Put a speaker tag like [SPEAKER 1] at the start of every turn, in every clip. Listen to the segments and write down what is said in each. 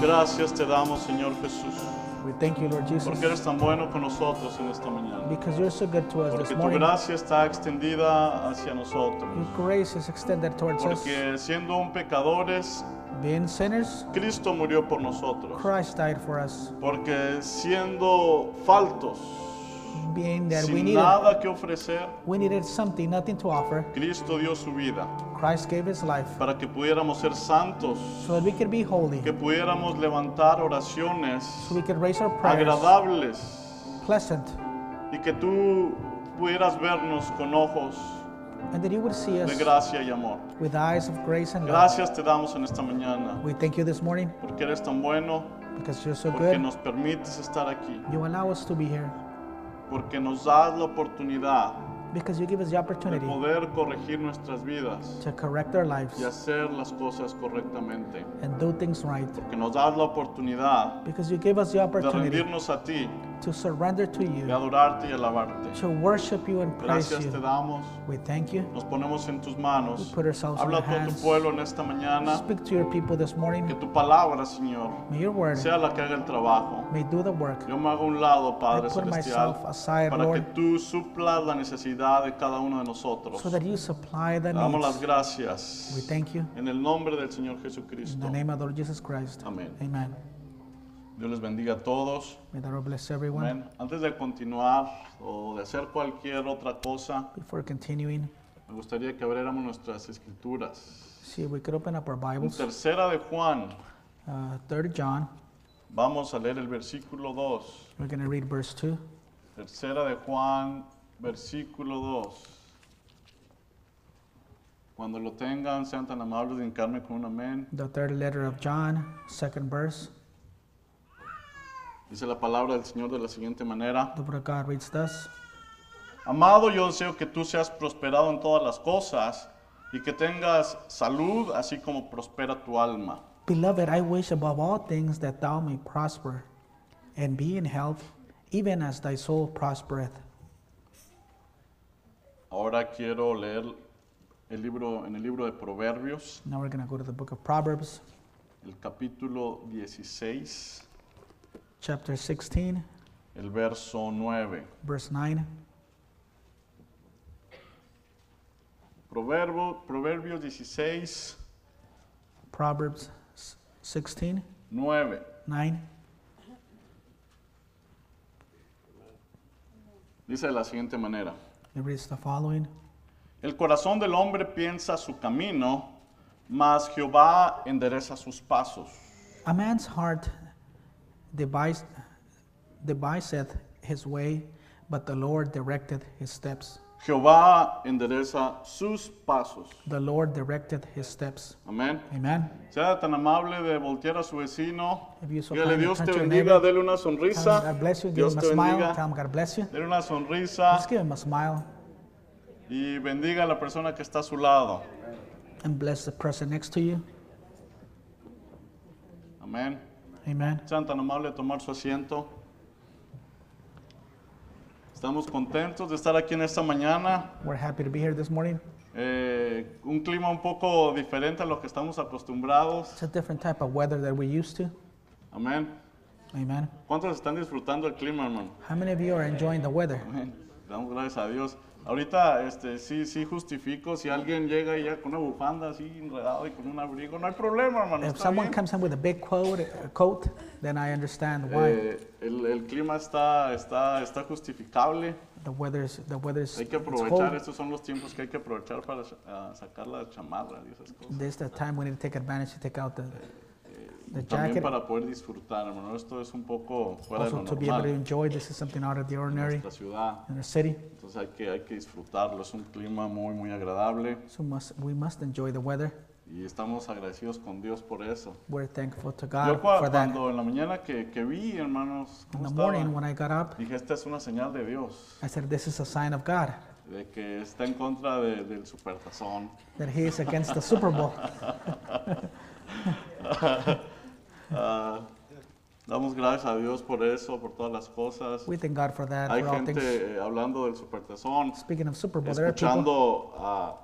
[SPEAKER 1] Gracias te damos, Señor Jesús,
[SPEAKER 2] We thank you, Lord
[SPEAKER 1] porque
[SPEAKER 2] Jesus,
[SPEAKER 1] eres tan bueno con nosotros en esta mañana.
[SPEAKER 2] because you're so good to us
[SPEAKER 1] Porque
[SPEAKER 2] this
[SPEAKER 1] tu
[SPEAKER 2] morning.
[SPEAKER 1] gracia está extendida hacia nosotros.
[SPEAKER 2] Your grace is extended towards us.
[SPEAKER 1] Porque siendo un pecadores,
[SPEAKER 2] Being sinners,
[SPEAKER 1] Cristo murió por nosotros.
[SPEAKER 2] Christ died for us.
[SPEAKER 1] Porque siendo faltos,
[SPEAKER 2] Being that we
[SPEAKER 1] sin
[SPEAKER 2] needed,
[SPEAKER 1] nada que ofrecer,
[SPEAKER 2] we needed something, nothing to offer.
[SPEAKER 1] Cristo dio su vida
[SPEAKER 2] Christ gave His life
[SPEAKER 1] para que pudiéramos ser santos,
[SPEAKER 2] so that we could be holy,
[SPEAKER 1] que pudiéramos levantar oraciones
[SPEAKER 2] so we could raise our prayers,
[SPEAKER 1] agradables
[SPEAKER 2] pleasant,
[SPEAKER 1] y que tú pudieras vernos con ojos
[SPEAKER 2] and that you would see
[SPEAKER 1] de
[SPEAKER 2] us
[SPEAKER 1] gracia y amor.
[SPEAKER 2] with eyes of grace and love.
[SPEAKER 1] Gracias te damos en esta mañana
[SPEAKER 2] We thank you this morning
[SPEAKER 1] porque eres tan bueno,
[SPEAKER 2] because you're so
[SPEAKER 1] porque
[SPEAKER 2] good.
[SPEAKER 1] nos permites estar aquí,
[SPEAKER 2] You allow us to be here
[SPEAKER 1] porque nos das la oportunidad
[SPEAKER 2] because you give us the
[SPEAKER 1] de
[SPEAKER 2] opportunity
[SPEAKER 1] poder corregir nuestras vidas
[SPEAKER 2] to correct our lives
[SPEAKER 1] y hacer las cosas correctamente,
[SPEAKER 2] and do things right.
[SPEAKER 1] porque nos das la oportunidad
[SPEAKER 2] Because you give us the
[SPEAKER 1] de
[SPEAKER 2] opportunity
[SPEAKER 1] rendirnos a ti,
[SPEAKER 2] to surrender to
[SPEAKER 1] de
[SPEAKER 2] you,
[SPEAKER 1] adorarte y alabarte.
[SPEAKER 2] to worship you and praise
[SPEAKER 1] Gracias te
[SPEAKER 2] you.
[SPEAKER 1] damos,
[SPEAKER 2] We thank you.
[SPEAKER 1] nos ponemos en tus manos.
[SPEAKER 2] We put ourselves in
[SPEAKER 1] Habla
[SPEAKER 2] your
[SPEAKER 1] con tu
[SPEAKER 2] hands.
[SPEAKER 1] pueblo en esta mañana,
[SPEAKER 2] Speak to your people this
[SPEAKER 1] que
[SPEAKER 2] morning.
[SPEAKER 1] tu palabra, Señor,
[SPEAKER 2] May your word
[SPEAKER 1] sea la que haga el trabajo.
[SPEAKER 2] may do the work.
[SPEAKER 1] Yo me hago a un lado, Padre
[SPEAKER 2] I put
[SPEAKER 1] Celestial,
[SPEAKER 2] myself aside,
[SPEAKER 1] para que
[SPEAKER 2] Lord,
[SPEAKER 1] tú suplas la necesidad de cada uno de nosotros.
[SPEAKER 2] so that you supply the
[SPEAKER 1] Te damos las
[SPEAKER 2] needs. We
[SPEAKER 1] gracias
[SPEAKER 2] thank you
[SPEAKER 1] en el nombre del Señor
[SPEAKER 2] in
[SPEAKER 1] Jesucristo.
[SPEAKER 2] the name of the Lord Jesus Christ.
[SPEAKER 1] Amén.
[SPEAKER 2] Amen.
[SPEAKER 1] Dios les bendiga a todos.
[SPEAKER 2] May the Lord bless everyone.
[SPEAKER 1] Amén. Antes de continuar o de hacer cualquier otra cosa,
[SPEAKER 2] Before continuing,
[SPEAKER 1] me gustaría que abriéramos nuestras escrituras.
[SPEAKER 2] see if we could open up our
[SPEAKER 1] En
[SPEAKER 2] Bibles.
[SPEAKER 1] tercera de Juan,
[SPEAKER 2] Uh, 3 John.
[SPEAKER 1] vamos a leer el versículo 2.
[SPEAKER 2] We're going to read verse 2.
[SPEAKER 1] Tercera de Juan, versículo 2. Cuando lo tengan, sean tan amables de hincarme con un amén.
[SPEAKER 2] The third letter of John, second verse.
[SPEAKER 1] Dice la palabra del Señor de la siguiente manera.
[SPEAKER 2] The word of God reads thus.
[SPEAKER 1] Amado, yo deseo que tú seas prosperado en todas las cosas y que tengas salud, así como prospera tu alma.
[SPEAKER 2] Beloved, I wish above all things that thou may prosper and be in health, even as thy soul prospereth.
[SPEAKER 1] Ahora quiero leer el libro, en el libro de Proverbios,
[SPEAKER 2] Now we're going to go to the book of Proverbs,
[SPEAKER 1] el capítulo 16,
[SPEAKER 2] chapter 16,
[SPEAKER 1] el verso 9.
[SPEAKER 2] verse 9.
[SPEAKER 1] Proverbo, Proverbios 16,
[SPEAKER 2] Proverbs s- 16,
[SPEAKER 1] 9.
[SPEAKER 2] 9.
[SPEAKER 1] Dice de la siguiente manera.
[SPEAKER 2] It reads the following
[SPEAKER 1] El corazón del hombre piensa su camino, mas Jehová endereza sus pasos.
[SPEAKER 2] A man's heart devis- deviseth his way, but the Lord directed his steps.
[SPEAKER 1] Jehová endereza sus pasos.
[SPEAKER 2] The Lord directed his steps.
[SPEAKER 1] Amén.
[SPEAKER 2] Amen.
[SPEAKER 1] Sea tan amable de voltear a su vecino.
[SPEAKER 2] If you so
[SPEAKER 1] Dígale
[SPEAKER 2] kindly
[SPEAKER 1] Dios
[SPEAKER 2] turn
[SPEAKER 1] te
[SPEAKER 2] to your
[SPEAKER 1] bendiga,
[SPEAKER 2] neighbor,
[SPEAKER 1] dele una
[SPEAKER 2] Tell him
[SPEAKER 1] sonrisa.
[SPEAKER 2] God bless you. Give
[SPEAKER 1] Dios
[SPEAKER 2] him a
[SPEAKER 1] te
[SPEAKER 2] smile. Tell
[SPEAKER 1] bendiga.
[SPEAKER 2] him God bless you.
[SPEAKER 1] Dele una
[SPEAKER 2] Let's
[SPEAKER 1] sonrisa
[SPEAKER 2] give him a smile
[SPEAKER 1] y bendiga a la persona que está a su lado.
[SPEAKER 2] and bless the person next to you.
[SPEAKER 1] Amén.
[SPEAKER 2] Amen.
[SPEAKER 1] Sean tan amables de tomar su asiento. Estamos contentos de estar aquí en esta mañana.
[SPEAKER 2] We're happy to be here this morning.
[SPEAKER 1] Eh, un clima un poco diferente a lo que estamos acostumbrados.
[SPEAKER 2] It's a different type of weather that we're used to.
[SPEAKER 1] Amén.
[SPEAKER 2] Amen.
[SPEAKER 1] ¿Cuántos están disfrutando el clima, hermano?
[SPEAKER 2] How many of you are enjoying the weather?
[SPEAKER 1] Amén. Damos gracias a Dios. Ahorita este, sí, sí justifico si alguien llega y ya con una bufanda así enredado y con un abrigo. No hay problema, hermano.
[SPEAKER 2] If
[SPEAKER 1] está
[SPEAKER 2] someone
[SPEAKER 1] bien.
[SPEAKER 2] comes in with a big coat, a coat, then I understand why.
[SPEAKER 1] Eh, el, el clima está, está, está justificable.
[SPEAKER 2] The weather's the weather's
[SPEAKER 1] Hay que
[SPEAKER 2] it's
[SPEAKER 1] aprovechar.
[SPEAKER 2] cold.
[SPEAKER 1] Estos son los tiempos que hay que aprovechar para ah, sacar la chamarra y esas cosas.
[SPEAKER 2] This is the time we need to take advantage to take out the the
[SPEAKER 1] También
[SPEAKER 2] jacket.
[SPEAKER 1] para poder disfrutar, hermano. Esto es un poco fuera de
[SPEAKER 2] Also
[SPEAKER 1] lo
[SPEAKER 2] to be able to
[SPEAKER 1] normal
[SPEAKER 2] enjoy this is something out of the
[SPEAKER 1] en
[SPEAKER 2] ordinary
[SPEAKER 1] nuestra ciudad.
[SPEAKER 2] in the city.
[SPEAKER 1] Entonces hay que, hay que disfrutarlo, es un clima muy, muy agradable
[SPEAKER 2] So must we must enjoy the weather.
[SPEAKER 1] y estamos agradecidos con Dios por eso.
[SPEAKER 2] We're thankful to
[SPEAKER 1] Yo
[SPEAKER 2] God
[SPEAKER 1] cua-
[SPEAKER 2] for that.
[SPEAKER 1] cuando en la mañana que, que vi, hermanos,
[SPEAKER 2] In
[SPEAKER 1] cómo
[SPEAKER 2] the
[SPEAKER 1] estaba,
[SPEAKER 2] morning when I got up,
[SPEAKER 1] dije, esta es una señal de Dios,
[SPEAKER 2] I said, This is a sign of God
[SPEAKER 1] de que está en contra de- del supertazón.
[SPEAKER 2] that He is against the Super Bowl.
[SPEAKER 1] Ah, damos gracias a Dios por eso, por todas las cosas.
[SPEAKER 2] We thank God for that,
[SPEAKER 1] Hay
[SPEAKER 2] for all things.
[SPEAKER 1] gente eh, hablando del supertazón,
[SPEAKER 2] Speaking of Super Bowl, there are people,
[SPEAKER 1] escuchando a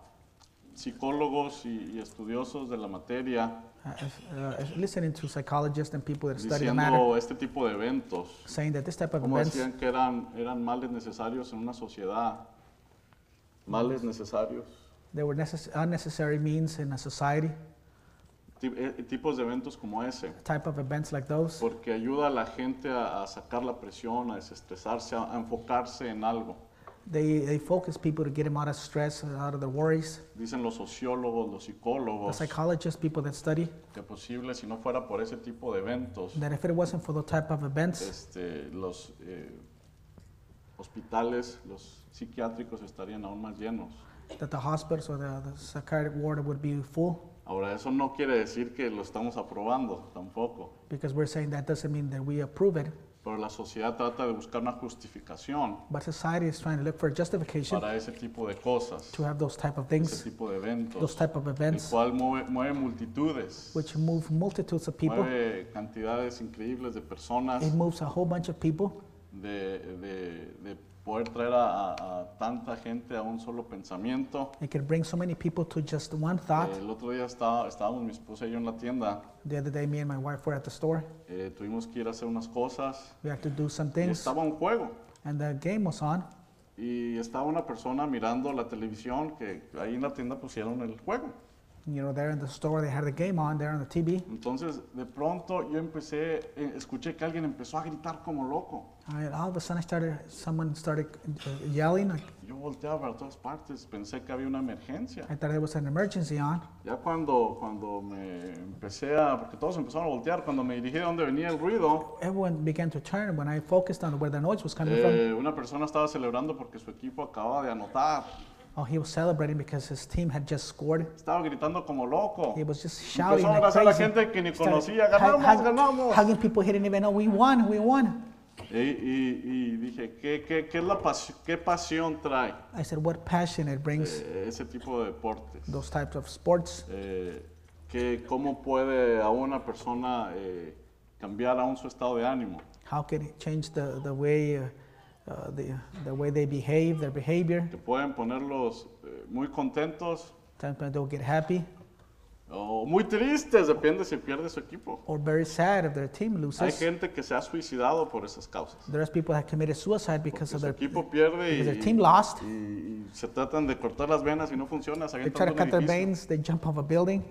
[SPEAKER 1] psicólogos y, y estudiosos de la materia
[SPEAKER 2] uh, uh, listening to psychologists and people that study the matter
[SPEAKER 1] diciendo este tipo de eventos.
[SPEAKER 2] saying that this type of
[SPEAKER 1] Como
[SPEAKER 2] events
[SPEAKER 1] decían que eran, eran males necesarios en una sociedad. Males necesarios.
[SPEAKER 2] they were necess- unnecessary means in a society
[SPEAKER 1] Ti- eh, Tipos de eventos como ese.
[SPEAKER 2] type of events like those
[SPEAKER 1] Porque ayuda a la gente a, a sacar la presión, a desestresarse, a, a enfocarse en algo.
[SPEAKER 2] they, they focus people to get them out of stress uh, out of their worries
[SPEAKER 1] Dicen los sociólogos, los
[SPEAKER 2] the
[SPEAKER 1] psicólogos,
[SPEAKER 2] psychologists people that study
[SPEAKER 1] que posible si no fuera por ese tipo de eventos,
[SPEAKER 2] that if it wasn't for those type of events
[SPEAKER 1] este, los eh, hospitales, los psiquiátricos estarían aún más llenos.
[SPEAKER 2] that the hospitals or the, the psychiatric ward would be full
[SPEAKER 1] Ahora, eso no quiere decir que lo estamos aprobando tampoco,
[SPEAKER 2] because we're saying that doesn't mean that we approve it
[SPEAKER 1] pero la sociedad trata de buscar una justificación
[SPEAKER 2] but society is trying to look for justification
[SPEAKER 1] para ese tipo de cosas,
[SPEAKER 2] to have those type of
[SPEAKER 1] ese
[SPEAKER 2] things
[SPEAKER 1] tipo de
[SPEAKER 2] those
[SPEAKER 1] eventos,
[SPEAKER 2] type of
[SPEAKER 1] el
[SPEAKER 2] events
[SPEAKER 1] cual mueve, mueve multitudes,
[SPEAKER 2] which move multitudes of people
[SPEAKER 1] mueve cantidades increíbles de personas,
[SPEAKER 2] it moves a whole bunch of people
[SPEAKER 1] de, de- de poder traer a, a- a tanta gente a un solo pensamiento.
[SPEAKER 2] It can bring so many people to just one thought.
[SPEAKER 1] Eh, el otro día estaba, estábamos mi esposa y yo en la tienda,
[SPEAKER 2] The other day, me and my wife were at the store.
[SPEAKER 1] eh, tuvimos que ir a hacer unas cosas,
[SPEAKER 2] We had to do some
[SPEAKER 1] y
[SPEAKER 2] things,
[SPEAKER 1] estaba un juego.
[SPEAKER 2] and the game was on.
[SPEAKER 1] Y estaba una persona mirando la televisión que ahí en la tienda pusieron el juego.
[SPEAKER 2] You know, there in the store, they had the game on there on the TV.
[SPEAKER 1] Entonces, de pronto yo empecé, eh, escuché que alguien empezó a gritar como loco.
[SPEAKER 2] And all of a sudden, I started. Someone started uh, yelling. Like,
[SPEAKER 1] Yo volteaba para todas partes, pensé que había una emergencia.
[SPEAKER 2] I thought there was an emergency on.
[SPEAKER 1] Ya cuando, cuando me empecé a, porque todos empezaron a voltear, cuando me dirigí a donde venía el ruido,
[SPEAKER 2] Everyone began to turn when I focused on where the noise was coming from.
[SPEAKER 1] Eh, una persona estaba celebrando porque su equipo acaba de anotar.
[SPEAKER 2] Oh, he was celebrating because his team had just scored.
[SPEAKER 1] Estaba gritando como loco.
[SPEAKER 2] He was just shouting
[SPEAKER 1] Empezó a
[SPEAKER 2] like
[SPEAKER 1] abrazar a la
[SPEAKER 2] crazy.
[SPEAKER 1] gente que ni
[SPEAKER 2] Started
[SPEAKER 1] conocía.
[SPEAKER 2] hug-
[SPEAKER 1] Ganamos,
[SPEAKER 2] hug-
[SPEAKER 1] ganamos.
[SPEAKER 2] Hugging people he didn't even know. We won. We won.
[SPEAKER 1] Y, y- y dije, ¿qué, qué, qué es la pasión, qué pasión trae
[SPEAKER 2] I said, what passion it brings.
[SPEAKER 1] eh, ese tipo de deportes?
[SPEAKER 2] Those types of sports.
[SPEAKER 1] Eh, que, ¿Cómo puede a una persona eh, cambiar aún su estado de ánimo?
[SPEAKER 2] How can it change the, the way uh, uh, the, the way they behave, their behavior?
[SPEAKER 1] Que pueden ponerlos eh, muy contentos
[SPEAKER 2] Sometimes they'll get happy
[SPEAKER 1] o muy tristes, depende si pierde su equipo.
[SPEAKER 2] or very sad if their team
[SPEAKER 1] Hay
[SPEAKER 2] loses.
[SPEAKER 1] gente que se ha suicidado por esas causas.
[SPEAKER 2] There's people that committed suicide
[SPEAKER 1] Porque
[SPEAKER 2] because
[SPEAKER 1] su
[SPEAKER 2] of their
[SPEAKER 1] equipo pierde
[SPEAKER 2] because
[SPEAKER 1] y,
[SPEAKER 2] their team lost.
[SPEAKER 1] y- y se tratan de cortar las venas y no funciona, se
[SPEAKER 2] They try to
[SPEAKER 1] avientan de un
[SPEAKER 2] cut their
[SPEAKER 1] edificio
[SPEAKER 2] veins. They jump off a building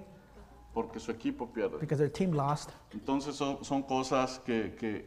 [SPEAKER 1] porque su equipo pierde.
[SPEAKER 2] because their team lost.
[SPEAKER 1] Entonces son, son cosas que, que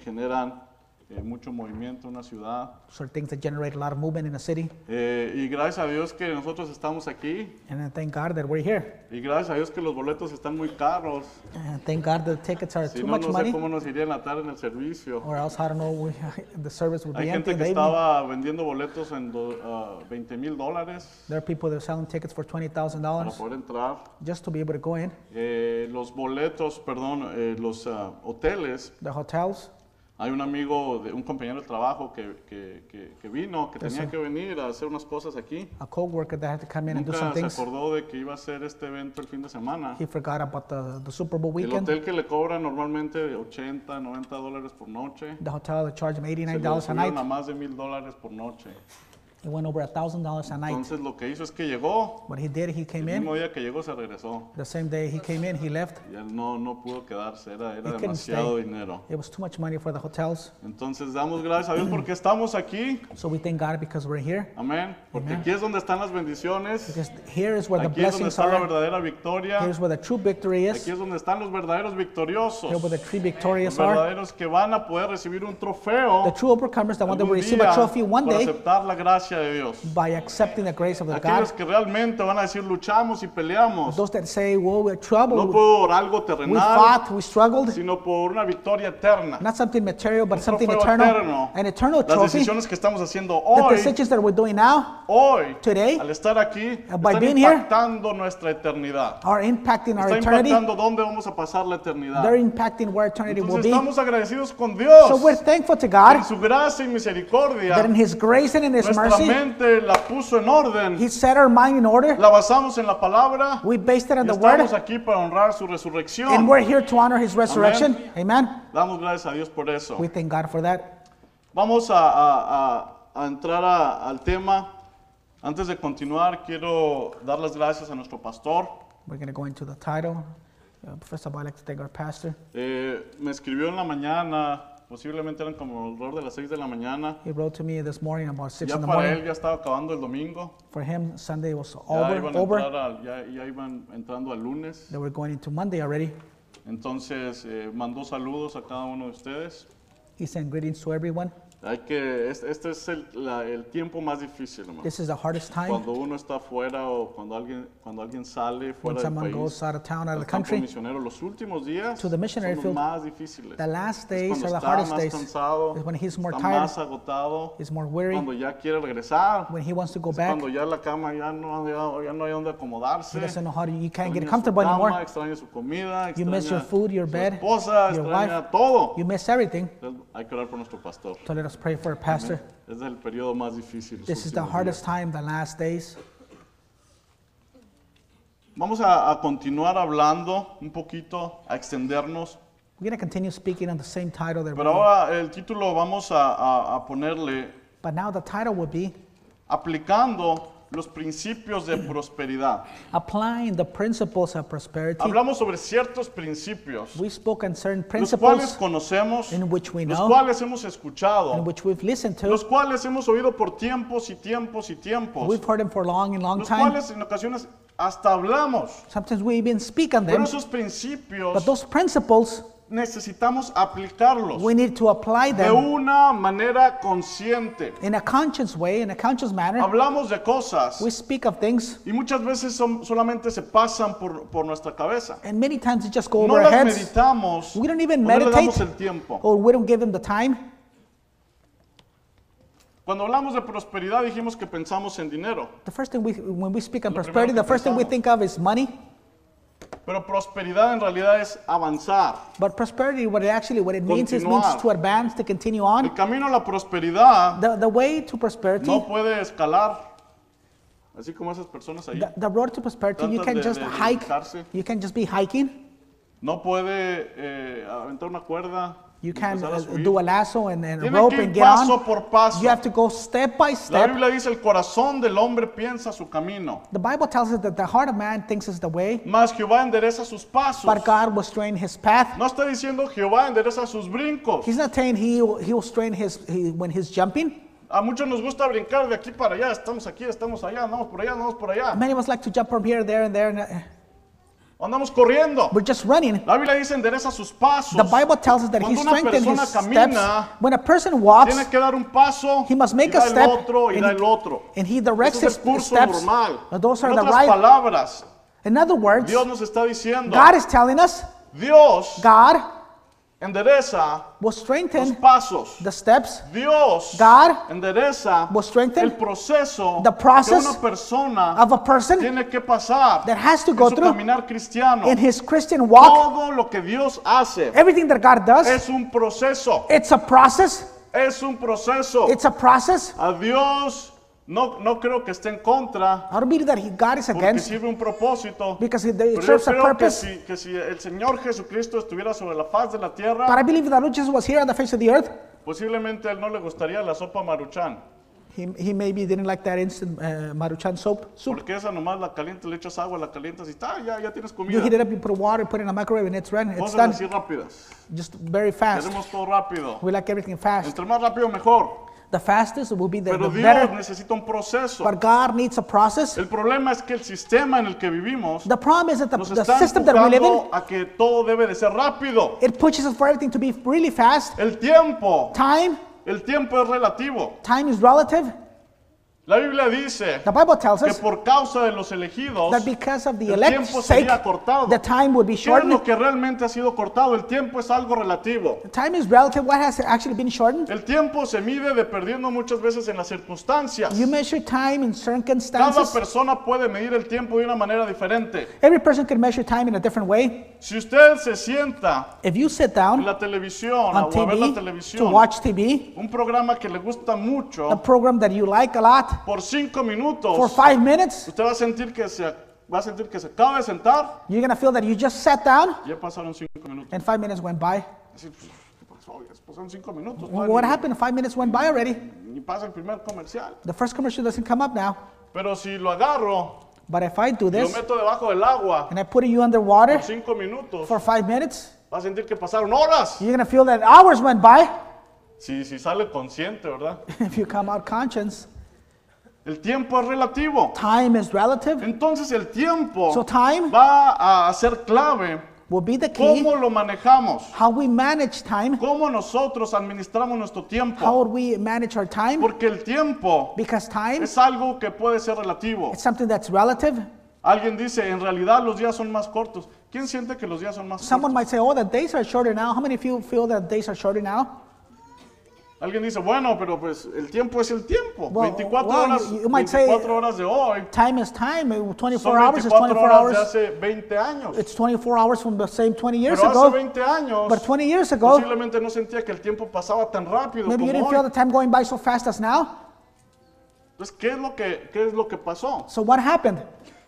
[SPEAKER 1] generan eh, mucho movimiento en una ciudad.
[SPEAKER 2] So things that generate a lot of movement in a city.
[SPEAKER 1] Eh, y gracias a Dios que nosotros estamos aquí
[SPEAKER 2] And I thank God that we're here.
[SPEAKER 1] y gracias a Dios que los boletos están muy caros.
[SPEAKER 2] And Eh, thank God the tickets are
[SPEAKER 1] Si
[SPEAKER 2] too
[SPEAKER 1] no,
[SPEAKER 2] much
[SPEAKER 1] no sé
[SPEAKER 2] money,
[SPEAKER 1] cómo nos iría en la tarde en el servicio.
[SPEAKER 2] or else I don't know we, the service would
[SPEAKER 1] Hay
[SPEAKER 2] be
[SPEAKER 1] gente
[SPEAKER 2] empty.
[SPEAKER 1] que
[SPEAKER 2] maybe.
[SPEAKER 1] estaba vendiendo boletos en do- ah, 20 mil dólares
[SPEAKER 2] There are people that are selling tickets for twenty thousand
[SPEAKER 1] para
[SPEAKER 2] dollars
[SPEAKER 1] poder entrar.
[SPEAKER 2] just to be able to go in.
[SPEAKER 1] Eh, los boletos, perdón, eh, los ah, hoteles
[SPEAKER 2] The hotels,
[SPEAKER 1] Hay un amigo, de, un compañero de trabajo que, que- que- que vino, que
[SPEAKER 2] Yes,
[SPEAKER 1] tenía
[SPEAKER 2] sir.
[SPEAKER 1] que venir a hacer unas cosas aquí.
[SPEAKER 2] a coworker that had to come in and do
[SPEAKER 1] Nunca
[SPEAKER 2] some
[SPEAKER 1] se
[SPEAKER 2] things.
[SPEAKER 1] acordó de que iba a hacer este evento el fin de semana.
[SPEAKER 2] He forgot about the, the Super Bowl
[SPEAKER 1] El
[SPEAKER 2] weekend.
[SPEAKER 1] hotel que le cobra normalmente 80, 90 dólares por noche.
[SPEAKER 2] The hotel that charged him
[SPEAKER 1] Se
[SPEAKER 2] eighty-nine
[SPEAKER 1] lo
[SPEAKER 2] dollars a
[SPEAKER 1] subieron a
[SPEAKER 2] night.
[SPEAKER 1] más de mil dólares por noche.
[SPEAKER 2] It went over thousand dollars a night.
[SPEAKER 1] Entonces lo que hizo es que llegó.
[SPEAKER 2] What he did, he came
[SPEAKER 1] El
[SPEAKER 2] in.
[SPEAKER 1] mismo día que llegó se regresó.
[SPEAKER 2] The same day he came in, he left.
[SPEAKER 1] Y él no, no pudo quedarse, era, era
[SPEAKER 2] couldn't
[SPEAKER 1] demasiado
[SPEAKER 2] stay.
[SPEAKER 1] dinero.
[SPEAKER 2] It was too much money for the hotels.
[SPEAKER 1] Entonces damos gracias a Dios porque estamos aquí.
[SPEAKER 2] So we thank God because we're here.
[SPEAKER 1] Amén. Porque
[SPEAKER 2] Amén.
[SPEAKER 1] aquí es donde están las bendiciones.
[SPEAKER 2] Because here is where the
[SPEAKER 1] Aquí es donde
[SPEAKER 2] blessings
[SPEAKER 1] está la
[SPEAKER 2] are.
[SPEAKER 1] verdadera victoria.
[SPEAKER 2] Here's where the true victory is.
[SPEAKER 1] Aquí es donde están los verdaderos victoriosos.
[SPEAKER 2] Here where the true
[SPEAKER 1] Los
[SPEAKER 2] victorious are.
[SPEAKER 1] verdaderos que van a poder recibir un
[SPEAKER 2] The
[SPEAKER 1] trofeo
[SPEAKER 2] true overcomers, the one that will
[SPEAKER 1] algún
[SPEAKER 2] receive a
[SPEAKER 1] día
[SPEAKER 2] trophy one
[SPEAKER 1] por
[SPEAKER 2] day
[SPEAKER 1] aceptar la gracia de Dios.
[SPEAKER 2] by accepting the grace of the
[SPEAKER 1] Aquellos
[SPEAKER 2] God.
[SPEAKER 1] que realmente van a decir luchamos y peleamos,
[SPEAKER 2] Those that say, "Well, we're
[SPEAKER 1] no
[SPEAKER 2] troubled.
[SPEAKER 1] por algo
[SPEAKER 2] We
[SPEAKER 1] terrenal,
[SPEAKER 2] fought. We struggled."
[SPEAKER 1] sino por una victoria eterna.
[SPEAKER 2] Not something material, but something
[SPEAKER 1] trofeo
[SPEAKER 2] eternal.
[SPEAKER 1] eterno.
[SPEAKER 2] An eternal
[SPEAKER 1] Las
[SPEAKER 2] trophy. The
[SPEAKER 1] decisiones que estamos haciendo hoy,
[SPEAKER 2] decisions that we're doing now
[SPEAKER 1] hoy,
[SPEAKER 2] today,
[SPEAKER 1] al estar aquí,
[SPEAKER 2] by
[SPEAKER 1] están
[SPEAKER 2] being here,
[SPEAKER 1] impactando nuestra eternidad.
[SPEAKER 2] are impacting our
[SPEAKER 1] Está
[SPEAKER 2] eternity.
[SPEAKER 1] impactando dónde vamos a pasar la eternidad.
[SPEAKER 2] They're impacting where eternity will
[SPEAKER 1] Entonces
[SPEAKER 2] be.
[SPEAKER 1] estamos agradecidos con Dios.
[SPEAKER 2] So we're thankful to
[SPEAKER 1] En
[SPEAKER 2] God
[SPEAKER 1] su gracia y misericordia,
[SPEAKER 2] that in His grace and in His
[SPEAKER 1] nuestra
[SPEAKER 2] mercy,
[SPEAKER 1] mente la puso en orden,
[SPEAKER 2] He set our mind in order.
[SPEAKER 1] la basamos en la palabra,
[SPEAKER 2] We based it on
[SPEAKER 1] y
[SPEAKER 2] the Word,
[SPEAKER 1] estamos aquí para honrar su
[SPEAKER 2] and
[SPEAKER 1] resurrección.
[SPEAKER 2] we're here to honor His resurrection. Amen.
[SPEAKER 1] Damos gracias a Dios por eso.
[SPEAKER 2] We thank God for that.
[SPEAKER 1] Vamos a, a- a- a entrar a- al tema. Antes de continuar, quiero dar las gracias a nuestro pastor,
[SPEAKER 2] We're going to go into the title. Uh, Professor Balek, our pastor,
[SPEAKER 1] Eh, me escribió en la mañana, posiblemente eran como alrededor de las 6 de la mañana.
[SPEAKER 2] he wrote to me this morning about 6
[SPEAKER 1] Ya
[SPEAKER 2] in the
[SPEAKER 1] para
[SPEAKER 2] morning.
[SPEAKER 1] él ya estaba acabando el domingo.
[SPEAKER 2] For him, Sunday was
[SPEAKER 1] Ya
[SPEAKER 2] over.
[SPEAKER 1] iban, a
[SPEAKER 2] over.
[SPEAKER 1] entrar al- ya- ya iban entrando al lunes.
[SPEAKER 2] They were going into Monday already.
[SPEAKER 1] Entonces eh, mandó saludos a cada uno de ustedes.
[SPEAKER 2] He sent greetings to everyone.
[SPEAKER 1] Hay que, es- este es el, la- el tiempo más difícil, hermano.
[SPEAKER 2] This is the hardest time
[SPEAKER 1] Cuando uno está fuera o cuando alguien, cuando alguien sale
[SPEAKER 2] when
[SPEAKER 1] fuera del
[SPEAKER 2] someone
[SPEAKER 1] país,
[SPEAKER 2] goes out of town, out of
[SPEAKER 1] al
[SPEAKER 2] the
[SPEAKER 1] campo
[SPEAKER 2] country.
[SPEAKER 1] misionero, los últimos días
[SPEAKER 2] to the missionary
[SPEAKER 1] son los
[SPEAKER 2] field,
[SPEAKER 1] más difíciles.
[SPEAKER 2] The last
[SPEAKER 1] Es
[SPEAKER 2] days
[SPEAKER 1] cuando
[SPEAKER 2] are the
[SPEAKER 1] está
[SPEAKER 2] hardest
[SPEAKER 1] más
[SPEAKER 2] days.
[SPEAKER 1] cansado,
[SPEAKER 2] is when he's more
[SPEAKER 1] está
[SPEAKER 2] tired,
[SPEAKER 1] más agotado,
[SPEAKER 2] He's more weary
[SPEAKER 1] cuando ya quiere regresar,
[SPEAKER 2] when he wants to go
[SPEAKER 1] es
[SPEAKER 2] back.
[SPEAKER 1] cuando ya la cama ya no, ya, ya no hay donde acomodarse.
[SPEAKER 2] He doesn't know how to. You can't
[SPEAKER 1] extraña
[SPEAKER 2] get
[SPEAKER 1] su
[SPEAKER 2] comfortable
[SPEAKER 1] cama,
[SPEAKER 2] anymore.
[SPEAKER 1] Extraña su comida,
[SPEAKER 2] You miss
[SPEAKER 1] extraña
[SPEAKER 2] your food, your
[SPEAKER 1] su
[SPEAKER 2] bed,
[SPEAKER 1] esposa,
[SPEAKER 2] your
[SPEAKER 1] extraña
[SPEAKER 2] wife.
[SPEAKER 1] todo.
[SPEAKER 2] You miss everything.
[SPEAKER 1] Entonces, hay que orar por nuestro pastor.
[SPEAKER 2] So let us pray for our pastor.
[SPEAKER 1] Este es el periodo más difícil. los
[SPEAKER 2] This is the
[SPEAKER 1] últimos
[SPEAKER 2] hardest time, the last days.
[SPEAKER 1] días. Vamos a, a continuar hablando un poquito, a extendernos.
[SPEAKER 2] We're going to continue speaking on the same title that
[SPEAKER 1] Pero
[SPEAKER 2] we
[SPEAKER 1] ahora el título vamos a, a- a ponerle
[SPEAKER 2] But now the title will be
[SPEAKER 1] aplicando los principios de prosperidad.
[SPEAKER 2] Applying the Principles of Prosperity.
[SPEAKER 1] Hablamos sobre ciertos principios,
[SPEAKER 2] We spoke on certain
[SPEAKER 1] los cuales
[SPEAKER 2] principles
[SPEAKER 1] conocemos,
[SPEAKER 2] in which we
[SPEAKER 1] los
[SPEAKER 2] know.
[SPEAKER 1] cuales hemos
[SPEAKER 2] in
[SPEAKER 1] escuchado,
[SPEAKER 2] which we've listened to.
[SPEAKER 1] los cuales hemos oído por tiempos y tiempos y tiempos,
[SPEAKER 2] We've heard them for a long and long
[SPEAKER 1] los
[SPEAKER 2] time.
[SPEAKER 1] cuales en ocasiones hasta hablamos.
[SPEAKER 2] Sometimes we even speak on
[SPEAKER 1] Pero
[SPEAKER 2] them.
[SPEAKER 1] esos principios
[SPEAKER 2] But those principles,
[SPEAKER 1] necesitamos aplicarlos
[SPEAKER 2] we need to apply
[SPEAKER 1] de
[SPEAKER 2] them
[SPEAKER 1] una manera consciente.
[SPEAKER 2] in a conscious way, in a conscious manner.
[SPEAKER 1] Hablamos de cosas
[SPEAKER 2] We speak of things,
[SPEAKER 1] y muchas veces son- solamente se pasan por, por nuestra cabeza.
[SPEAKER 2] and many times it just go
[SPEAKER 1] No
[SPEAKER 2] over our
[SPEAKER 1] las
[SPEAKER 2] heads,
[SPEAKER 1] meditamos,
[SPEAKER 2] We don't even
[SPEAKER 1] no le damos
[SPEAKER 2] meditate. Oh.
[SPEAKER 1] el tiempo.
[SPEAKER 2] or we don't give them the time.
[SPEAKER 1] Cuando hablamos de prosperidad dijimos que pensamos en dinero,
[SPEAKER 2] The first thing we, when we speak on
[SPEAKER 1] Lo primero
[SPEAKER 2] prosperity,
[SPEAKER 1] que
[SPEAKER 2] the first thing we
[SPEAKER 1] pensamos.
[SPEAKER 2] think of is money.
[SPEAKER 1] pero prosperidad en realidad es avanzar.
[SPEAKER 2] But prosperity, what it actually, what it means is means
[SPEAKER 1] Continuar.
[SPEAKER 2] to advance, to continue on.
[SPEAKER 1] El camino a la prosperidad
[SPEAKER 2] The, the way to prosperity,
[SPEAKER 1] no puede escalar, así como esas personas ahí.
[SPEAKER 2] the, the road to prosperity, you
[SPEAKER 1] Tantas
[SPEAKER 2] can
[SPEAKER 1] de-
[SPEAKER 2] just
[SPEAKER 1] de
[SPEAKER 2] hike.
[SPEAKER 1] limitarse.
[SPEAKER 2] You can just be hiking.
[SPEAKER 1] No puede eh, aventar una cuerda. y
[SPEAKER 2] You can
[SPEAKER 1] empezar a
[SPEAKER 2] uh,
[SPEAKER 1] subir.
[SPEAKER 2] do a lasso and, and a
[SPEAKER 1] Tiene
[SPEAKER 2] rope
[SPEAKER 1] que ir
[SPEAKER 2] and get on.
[SPEAKER 1] paso por paso.
[SPEAKER 2] You have to go step by
[SPEAKER 1] La
[SPEAKER 2] step.
[SPEAKER 1] Biblia dice, el corazón del hombre piensa su camino,
[SPEAKER 2] the Bible tells us that the heart of man thinks is the way,
[SPEAKER 1] mas Jehová endereza sus pasos.
[SPEAKER 2] but God will strain his path.
[SPEAKER 1] No está diciendo Jehová endereza sus brincos.
[SPEAKER 2] He's not saying he will, he will strain his he, when he's jumping.
[SPEAKER 1] A muchos nos gusta brincar de aquí para allá, estamos aquí, estamos allá, andamos por allá, andamos por allá,
[SPEAKER 2] Many of us like to jump from here, there, and there, and uh,
[SPEAKER 1] andamos corriendo.
[SPEAKER 2] we're just running.
[SPEAKER 1] La Biblia dice endereza sus pasos.
[SPEAKER 2] The Bible tells us that he
[SPEAKER 1] Cuando una
[SPEAKER 2] strengthens his
[SPEAKER 1] persona
[SPEAKER 2] steps.
[SPEAKER 1] camina,
[SPEAKER 2] When a person walks
[SPEAKER 1] Tiene que dar un paso,
[SPEAKER 2] He must make
[SPEAKER 1] y
[SPEAKER 2] a
[SPEAKER 1] da el
[SPEAKER 2] step
[SPEAKER 1] otro, y
[SPEAKER 2] and
[SPEAKER 1] da
[SPEAKER 2] he-
[SPEAKER 1] el otro.
[SPEAKER 2] and he directs
[SPEAKER 1] Ese es
[SPEAKER 2] his
[SPEAKER 1] el curso
[SPEAKER 2] steps,
[SPEAKER 1] normal.
[SPEAKER 2] those are
[SPEAKER 1] en
[SPEAKER 2] the
[SPEAKER 1] otras
[SPEAKER 2] right.
[SPEAKER 1] palabras,
[SPEAKER 2] In other words,
[SPEAKER 1] Dios nos está diciendo,
[SPEAKER 2] God is telling us
[SPEAKER 1] Dios
[SPEAKER 2] God
[SPEAKER 1] endereza
[SPEAKER 2] will
[SPEAKER 1] los
[SPEAKER 2] strengthen
[SPEAKER 1] pasos.
[SPEAKER 2] the steps.
[SPEAKER 1] Dios
[SPEAKER 2] God
[SPEAKER 1] endereza
[SPEAKER 2] will strengthen
[SPEAKER 1] el proceso
[SPEAKER 2] the process
[SPEAKER 1] que una persona
[SPEAKER 2] of a person
[SPEAKER 1] tiene que pasar
[SPEAKER 2] that has to
[SPEAKER 1] en
[SPEAKER 2] go
[SPEAKER 1] su
[SPEAKER 2] through
[SPEAKER 1] caminar cristiano.
[SPEAKER 2] in his Christian walk.
[SPEAKER 1] Todo lo que Dios hace
[SPEAKER 2] Everything that God does,
[SPEAKER 1] es un proceso,
[SPEAKER 2] it's a process.
[SPEAKER 1] es un proceso.
[SPEAKER 2] It's a process.
[SPEAKER 1] A Dios no, no creo que esté en contra
[SPEAKER 2] I don't believe that he, God is
[SPEAKER 1] porque
[SPEAKER 2] against
[SPEAKER 1] sirve un propósito.
[SPEAKER 2] because it,
[SPEAKER 1] Pero
[SPEAKER 2] it
[SPEAKER 1] yo
[SPEAKER 2] serves a
[SPEAKER 1] creo que
[SPEAKER 2] purpose.
[SPEAKER 1] si, que si el Señor Jesucristo estuviera sobre la faz de la
[SPEAKER 2] But
[SPEAKER 1] tierra,
[SPEAKER 2] I believe that Lord Jesus was here on the face of the earth.
[SPEAKER 1] posiblemente a él no le gustaría la sopa maruchan,
[SPEAKER 2] He, he maybe didn't like that instant uh, Maruchan soap. soup.
[SPEAKER 1] porque esa nomás la calienta, le echas agua, la calientas y está, ya, ya tienes
[SPEAKER 2] You heat
[SPEAKER 1] comida.
[SPEAKER 2] it up, you put water, put it in a microwave, and it's ready. It's
[SPEAKER 1] Cosas
[SPEAKER 2] done.
[SPEAKER 1] así rápidas.
[SPEAKER 2] Just very fast.
[SPEAKER 1] Queremos todo rápido.
[SPEAKER 2] We like everything fast.
[SPEAKER 1] Entre más rápido mejor.
[SPEAKER 2] The fastest will be the,
[SPEAKER 1] Pero
[SPEAKER 2] the
[SPEAKER 1] Dios
[SPEAKER 2] better.
[SPEAKER 1] necesita un proceso.
[SPEAKER 2] But God needs a process.
[SPEAKER 1] El problema es que el sistema en el que vivimos
[SPEAKER 2] The problem is that the,
[SPEAKER 1] nos
[SPEAKER 2] the
[SPEAKER 1] está
[SPEAKER 2] system that we live in,
[SPEAKER 1] empujando a que todo debe de ser rápido.
[SPEAKER 2] it pushes us for everything to be really fast.
[SPEAKER 1] El tiempo,
[SPEAKER 2] Time,
[SPEAKER 1] el tiempo es relativo.
[SPEAKER 2] time is relative.
[SPEAKER 1] La Biblia dice
[SPEAKER 2] The Bible tells
[SPEAKER 1] que
[SPEAKER 2] us
[SPEAKER 1] por causa de los elegidos,
[SPEAKER 2] that because of the
[SPEAKER 1] el
[SPEAKER 2] elect's
[SPEAKER 1] tiempo
[SPEAKER 2] sake,
[SPEAKER 1] sería cortado.
[SPEAKER 2] the time would be
[SPEAKER 1] ¿qué es
[SPEAKER 2] shortened.
[SPEAKER 1] lo que realmente ha sido cortado? El tiempo es algo relativo.
[SPEAKER 2] Time is relative. What has actually been shortened?
[SPEAKER 1] El tiempo se mide dependiendo muchas veces en las circunstancias.
[SPEAKER 2] You measure time in
[SPEAKER 1] Cada
[SPEAKER 2] circumstances.
[SPEAKER 1] persona puede medir el tiempo de una manera diferente.
[SPEAKER 2] Every person can measure time in a different way.
[SPEAKER 1] Si usted se sienta
[SPEAKER 2] If you sit
[SPEAKER 1] en
[SPEAKER 2] down
[SPEAKER 1] la televisión
[SPEAKER 2] on
[SPEAKER 1] o a ver la
[SPEAKER 2] TV to
[SPEAKER 1] televisión,
[SPEAKER 2] watch TV,
[SPEAKER 1] un programa que le gusta
[SPEAKER 2] a
[SPEAKER 1] mucho,
[SPEAKER 2] program that you like a lot,
[SPEAKER 1] por cinco
[SPEAKER 2] for
[SPEAKER 1] minutos,
[SPEAKER 2] five minutes,
[SPEAKER 1] usted va a sentir que se va a sentir que se acaba de sentar.
[SPEAKER 2] you're gonna feel that you just sat down
[SPEAKER 1] Ya pasaron cinco minutos.
[SPEAKER 2] and five minutes went by.
[SPEAKER 1] Así, pues, ¿qué pasó? Ya pasaron cinco minutos.
[SPEAKER 2] Well,
[SPEAKER 1] todavía
[SPEAKER 2] what
[SPEAKER 1] ni-
[SPEAKER 2] happened? Five minutes went by already.
[SPEAKER 1] ni pasa el primer comercial.
[SPEAKER 2] The first commercial doesn't come up now.
[SPEAKER 1] Pero si lo agarro
[SPEAKER 2] But if I do
[SPEAKER 1] Lo
[SPEAKER 2] this
[SPEAKER 1] meto debajo del agua
[SPEAKER 2] and I put you underwater
[SPEAKER 1] por cinco minutos.
[SPEAKER 2] for five minutes,
[SPEAKER 1] Va a sentir que pasaron horas.
[SPEAKER 2] you're gonna feel that hours went by
[SPEAKER 1] Si, si sale consciente, ¿verdad?
[SPEAKER 2] if you come out conscious.
[SPEAKER 1] El tiempo es relativo.
[SPEAKER 2] Time is relative,
[SPEAKER 1] Entonces el tiempo
[SPEAKER 2] so time
[SPEAKER 1] va a ser clave
[SPEAKER 2] will be the key.
[SPEAKER 1] cómo lo manejamos,
[SPEAKER 2] How we manage time,
[SPEAKER 1] cómo nosotros administramos nuestro
[SPEAKER 2] how
[SPEAKER 1] tiempo.
[SPEAKER 2] would we manage our time?
[SPEAKER 1] Porque el tiempo
[SPEAKER 2] Because time is
[SPEAKER 1] es algo que puede ser relativo.
[SPEAKER 2] something that's relative.
[SPEAKER 1] Alguien dice, en realidad los días son más cortos. ¿Quién siente que los días son más cortos?
[SPEAKER 2] Someone might say, "Oh, the days are shorter now." How many of you feel that days are shorter now?
[SPEAKER 1] Alguien dice, bueno, pero pues el tiempo es el tiempo.
[SPEAKER 2] Well,
[SPEAKER 1] 24
[SPEAKER 2] well,
[SPEAKER 1] horas,
[SPEAKER 2] you- you might say-
[SPEAKER 1] 24 horas de hoy
[SPEAKER 2] Time is time. eh, 24
[SPEAKER 1] son
[SPEAKER 2] hours is
[SPEAKER 1] 24
[SPEAKER 2] 24
[SPEAKER 1] horas de
[SPEAKER 2] hours.
[SPEAKER 1] hace 20 años.
[SPEAKER 2] It's 24 hours from the same 20 years
[SPEAKER 1] Pero hace
[SPEAKER 2] ago.
[SPEAKER 1] 20 años
[SPEAKER 2] But 20 years ago,
[SPEAKER 1] posiblemente no sentía que el tiempo pasaba tan rápido
[SPEAKER 2] maybe you
[SPEAKER 1] como
[SPEAKER 2] didn't feel
[SPEAKER 1] hoy.
[SPEAKER 2] the time going by so fast as now.
[SPEAKER 1] Entonces, ¿qué es lo que, qué es lo que pasó?
[SPEAKER 2] So what happened?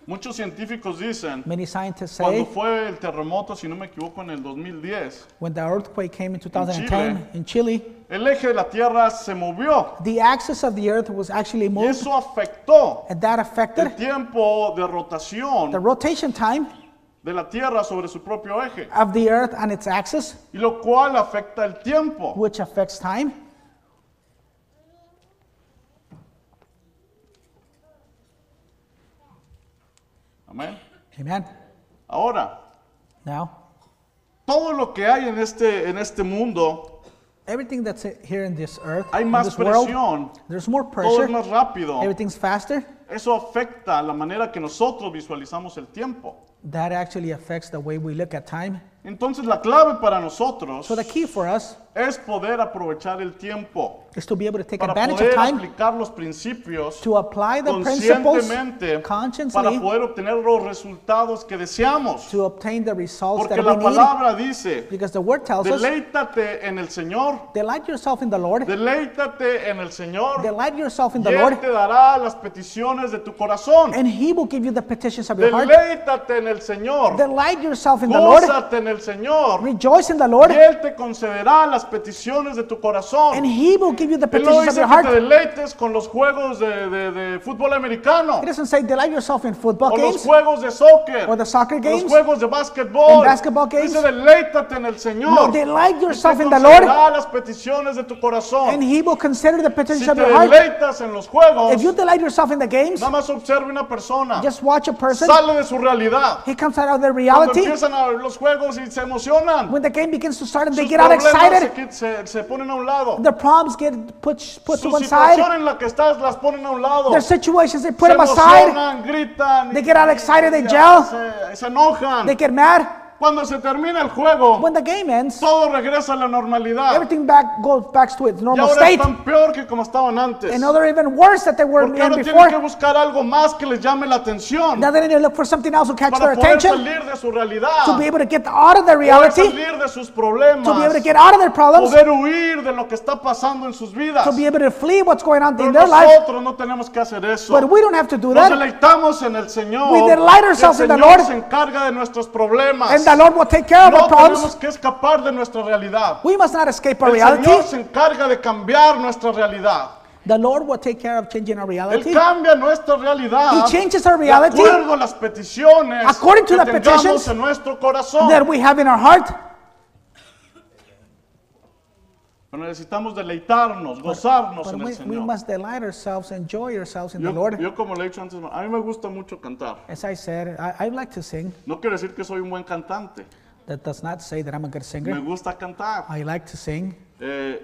[SPEAKER 1] Muchos científicos dicen,
[SPEAKER 2] Many scientists
[SPEAKER 1] cuando
[SPEAKER 2] say
[SPEAKER 1] fue el terremoto, si no me equivoco, en el 2010,
[SPEAKER 2] when the earthquake came in 2010 in Chile,
[SPEAKER 1] el eje de la Tierra se movió
[SPEAKER 2] the axis of the earth was actually
[SPEAKER 1] y
[SPEAKER 2] moved,
[SPEAKER 1] eso afectó
[SPEAKER 2] and that
[SPEAKER 1] el
[SPEAKER 2] affected
[SPEAKER 1] tiempo de
[SPEAKER 2] the
[SPEAKER 1] rotación
[SPEAKER 2] rotation time
[SPEAKER 1] de la Tierra sobre su propio eje,
[SPEAKER 2] of the earth and its axis,
[SPEAKER 1] y lo cual afecta el tiempo.
[SPEAKER 2] which affects time.
[SPEAKER 1] Amén.
[SPEAKER 2] Amen.
[SPEAKER 1] Ahora,
[SPEAKER 2] Now,
[SPEAKER 1] todo lo que hay en este, en este mundo,
[SPEAKER 2] everything that's here in this earth,
[SPEAKER 1] hay
[SPEAKER 2] in
[SPEAKER 1] más
[SPEAKER 2] this world,
[SPEAKER 1] presión,
[SPEAKER 2] there's more
[SPEAKER 1] todo es
[SPEAKER 2] pressure,
[SPEAKER 1] más rápido.
[SPEAKER 2] everything's faster.
[SPEAKER 1] Eso afecta la manera que nosotros visualizamos el tiempo.
[SPEAKER 2] That actually affects the way we look at time.
[SPEAKER 1] Entonces la clave para nosotros
[SPEAKER 2] So the key for us
[SPEAKER 1] es poder aprovechar el tiempo
[SPEAKER 2] is to be able to take
[SPEAKER 1] para
[SPEAKER 2] advantage
[SPEAKER 1] poder
[SPEAKER 2] of time,
[SPEAKER 1] aplicar los principios
[SPEAKER 2] to apply the principles
[SPEAKER 1] conscientemente para
[SPEAKER 2] consciously
[SPEAKER 1] poder obtener los resultados que deseamos.
[SPEAKER 2] to obtain the results
[SPEAKER 1] Porque
[SPEAKER 2] that
[SPEAKER 1] la
[SPEAKER 2] we need.
[SPEAKER 1] palabra dice,
[SPEAKER 2] Because the word tells us,
[SPEAKER 1] deleítate en el Señor,
[SPEAKER 2] delight yourself in the Lord,
[SPEAKER 1] deleítate en el Señor,
[SPEAKER 2] delight yourself in
[SPEAKER 1] y
[SPEAKER 2] the
[SPEAKER 1] Él
[SPEAKER 2] Lord,
[SPEAKER 1] te dará las peticiones de tu corazón.
[SPEAKER 2] and He will give you the petitions of your heart.
[SPEAKER 1] Deleítate en el Señor,
[SPEAKER 2] Delight yourself in the Lord,
[SPEAKER 1] gózate en el Señor,
[SPEAKER 2] rejoice in the Lord,
[SPEAKER 1] Y Él te concederá las peticiones de tu
[SPEAKER 2] and
[SPEAKER 1] corazón.
[SPEAKER 2] He will give you the
[SPEAKER 1] Él no
[SPEAKER 2] petitions of
[SPEAKER 1] dice
[SPEAKER 2] your
[SPEAKER 1] que te
[SPEAKER 2] heart.
[SPEAKER 1] deleites con los juegos de, de- de fútbol americano,
[SPEAKER 2] It doesn't say delight yourself in football
[SPEAKER 1] o los
[SPEAKER 2] games
[SPEAKER 1] juegos de soccer,
[SPEAKER 2] or the soccer
[SPEAKER 1] o los
[SPEAKER 2] games.
[SPEAKER 1] juegos de básquetbol.
[SPEAKER 2] and basketball games.
[SPEAKER 1] Dice, deleítate en el Señor.
[SPEAKER 2] No,
[SPEAKER 1] Él
[SPEAKER 2] delight
[SPEAKER 1] te
[SPEAKER 2] yourself in the Lord,
[SPEAKER 1] concederá las peticiones de tu
[SPEAKER 2] and
[SPEAKER 1] corazón.
[SPEAKER 2] He will consider the
[SPEAKER 1] Si
[SPEAKER 2] petitions
[SPEAKER 1] te
[SPEAKER 2] of your heart.
[SPEAKER 1] deleitas en los juegos,
[SPEAKER 2] If you delight yourself in the games,
[SPEAKER 1] nada más observa una persona.
[SPEAKER 2] just watch a person.
[SPEAKER 1] Sale de su realidad.
[SPEAKER 2] He comes out of their
[SPEAKER 1] Cuando
[SPEAKER 2] reality.
[SPEAKER 1] empiezan a ver los juegos y se emocionan,
[SPEAKER 2] When the game begins to start and they
[SPEAKER 1] sus
[SPEAKER 2] get all
[SPEAKER 1] problemas
[SPEAKER 2] excited,
[SPEAKER 1] se quit- se, se ponen a un lado.
[SPEAKER 2] their problems get put, put to
[SPEAKER 1] Su
[SPEAKER 2] one side.
[SPEAKER 1] situación en la que estás las ponen a un lado.
[SPEAKER 2] Their situations, they put
[SPEAKER 1] se
[SPEAKER 2] them aside.
[SPEAKER 1] emocionan, gritan.
[SPEAKER 2] They
[SPEAKER 1] y-
[SPEAKER 2] get all
[SPEAKER 1] y-
[SPEAKER 2] excited, they
[SPEAKER 1] y-
[SPEAKER 2] yell.
[SPEAKER 1] Se, se enojan.
[SPEAKER 2] They get mad.
[SPEAKER 1] Cuando se termina el juego,
[SPEAKER 2] When the game ends,
[SPEAKER 1] todo regresa a la normalidad.
[SPEAKER 2] everything back goes back to its
[SPEAKER 1] Y
[SPEAKER 2] normal
[SPEAKER 1] ahora
[SPEAKER 2] state.
[SPEAKER 1] están peor que como estaban antes.
[SPEAKER 2] And now they're even worse than they were
[SPEAKER 1] Porque
[SPEAKER 2] in
[SPEAKER 1] ahora tienen que
[SPEAKER 2] before.
[SPEAKER 1] buscar algo más que les llame la atención.
[SPEAKER 2] Now they need to look for something else to catch
[SPEAKER 1] Para
[SPEAKER 2] their
[SPEAKER 1] poder
[SPEAKER 2] attention,
[SPEAKER 1] salir de su realidad.
[SPEAKER 2] to be able to get out of their
[SPEAKER 1] Poder
[SPEAKER 2] reality, to
[SPEAKER 1] salir de sus problemas.
[SPEAKER 2] be able to get out of their problems,
[SPEAKER 1] Poder huir de lo que está pasando en sus vidas.
[SPEAKER 2] to be able to flee what's going on
[SPEAKER 1] Pero
[SPEAKER 2] in their life.
[SPEAKER 1] nosotros no tenemos que hacer eso.
[SPEAKER 2] But we don't have to do
[SPEAKER 1] Nos
[SPEAKER 2] that.
[SPEAKER 1] deleitamos en el Señor.
[SPEAKER 2] We delight
[SPEAKER 1] y
[SPEAKER 2] ourselves
[SPEAKER 1] el
[SPEAKER 2] in the
[SPEAKER 1] Señor
[SPEAKER 2] Lord.
[SPEAKER 1] se encarga de nuestros problemas.
[SPEAKER 2] And the Lord will take care of
[SPEAKER 1] no
[SPEAKER 2] our
[SPEAKER 1] tenemos
[SPEAKER 2] problems.
[SPEAKER 1] que escapar de nuestra realidad.
[SPEAKER 2] We must not escape our
[SPEAKER 1] El Señor
[SPEAKER 2] reality.
[SPEAKER 1] se encarga de cambiar nuestra realidad.
[SPEAKER 2] The Lord will take care of changing our
[SPEAKER 1] Él
[SPEAKER 2] reality.
[SPEAKER 1] cambia nuestra realidad.
[SPEAKER 2] He changes our
[SPEAKER 1] de
[SPEAKER 2] reality
[SPEAKER 1] acuerdo a las peticiones
[SPEAKER 2] According to
[SPEAKER 1] que
[SPEAKER 2] the
[SPEAKER 1] tengamos
[SPEAKER 2] petitions
[SPEAKER 1] en nuestro corazón.
[SPEAKER 2] that we have in our heart.
[SPEAKER 1] Pero necesitamos deleitarnos, gozarnos
[SPEAKER 2] But
[SPEAKER 1] en
[SPEAKER 2] we,
[SPEAKER 1] el
[SPEAKER 2] we
[SPEAKER 1] Señor.
[SPEAKER 2] must delight ourselves, enjoy ourselves in the
[SPEAKER 1] yo,
[SPEAKER 2] Lord.
[SPEAKER 1] yo como le he dicho antes, a mí me gusta mucho cantar.
[SPEAKER 2] As I said, I, I like to sing.
[SPEAKER 1] No quiere decir que soy un buen cantante.
[SPEAKER 2] That does not say that I'm a good
[SPEAKER 1] Me
[SPEAKER 2] singer.
[SPEAKER 1] gusta cantar.
[SPEAKER 2] I like to sing.
[SPEAKER 1] Eh,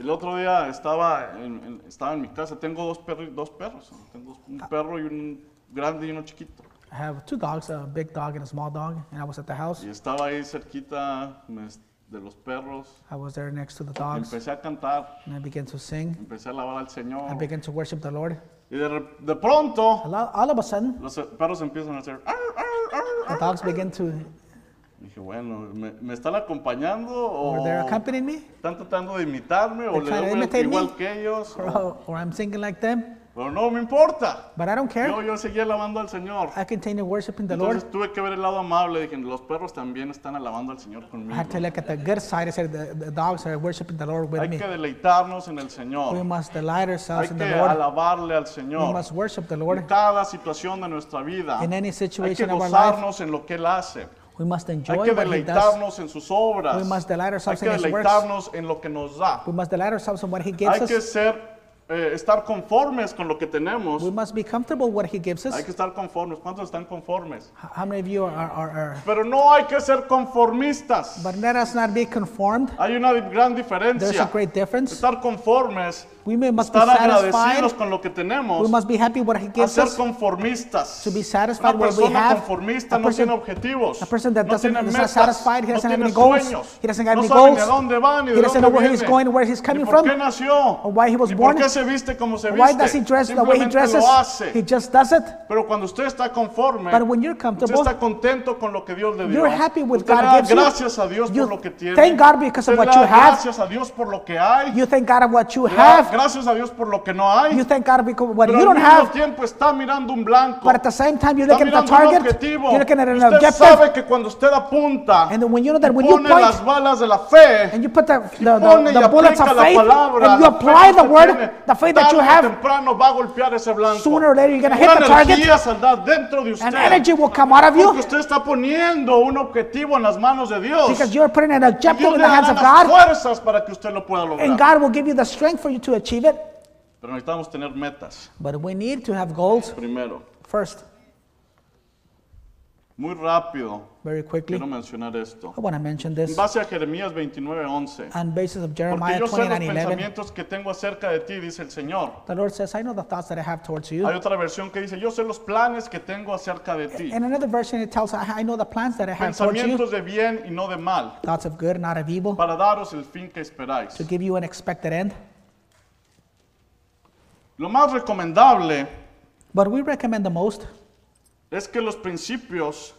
[SPEAKER 1] el otro día estaba en, en- estaba en mi casa, tengo dos, perri- dos perros, tengo un
[SPEAKER 2] Ah.
[SPEAKER 1] perro y un grande y uno chiquito.
[SPEAKER 2] I have two dogs, a big dog and a small dog, and I was at the house.
[SPEAKER 1] Y estaba ahí cerquita me- de los perros,
[SPEAKER 2] I was there next to the
[SPEAKER 1] y
[SPEAKER 2] dogs,
[SPEAKER 1] empecé a cantar,
[SPEAKER 2] and I began to sing.
[SPEAKER 1] empecé a alabar al
[SPEAKER 2] I
[SPEAKER 1] Señor.
[SPEAKER 2] began to worship the Lord.
[SPEAKER 1] Y de, re- de pronto
[SPEAKER 2] All, all of a sudden,
[SPEAKER 1] los e, perros empiezan a hacer... "Ar, ar, ar,
[SPEAKER 2] the
[SPEAKER 1] ar".
[SPEAKER 2] dogs began to,
[SPEAKER 1] Dije, bueno, ¿me, me están acompañando o
[SPEAKER 2] or they're accompanying me,
[SPEAKER 1] están tratando de imitarme o
[SPEAKER 2] They're
[SPEAKER 1] le
[SPEAKER 2] trying to
[SPEAKER 1] doy vuelta
[SPEAKER 2] imitate me?
[SPEAKER 1] igual que ellos?
[SPEAKER 2] or, or I'm singing like them.
[SPEAKER 1] O- Pero no me importa.
[SPEAKER 2] But I don't care.
[SPEAKER 1] Yo, yo seguí alabando al Señor.
[SPEAKER 2] I continued worshiping the Lord.
[SPEAKER 1] Entonces tuve que ver el lado amable. Dije, los perros también están alabando al Señor
[SPEAKER 2] I
[SPEAKER 1] conmigo.
[SPEAKER 2] had to look at the good side. I said, the, the dogs are worshiping the Lord with
[SPEAKER 1] Hay
[SPEAKER 2] me.
[SPEAKER 1] que deleitarnos en el
[SPEAKER 2] We
[SPEAKER 1] Señor.
[SPEAKER 2] must delight ourselves
[SPEAKER 1] Hay
[SPEAKER 2] in the
[SPEAKER 1] que
[SPEAKER 2] Lord.
[SPEAKER 1] alabarle al
[SPEAKER 2] We
[SPEAKER 1] Señor.
[SPEAKER 2] must worship the
[SPEAKER 1] En
[SPEAKER 2] Lord.
[SPEAKER 1] cada situación de nuestra vida.
[SPEAKER 2] In any
[SPEAKER 1] Hay que
[SPEAKER 2] situation of our life,
[SPEAKER 1] gozarnos en lo que Él hace.
[SPEAKER 2] we must enjoy
[SPEAKER 1] Hay que
[SPEAKER 2] what He does.
[SPEAKER 1] deleitarnos en sus obras.
[SPEAKER 2] We must delight
[SPEAKER 1] Hay
[SPEAKER 2] ourselves
[SPEAKER 1] que
[SPEAKER 2] in His works.
[SPEAKER 1] deleitarnos en lo que nos da.
[SPEAKER 2] We must delight ourselves in what He gives
[SPEAKER 1] Hay que
[SPEAKER 2] us.
[SPEAKER 1] ser, eh, estar conformes con lo que tenemos.
[SPEAKER 2] We must be comfortable with what He gives us.
[SPEAKER 1] Hay que estar conformes. ¿Cuántos están conformes?
[SPEAKER 2] H- How many of you are, are, are, are-
[SPEAKER 1] Pero no hay que ser conformistas.
[SPEAKER 2] But let us not be conformed.
[SPEAKER 1] Hay una di- gran
[SPEAKER 2] There's a
[SPEAKER 1] diferencia.
[SPEAKER 2] great difference.
[SPEAKER 1] Estar conformes,
[SPEAKER 2] We may, must be
[SPEAKER 1] estar agradecidos
[SPEAKER 2] satisfied.
[SPEAKER 1] con lo que
[SPEAKER 2] We
[SPEAKER 1] tenemos,
[SPEAKER 2] must be happy with what He
[SPEAKER 1] a
[SPEAKER 2] gives
[SPEAKER 1] ser
[SPEAKER 2] us.
[SPEAKER 1] conformistas.
[SPEAKER 2] to be
[SPEAKER 1] Una
[SPEAKER 2] satisfied with what we
[SPEAKER 1] persona
[SPEAKER 2] have.
[SPEAKER 1] conformista
[SPEAKER 2] A
[SPEAKER 1] no tiene
[SPEAKER 2] person,
[SPEAKER 1] objetivos,
[SPEAKER 2] a person that
[SPEAKER 1] no
[SPEAKER 2] doesn't,
[SPEAKER 1] tiene
[SPEAKER 2] is not
[SPEAKER 1] metas,
[SPEAKER 2] satisfied, he
[SPEAKER 1] no
[SPEAKER 2] doesn't have
[SPEAKER 1] tiene
[SPEAKER 2] any goals,
[SPEAKER 1] sueños,
[SPEAKER 2] he doesn't have
[SPEAKER 1] no
[SPEAKER 2] any
[SPEAKER 1] sabe ni a
[SPEAKER 2] goals,
[SPEAKER 1] dónde va, ni
[SPEAKER 2] he
[SPEAKER 1] de
[SPEAKER 2] doesn't
[SPEAKER 1] dónde
[SPEAKER 2] know where he's
[SPEAKER 1] viene,
[SPEAKER 2] going, where he's
[SPEAKER 1] ni
[SPEAKER 2] coming
[SPEAKER 1] por
[SPEAKER 2] from,
[SPEAKER 1] qué nació,
[SPEAKER 2] or why he was
[SPEAKER 1] ni
[SPEAKER 2] born.
[SPEAKER 1] por qué se viste como se
[SPEAKER 2] Why
[SPEAKER 1] viste,
[SPEAKER 2] does he dress the way he
[SPEAKER 1] simplemente
[SPEAKER 2] dresses?
[SPEAKER 1] lo hace.
[SPEAKER 2] He just does it.
[SPEAKER 1] Pero cuando usted está conforme,
[SPEAKER 2] But when you're
[SPEAKER 1] usted
[SPEAKER 2] comfortable,
[SPEAKER 1] está contento con lo que Dios le dio.
[SPEAKER 2] You're happy with
[SPEAKER 1] usted
[SPEAKER 2] God
[SPEAKER 1] le da
[SPEAKER 2] gives you.
[SPEAKER 1] gracias a Dios
[SPEAKER 2] You
[SPEAKER 1] por lo que tiene.
[SPEAKER 2] thank God because
[SPEAKER 1] usted
[SPEAKER 2] of what
[SPEAKER 1] le da
[SPEAKER 2] you have.
[SPEAKER 1] gracias a Dios por lo que hay.
[SPEAKER 2] you thank God of what you
[SPEAKER 1] le da
[SPEAKER 2] have.
[SPEAKER 1] gracias a Dios por lo que no hay.
[SPEAKER 2] You thank God because what
[SPEAKER 1] pero
[SPEAKER 2] you
[SPEAKER 1] al
[SPEAKER 2] don't
[SPEAKER 1] mismo
[SPEAKER 2] have.
[SPEAKER 1] tiempo está mirando un blanco.
[SPEAKER 2] But at the same time, you're
[SPEAKER 1] está
[SPEAKER 2] looking at the
[SPEAKER 1] mirando un
[SPEAKER 2] target.
[SPEAKER 1] objetivo.
[SPEAKER 2] You're looking at an
[SPEAKER 1] usted
[SPEAKER 2] objective.
[SPEAKER 1] sabe que cuando usted apunta,
[SPEAKER 2] And then when you know that when you
[SPEAKER 1] pone las
[SPEAKER 2] point
[SPEAKER 1] balas de la fe,
[SPEAKER 2] and you put the, the,
[SPEAKER 1] pone
[SPEAKER 2] the,
[SPEAKER 1] y
[SPEAKER 2] the bullets
[SPEAKER 1] aplica
[SPEAKER 2] of
[SPEAKER 1] la
[SPEAKER 2] faith
[SPEAKER 1] palabra, la
[SPEAKER 2] and you
[SPEAKER 1] fe que
[SPEAKER 2] apply the
[SPEAKER 1] usted tiene,
[SPEAKER 2] word, the faith that
[SPEAKER 1] tarde
[SPEAKER 2] you
[SPEAKER 1] o
[SPEAKER 2] have,
[SPEAKER 1] temprano va a golpear ese blanco.
[SPEAKER 2] sooner or later you're going to
[SPEAKER 1] Una
[SPEAKER 2] hit the target
[SPEAKER 1] energía saldrá dentro de usted.
[SPEAKER 2] and energy will come out of
[SPEAKER 1] Porque
[SPEAKER 2] you
[SPEAKER 1] usted está poniendo un objetivo en las manos de Dios.
[SPEAKER 2] because you're putting an objective
[SPEAKER 1] Dios
[SPEAKER 2] in
[SPEAKER 1] le
[SPEAKER 2] the hands
[SPEAKER 1] dará
[SPEAKER 2] of
[SPEAKER 1] las
[SPEAKER 2] God
[SPEAKER 1] fuerzas para que usted lo pueda
[SPEAKER 2] and
[SPEAKER 1] lograr.
[SPEAKER 2] God will give you the strength for you to achieve it.
[SPEAKER 1] Pero necesitamos tener metas
[SPEAKER 2] But we need to have goals
[SPEAKER 1] primero.
[SPEAKER 2] first,
[SPEAKER 1] Muy rápido,
[SPEAKER 2] very quickly.
[SPEAKER 1] quiero mencionar esto.
[SPEAKER 2] I want to mention
[SPEAKER 1] En
[SPEAKER 2] this
[SPEAKER 1] base a Jeremías 29:11.
[SPEAKER 2] on basis of
[SPEAKER 1] Porque
[SPEAKER 2] Jeremiah
[SPEAKER 1] yo sé los
[SPEAKER 2] 29 11.
[SPEAKER 1] pensamientos que tengo acerca de ti, dice el Señor.
[SPEAKER 2] The Lord says, I know the thoughts that I have towards
[SPEAKER 1] Hay
[SPEAKER 2] you.
[SPEAKER 1] otra versión que dice, yo sé los planes que tengo acerca de ti.
[SPEAKER 2] In another version, it tells, I I know the plans that I have towards you.
[SPEAKER 1] Pensamientos de bien y no de mal,
[SPEAKER 2] Thoughts of good, not of evil,
[SPEAKER 1] para daros el fin que esperáis.
[SPEAKER 2] to give you an expected end.
[SPEAKER 1] Lo más recomendable
[SPEAKER 2] But we recommend the most
[SPEAKER 1] es que los principios,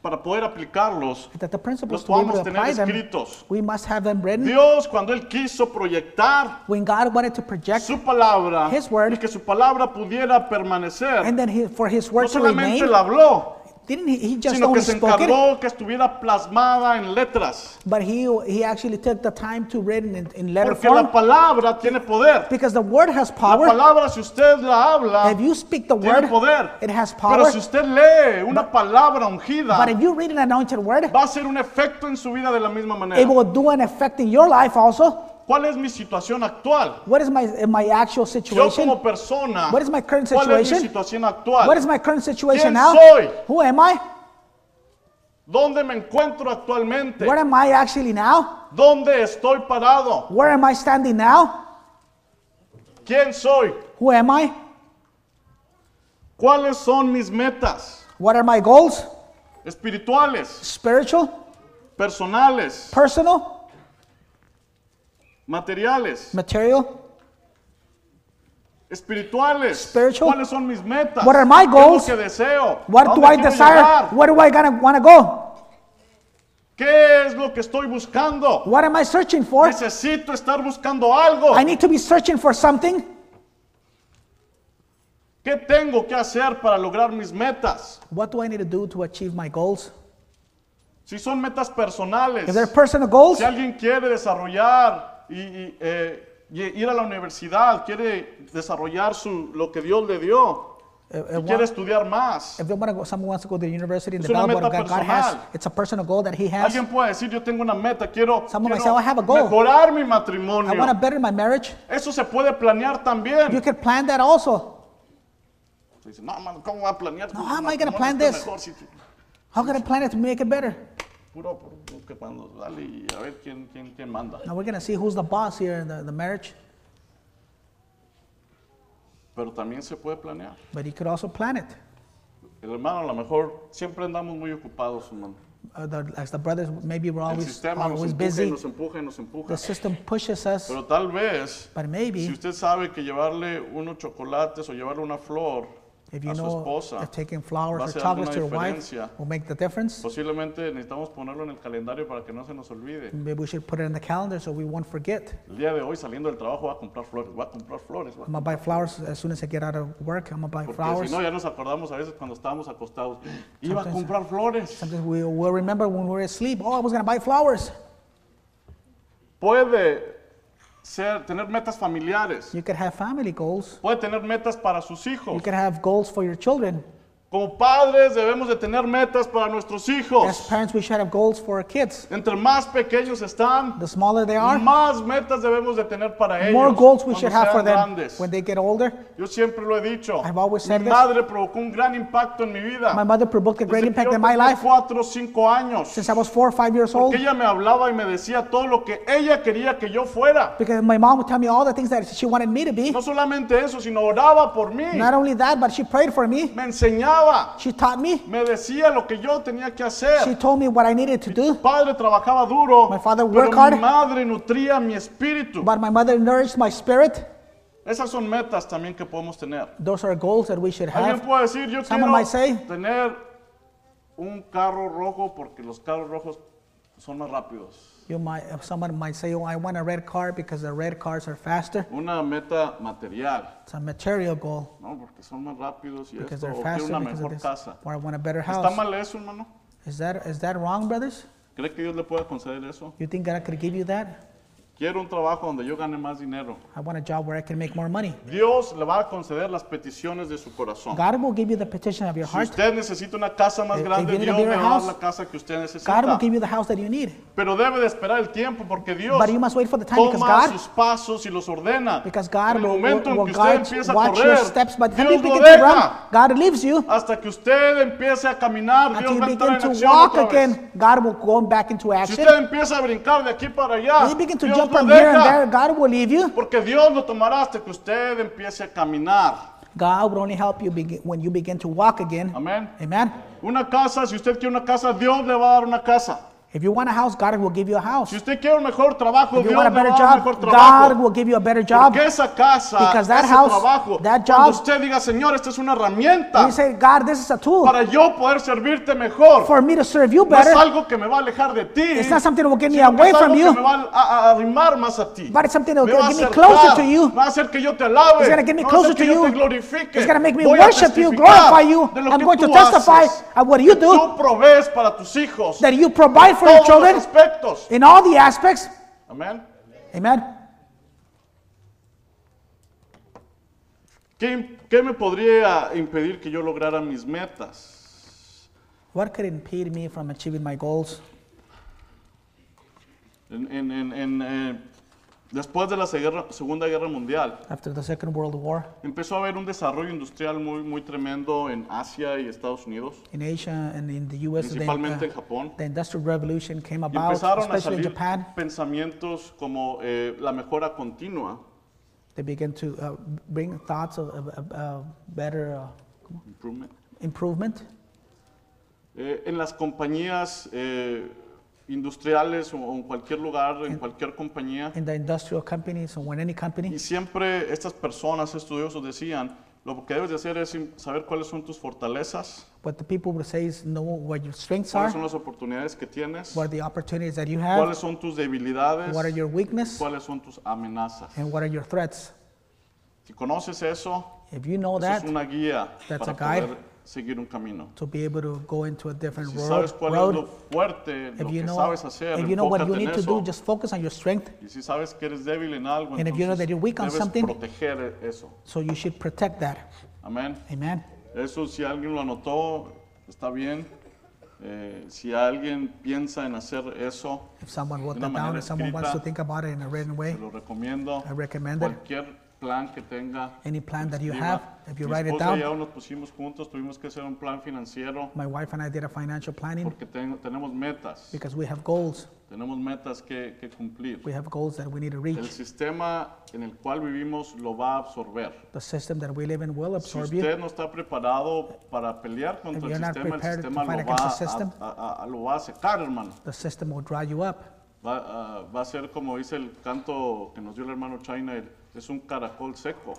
[SPEAKER 1] para poder aplicarlos,
[SPEAKER 2] that the principles
[SPEAKER 1] los
[SPEAKER 2] to be able to
[SPEAKER 1] podamos tener
[SPEAKER 2] apply them,
[SPEAKER 1] escritos.
[SPEAKER 2] we must have them written.
[SPEAKER 1] Dios, cuando Él quiso proyectar
[SPEAKER 2] When God wanted to project
[SPEAKER 1] su palabra
[SPEAKER 2] His word.
[SPEAKER 1] y que su palabra pudiera permanecer,
[SPEAKER 2] and then he, for His
[SPEAKER 1] no
[SPEAKER 2] word to
[SPEAKER 1] solamente
[SPEAKER 2] remain,
[SPEAKER 1] la habló,
[SPEAKER 2] didn't he, he just
[SPEAKER 1] sino
[SPEAKER 2] only
[SPEAKER 1] que se
[SPEAKER 2] spoke it,
[SPEAKER 1] encargó que estuviera plasmada en letras.
[SPEAKER 2] but he, he actually took the time to write it in, in letter
[SPEAKER 1] Porque la
[SPEAKER 2] form
[SPEAKER 1] palabra tiene poder.
[SPEAKER 2] because the word has
[SPEAKER 1] La
[SPEAKER 2] power.
[SPEAKER 1] palabra, si usted la habla,
[SPEAKER 2] If you speak the
[SPEAKER 1] tiene
[SPEAKER 2] word,
[SPEAKER 1] poder.
[SPEAKER 2] it has
[SPEAKER 1] Pero
[SPEAKER 2] power.
[SPEAKER 1] si usted lee una palabra ungida,
[SPEAKER 2] But if you read an anointed word,
[SPEAKER 1] va a ser un efecto en su vida de la misma
[SPEAKER 2] it
[SPEAKER 1] manera.
[SPEAKER 2] will do an effect in your life also.
[SPEAKER 1] ¿Cuál es mi situación actual?
[SPEAKER 2] What is my my actual
[SPEAKER 1] Yo
[SPEAKER 2] situation?
[SPEAKER 1] como persona,
[SPEAKER 2] What is my current
[SPEAKER 1] ¿cuál es mi situación
[SPEAKER 2] situation? What is
[SPEAKER 1] actual?
[SPEAKER 2] my current
[SPEAKER 1] ¿Quién
[SPEAKER 2] situation now?
[SPEAKER 1] soy?
[SPEAKER 2] Who am I?
[SPEAKER 1] ¿Dónde me encuentro actualmente?
[SPEAKER 2] Where am I actually now?
[SPEAKER 1] ¿Dónde estoy parado?
[SPEAKER 2] Where am I standing now?
[SPEAKER 1] ¿Quién soy?
[SPEAKER 2] Who am I?
[SPEAKER 1] ¿Cuáles son mis metas
[SPEAKER 2] What are my goals?
[SPEAKER 1] espirituales,
[SPEAKER 2] Spiritual,
[SPEAKER 1] personales,
[SPEAKER 2] personal,
[SPEAKER 1] materiales?
[SPEAKER 2] material.
[SPEAKER 1] espirituales.
[SPEAKER 2] Spiritual.
[SPEAKER 1] ¿Cuáles son mis metas?
[SPEAKER 2] What are my goals?
[SPEAKER 1] ¿Qué es lo que deseo? ¿A
[SPEAKER 2] What do
[SPEAKER 1] dónde
[SPEAKER 2] I
[SPEAKER 1] quiero
[SPEAKER 2] desire?
[SPEAKER 1] llegar?
[SPEAKER 2] Where do I gonna wanna go?
[SPEAKER 1] ¿Qué es lo que estoy buscando?
[SPEAKER 2] What am I searching for?
[SPEAKER 1] Necesito estar buscando algo.
[SPEAKER 2] I need to be searching for something.
[SPEAKER 1] ¿Qué tengo que hacer para lograr mis metas?
[SPEAKER 2] What do I need to do to achieve my goals?
[SPEAKER 1] Si son metas personales,
[SPEAKER 2] If they're personal goals,
[SPEAKER 1] si alguien quiere desarrollar y, y, eh, y ir a la universidad, quiere desarrollar su, lo que Dios le dio,
[SPEAKER 2] if- if
[SPEAKER 1] y
[SPEAKER 2] one-
[SPEAKER 1] quiere estudiar más,
[SPEAKER 2] If they want to go, someone wants to go to the university and
[SPEAKER 1] Es una
[SPEAKER 2] develop what
[SPEAKER 1] meta
[SPEAKER 2] God, God has,
[SPEAKER 1] personal.
[SPEAKER 2] it's a personal goal that he has.
[SPEAKER 1] alguien puede decir, yo tengo una meta, quiero,
[SPEAKER 2] Someone may
[SPEAKER 1] quiero
[SPEAKER 2] say, "Oh, "I have a goal."
[SPEAKER 1] mejorar mi
[SPEAKER 2] I
[SPEAKER 1] matrimonio.
[SPEAKER 2] want to better my marriage.
[SPEAKER 1] Eso se puede planear también.
[SPEAKER 2] You can plan that also.
[SPEAKER 1] Dice, no, mano, ¿cómo voy a planear?
[SPEAKER 2] No,
[SPEAKER 1] Tu
[SPEAKER 2] how am I gonna
[SPEAKER 1] matrimonio
[SPEAKER 2] plan
[SPEAKER 1] está
[SPEAKER 2] this?
[SPEAKER 1] mejor si tú-
[SPEAKER 2] How can I plan it to make it better?
[SPEAKER 1] Puro, puro, puro que cuando dale y a ver quién, quién, quién manda.
[SPEAKER 2] Now we're going to see who's the boss here in the, the marriage,
[SPEAKER 1] Pero también se puede planear.
[SPEAKER 2] but you could also plan it.
[SPEAKER 1] El hermano, a lo mejor siempre andamos muy ocupados, hermano.
[SPEAKER 2] Uh, the, as the brothers, maybe we're
[SPEAKER 1] El
[SPEAKER 2] always,
[SPEAKER 1] sistema nos
[SPEAKER 2] always
[SPEAKER 1] empuja y
[SPEAKER 2] busy.
[SPEAKER 1] nos empuja y nos empuja.
[SPEAKER 2] The system pushes us,
[SPEAKER 1] Pero tal vez,
[SPEAKER 2] but
[SPEAKER 1] si
[SPEAKER 2] maybe
[SPEAKER 1] usted sabe que llevarle unos chocolates o llevarle una flor
[SPEAKER 2] If you
[SPEAKER 1] a su
[SPEAKER 2] know
[SPEAKER 1] esposa,
[SPEAKER 2] if taking
[SPEAKER 1] va a
[SPEAKER 2] flowers or
[SPEAKER 1] hacer
[SPEAKER 2] chocolates to your
[SPEAKER 1] alguna
[SPEAKER 2] wife
[SPEAKER 1] diferencia.
[SPEAKER 2] will make the difference,
[SPEAKER 1] Posiblemente necesitamos ponerlo en el calendario para que no se nos olvide.
[SPEAKER 2] maybe we should put it in the calendar so we won't forget.
[SPEAKER 1] El día de hoy saliendo del trabajo va a comprar flores, va a comprar flores. voy a-
[SPEAKER 2] I'm gonna buy flowers as soon as I get out of work. I'm gonna buy
[SPEAKER 1] Porque
[SPEAKER 2] flowers.
[SPEAKER 1] si no, ya nos acordamos a veces cuando estábamos acostados. Iba a
[SPEAKER 2] Sometimes-
[SPEAKER 1] comprar flores.
[SPEAKER 2] Sometimes we will remember when we were asleep. Oh, I was gonna buy flowers.
[SPEAKER 1] Puede ser, tener metas familiares.
[SPEAKER 2] You could have family goals.
[SPEAKER 1] Puede tener metas para sus
[SPEAKER 2] You
[SPEAKER 1] hijos.
[SPEAKER 2] could have goals for your children.
[SPEAKER 1] Como padres debemos de tener metas para nuestros
[SPEAKER 2] As
[SPEAKER 1] hijos.
[SPEAKER 2] parents, we should have goals for our kids.
[SPEAKER 1] Entre más pequeños están,
[SPEAKER 2] The smaller they are,
[SPEAKER 1] más metas debemos de tener para ellos.
[SPEAKER 2] more goals we
[SPEAKER 1] cuando
[SPEAKER 2] should have
[SPEAKER 1] sean
[SPEAKER 2] for them
[SPEAKER 1] grandes.
[SPEAKER 2] when they get older.
[SPEAKER 1] Yo siempre lo he dicho.
[SPEAKER 2] I've always
[SPEAKER 1] Mi
[SPEAKER 2] said this.
[SPEAKER 1] madre provocó un gran impacto en mi vida.
[SPEAKER 2] My mother provoked a
[SPEAKER 1] Desde
[SPEAKER 2] great
[SPEAKER 1] que
[SPEAKER 2] impact
[SPEAKER 1] yo
[SPEAKER 2] in my
[SPEAKER 1] tenía
[SPEAKER 2] life
[SPEAKER 1] Cuatro o cinco años.
[SPEAKER 2] since I was four or five years old
[SPEAKER 1] Que ella me hablaba y me decía todo lo que ella quería que yo fuera.
[SPEAKER 2] because my mom would tell me all the things that she wanted me to be.
[SPEAKER 1] No solamente eso, sino oraba por mí.
[SPEAKER 2] Not only that, but she prayed for me.
[SPEAKER 1] Me enseñaba.
[SPEAKER 2] She taught me.
[SPEAKER 1] Me decía lo que yo tenía que
[SPEAKER 2] She
[SPEAKER 1] hacer.
[SPEAKER 2] told me what I needed to do.
[SPEAKER 1] Mi padre trabajaba duro.
[SPEAKER 2] My father
[SPEAKER 1] pero
[SPEAKER 2] worked hard.
[SPEAKER 1] mi madre nutría mi espíritu.
[SPEAKER 2] But my mother nourished my spirit.
[SPEAKER 1] Esas son metas también que podemos tener.
[SPEAKER 2] Those are goals that we should
[SPEAKER 1] Alguien
[SPEAKER 2] have.
[SPEAKER 1] puede decir, yo
[SPEAKER 2] Someone
[SPEAKER 1] quiero
[SPEAKER 2] might say-
[SPEAKER 1] tener un carro rojo porque los carros rojos son más rápidos.
[SPEAKER 2] You might, if someone might say, "Oh, I want a red car because the red cars are faster."
[SPEAKER 1] Una meta material,
[SPEAKER 2] It's a material goal
[SPEAKER 1] ¿no? Porque son más rápidos y
[SPEAKER 2] because
[SPEAKER 1] esto,
[SPEAKER 2] they're
[SPEAKER 1] o quiero
[SPEAKER 2] faster
[SPEAKER 1] una
[SPEAKER 2] because of
[SPEAKER 1] mejor
[SPEAKER 2] this,
[SPEAKER 1] casa.
[SPEAKER 2] or I want a better
[SPEAKER 1] ¿Está
[SPEAKER 2] house.
[SPEAKER 1] mal eso, hermano?
[SPEAKER 2] Is that is that wrong, brothers?
[SPEAKER 1] ¿Cree que Dios le pueda conceder eso?
[SPEAKER 2] You think God could give you that?
[SPEAKER 1] Quiero un trabajo donde yo gane más dinero.
[SPEAKER 2] I want a job where I can make more money.
[SPEAKER 1] Dios le va a conceder las peticiones de su corazón.
[SPEAKER 2] God will give you the petition of your
[SPEAKER 1] Si
[SPEAKER 2] heart. Eh,
[SPEAKER 1] usted necesita una casa más
[SPEAKER 2] If- if
[SPEAKER 1] grande,
[SPEAKER 2] you need
[SPEAKER 1] Dios
[SPEAKER 2] a
[SPEAKER 1] le
[SPEAKER 2] bigger
[SPEAKER 1] va a dar
[SPEAKER 2] house,
[SPEAKER 1] la casa que usted
[SPEAKER 2] God will
[SPEAKER 1] necesita.
[SPEAKER 2] give you the house that you need.
[SPEAKER 1] Pero debe de esperar el tiempo porque Dios
[SPEAKER 2] But you must wait for the time because
[SPEAKER 1] toma
[SPEAKER 2] God
[SPEAKER 1] sus pasos y los ordena.
[SPEAKER 2] because
[SPEAKER 1] En
[SPEAKER 2] God
[SPEAKER 1] el
[SPEAKER 2] will,
[SPEAKER 1] momento en
[SPEAKER 2] will
[SPEAKER 1] que usted
[SPEAKER 2] guide,
[SPEAKER 1] empieza a
[SPEAKER 2] watch your
[SPEAKER 1] correr,
[SPEAKER 2] steps. By the time you
[SPEAKER 1] Dios lo
[SPEAKER 2] begin to run,
[SPEAKER 1] deja.
[SPEAKER 2] God leaves you.
[SPEAKER 1] Hasta que usted empiece a caminar,
[SPEAKER 2] Until
[SPEAKER 1] Dios
[SPEAKER 2] you
[SPEAKER 1] va a entrar
[SPEAKER 2] begin
[SPEAKER 1] en
[SPEAKER 2] to
[SPEAKER 1] acción
[SPEAKER 2] walk
[SPEAKER 1] otra vez.
[SPEAKER 2] again, God will go back into
[SPEAKER 1] Si
[SPEAKER 2] action.
[SPEAKER 1] usted empieza a brincar de aquí para allá,
[SPEAKER 2] When you begin to
[SPEAKER 1] Dios lo
[SPEAKER 2] jump from here and
[SPEAKER 1] deja.
[SPEAKER 2] there, God will leave you.
[SPEAKER 1] Porque Dios lo tomará hasta que usted empiece a caminar.
[SPEAKER 2] God will only help you begin, when you begin to walk again.
[SPEAKER 1] Amén.
[SPEAKER 2] Amen.
[SPEAKER 1] Una casa, si usted quiere una casa, Dios le va a dar una casa.
[SPEAKER 2] If you want a house, God will give you a house.
[SPEAKER 1] Si usted quiere un mejor trabajo,
[SPEAKER 2] If
[SPEAKER 1] Dios
[SPEAKER 2] you
[SPEAKER 1] le va a
[SPEAKER 2] want a better
[SPEAKER 1] dar un
[SPEAKER 2] job,
[SPEAKER 1] mejor trabajo.
[SPEAKER 2] God will give you a better job.
[SPEAKER 1] Porque esa casa,
[SPEAKER 2] Because that
[SPEAKER 1] ese
[SPEAKER 2] house,
[SPEAKER 1] trabajo, cuando
[SPEAKER 2] that job-
[SPEAKER 1] usted diga, Señor, esta es una herramienta
[SPEAKER 2] You say, God, this is a tool
[SPEAKER 1] para yo poder servirte mejor.
[SPEAKER 2] "Oh, for me to serve you
[SPEAKER 1] no es
[SPEAKER 2] better.
[SPEAKER 1] algo que me va a alejar de ti.
[SPEAKER 2] It's not something that will get me
[SPEAKER 1] sino que
[SPEAKER 2] away
[SPEAKER 1] es
[SPEAKER 2] from
[SPEAKER 1] algo que me
[SPEAKER 2] you,
[SPEAKER 1] va a, a- a arrimar más a ti.
[SPEAKER 2] but it's something that
[SPEAKER 1] me
[SPEAKER 2] will
[SPEAKER 1] va a
[SPEAKER 2] get me
[SPEAKER 1] acercar,
[SPEAKER 2] closer to you.
[SPEAKER 1] Va a hacer que yo te alabe.
[SPEAKER 2] It's gonna get
[SPEAKER 1] me
[SPEAKER 2] me
[SPEAKER 1] va a
[SPEAKER 2] closer
[SPEAKER 1] hacer que
[SPEAKER 2] to
[SPEAKER 1] yo te
[SPEAKER 2] you.
[SPEAKER 1] glorifique.
[SPEAKER 2] It's gonna make me
[SPEAKER 1] Voy a
[SPEAKER 2] worship you,
[SPEAKER 1] testificar
[SPEAKER 2] glorify you.
[SPEAKER 1] de lo
[SPEAKER 2] I'm
[SPEAKER 1] que
[SPEAKER 2] going
[SPEAKER 1] tú
[SPEAKER 2] to testify
[SPEAKER 1] haces,
[SPEAKER 2] at what you
[SPEAKER 1] que
[SPEAKER 2] do.
[SPEAKER 1] Tú provees para tus hijos.
[SPEAKER 2] that you provide for your
[SPEAKER 1] todos
[SPEAKER 2] children
[SPEAKER 1] los aspectos.
[SPEAKER 2] in all the aspects.
[SPEAKER 1] Amén.
[SPEAKER 2] Amen.
[SPEAKER 1] ¿Qué, ¿Qué me podría impedir que yo lograra mis metas?
[SPEAKER 2] What could impede me from achieving my goals?
[SPEAKER 1] En- en- en- en, eh, después de la Seguerra- Segunda Guerra Mundial,
[SPEAKER 2] After the Second World War
[SPEAKER 1] empezó a haber un desarrollo industrial muy, muy tremendo en Asia y Estados Unidos,
[SPEAKER 2] in Asia and in the US, the,
[SPEAKER 1] principalmente en
[SPEAKER 2] uh,
[SPEAKER 1] Japón.
[SPEAKER 2] the Industrial Revolution came
[SPEAKER 1] Y
[SPEAKER 2] about,
[SPEAKER 1] empezaron a
[SPEAKER 2] especially in
[SPEAKER 1] salir
[SPEAKER 2] Japan.
[SPEAKER 1] pensamientos como eh, la mejora continua,
[SPEAKER 2] They began to uh, bring thoughts of, of, of, uh, better uh,
[SPEAKER 1] improvement,
[SPEAKER 2] improvement
[SPEAKER 1] eh, en las compañías eh, industriales o, o en cualquier lugar, en cualquier compañía.
[SPEAKER 2] in the industrial companies or in any
[SPEAKER 1] Y
[SPEAKER 2] company.
[SPEAKER 1] siempre estas personas, estudiosos, decían, lo que debes de hacer es im- saber cuáles son tus fortalezas,
[SPEAKER 2] What the people would say is know what your strengths
[SPEAKER 1] cuáles son
[SPEAKER 2] are,
[SPEAKER 1] las oportunidades que tienes,
[SPEAKER 2] what are the opportunities that you have,
[SPEAKER 1] cuáles son tus debilidades,
[SPEAKER 2] what are your weakness,
[SPEAKER 1] cuáles son tus amenazas.
[SPEAKER 2] and what are your threats.
[SPEAKER 1] Si conoces eso,
[SPEAKER 2] If you know
[SPEAKER 1] eso es
[SPEAKER 2] that,
[SPEAKER 1] una guía
[SPEAKER 2] that's
[SPEAKER 1] para
[SPEAKER 2] a guide.
[SPEAKER 1] poder seguir un camino.
[SPEAKER 2] to be able to go into a different
[SPEAKER 1] Si
[SPEAKER 2] road.
[SPEAKER 1] sabes cuál es lo
[SPEAKER 2] road.
[SPEAKER 1] fuerte, lo
[SPEAKER 2] If you
[SPEAKER 1] que
[SPEAKER 2] know,
[SPEAKER 1] sabes hacer,
[SPEAKER 2] if you know what you
[SPEAKER 1] enfócate en
[SPEAKER 2] need to do,
[SPEAKER 1] eso.
[SPEAKER 2] just focus on your strength.
[SPEAKER 1] Y si sabes que eres débil en algo,
[SPEAKER 2] And if you know
[SPEAKER 1] entonces
[SPEAKER 2] that you're weak on
[SPEAKER 1] debes
[SPEAKER 2] something-
[SPEAKER 1] proteger eso.
[SPEAKER 2] So you should protect that.
[SPEAKER 1] Amén.
[SPEAKER 2] Amen.
[SPEAKER 1] Eso si alguien lo anotó, está bien. Eh, si alguien piensa en hacer eso,
[SPEAKER 2] If someone wrote
[SPEAKER 1] De una
[SPEAKER 2] that down,
[SPEAKER 1] manera
[SPEAKER 2] if someone wants to
[SPEAKER 1] escrita.
[SPEAKER 2] think about it in a written way,
[SPEAKER 1] te lo recomiendo.
[SPEAKER 2] I recommend it.
[SPEAKER 1] Cualquier plan que tenga.
[SPEAKER 2] Any plan that you
[SPEAKER 1] escriba.
[SPEAKER 2] have, if you
[SPEAKER 1] Mi
[SPEAKER 2] write it
[SPEAKER 1] esposa y
[SPEAKER 2] down.
[SPEAKER 1] yo nos pusimos juntos, tuvimos que hacer un plan financiero
[SPEAKER 2] My wife and I did a financial planning
[SPEAKER 1] porque ten- tenemos metas,
[SPEAKER 2] because we have goals.
[SPEAKER 1] tenemos metas que, que cumplir.
[SPEAKER 2] We have goals that we need to
[SPEAKER 1] El
[SPEAKER 2] reach.
[SPEAKER 1] sistema en el cual vivimos lo va a absorber.
[SPEAKER 2] The system that we live in will
[SPEAKER 1] Si
[SPEAKER 2] absorb you.
[SPEAKER 1] usted no está preparado para pelear contra el
[SPEAKER 2] you're not
[SPEAKER 1] sistema, el
[SPEAKER 2] prepared to
[SPEAKER 1] sistema
[SPEAKER 2] fight
[SPEAKER 1] lo va,
[SPEAKER 2] against the
[SPEAKER 1] a-
[SPEAKER 2] system.
[SPEAKER 1] a- a- a- lo va a secar, hermano.
[SPEAKER 2] The system will dry you up.
[SPEAKER 1] ah, Va, a- va a ser como dice el canto que nos dio el hermano China, el, es un caracol seco,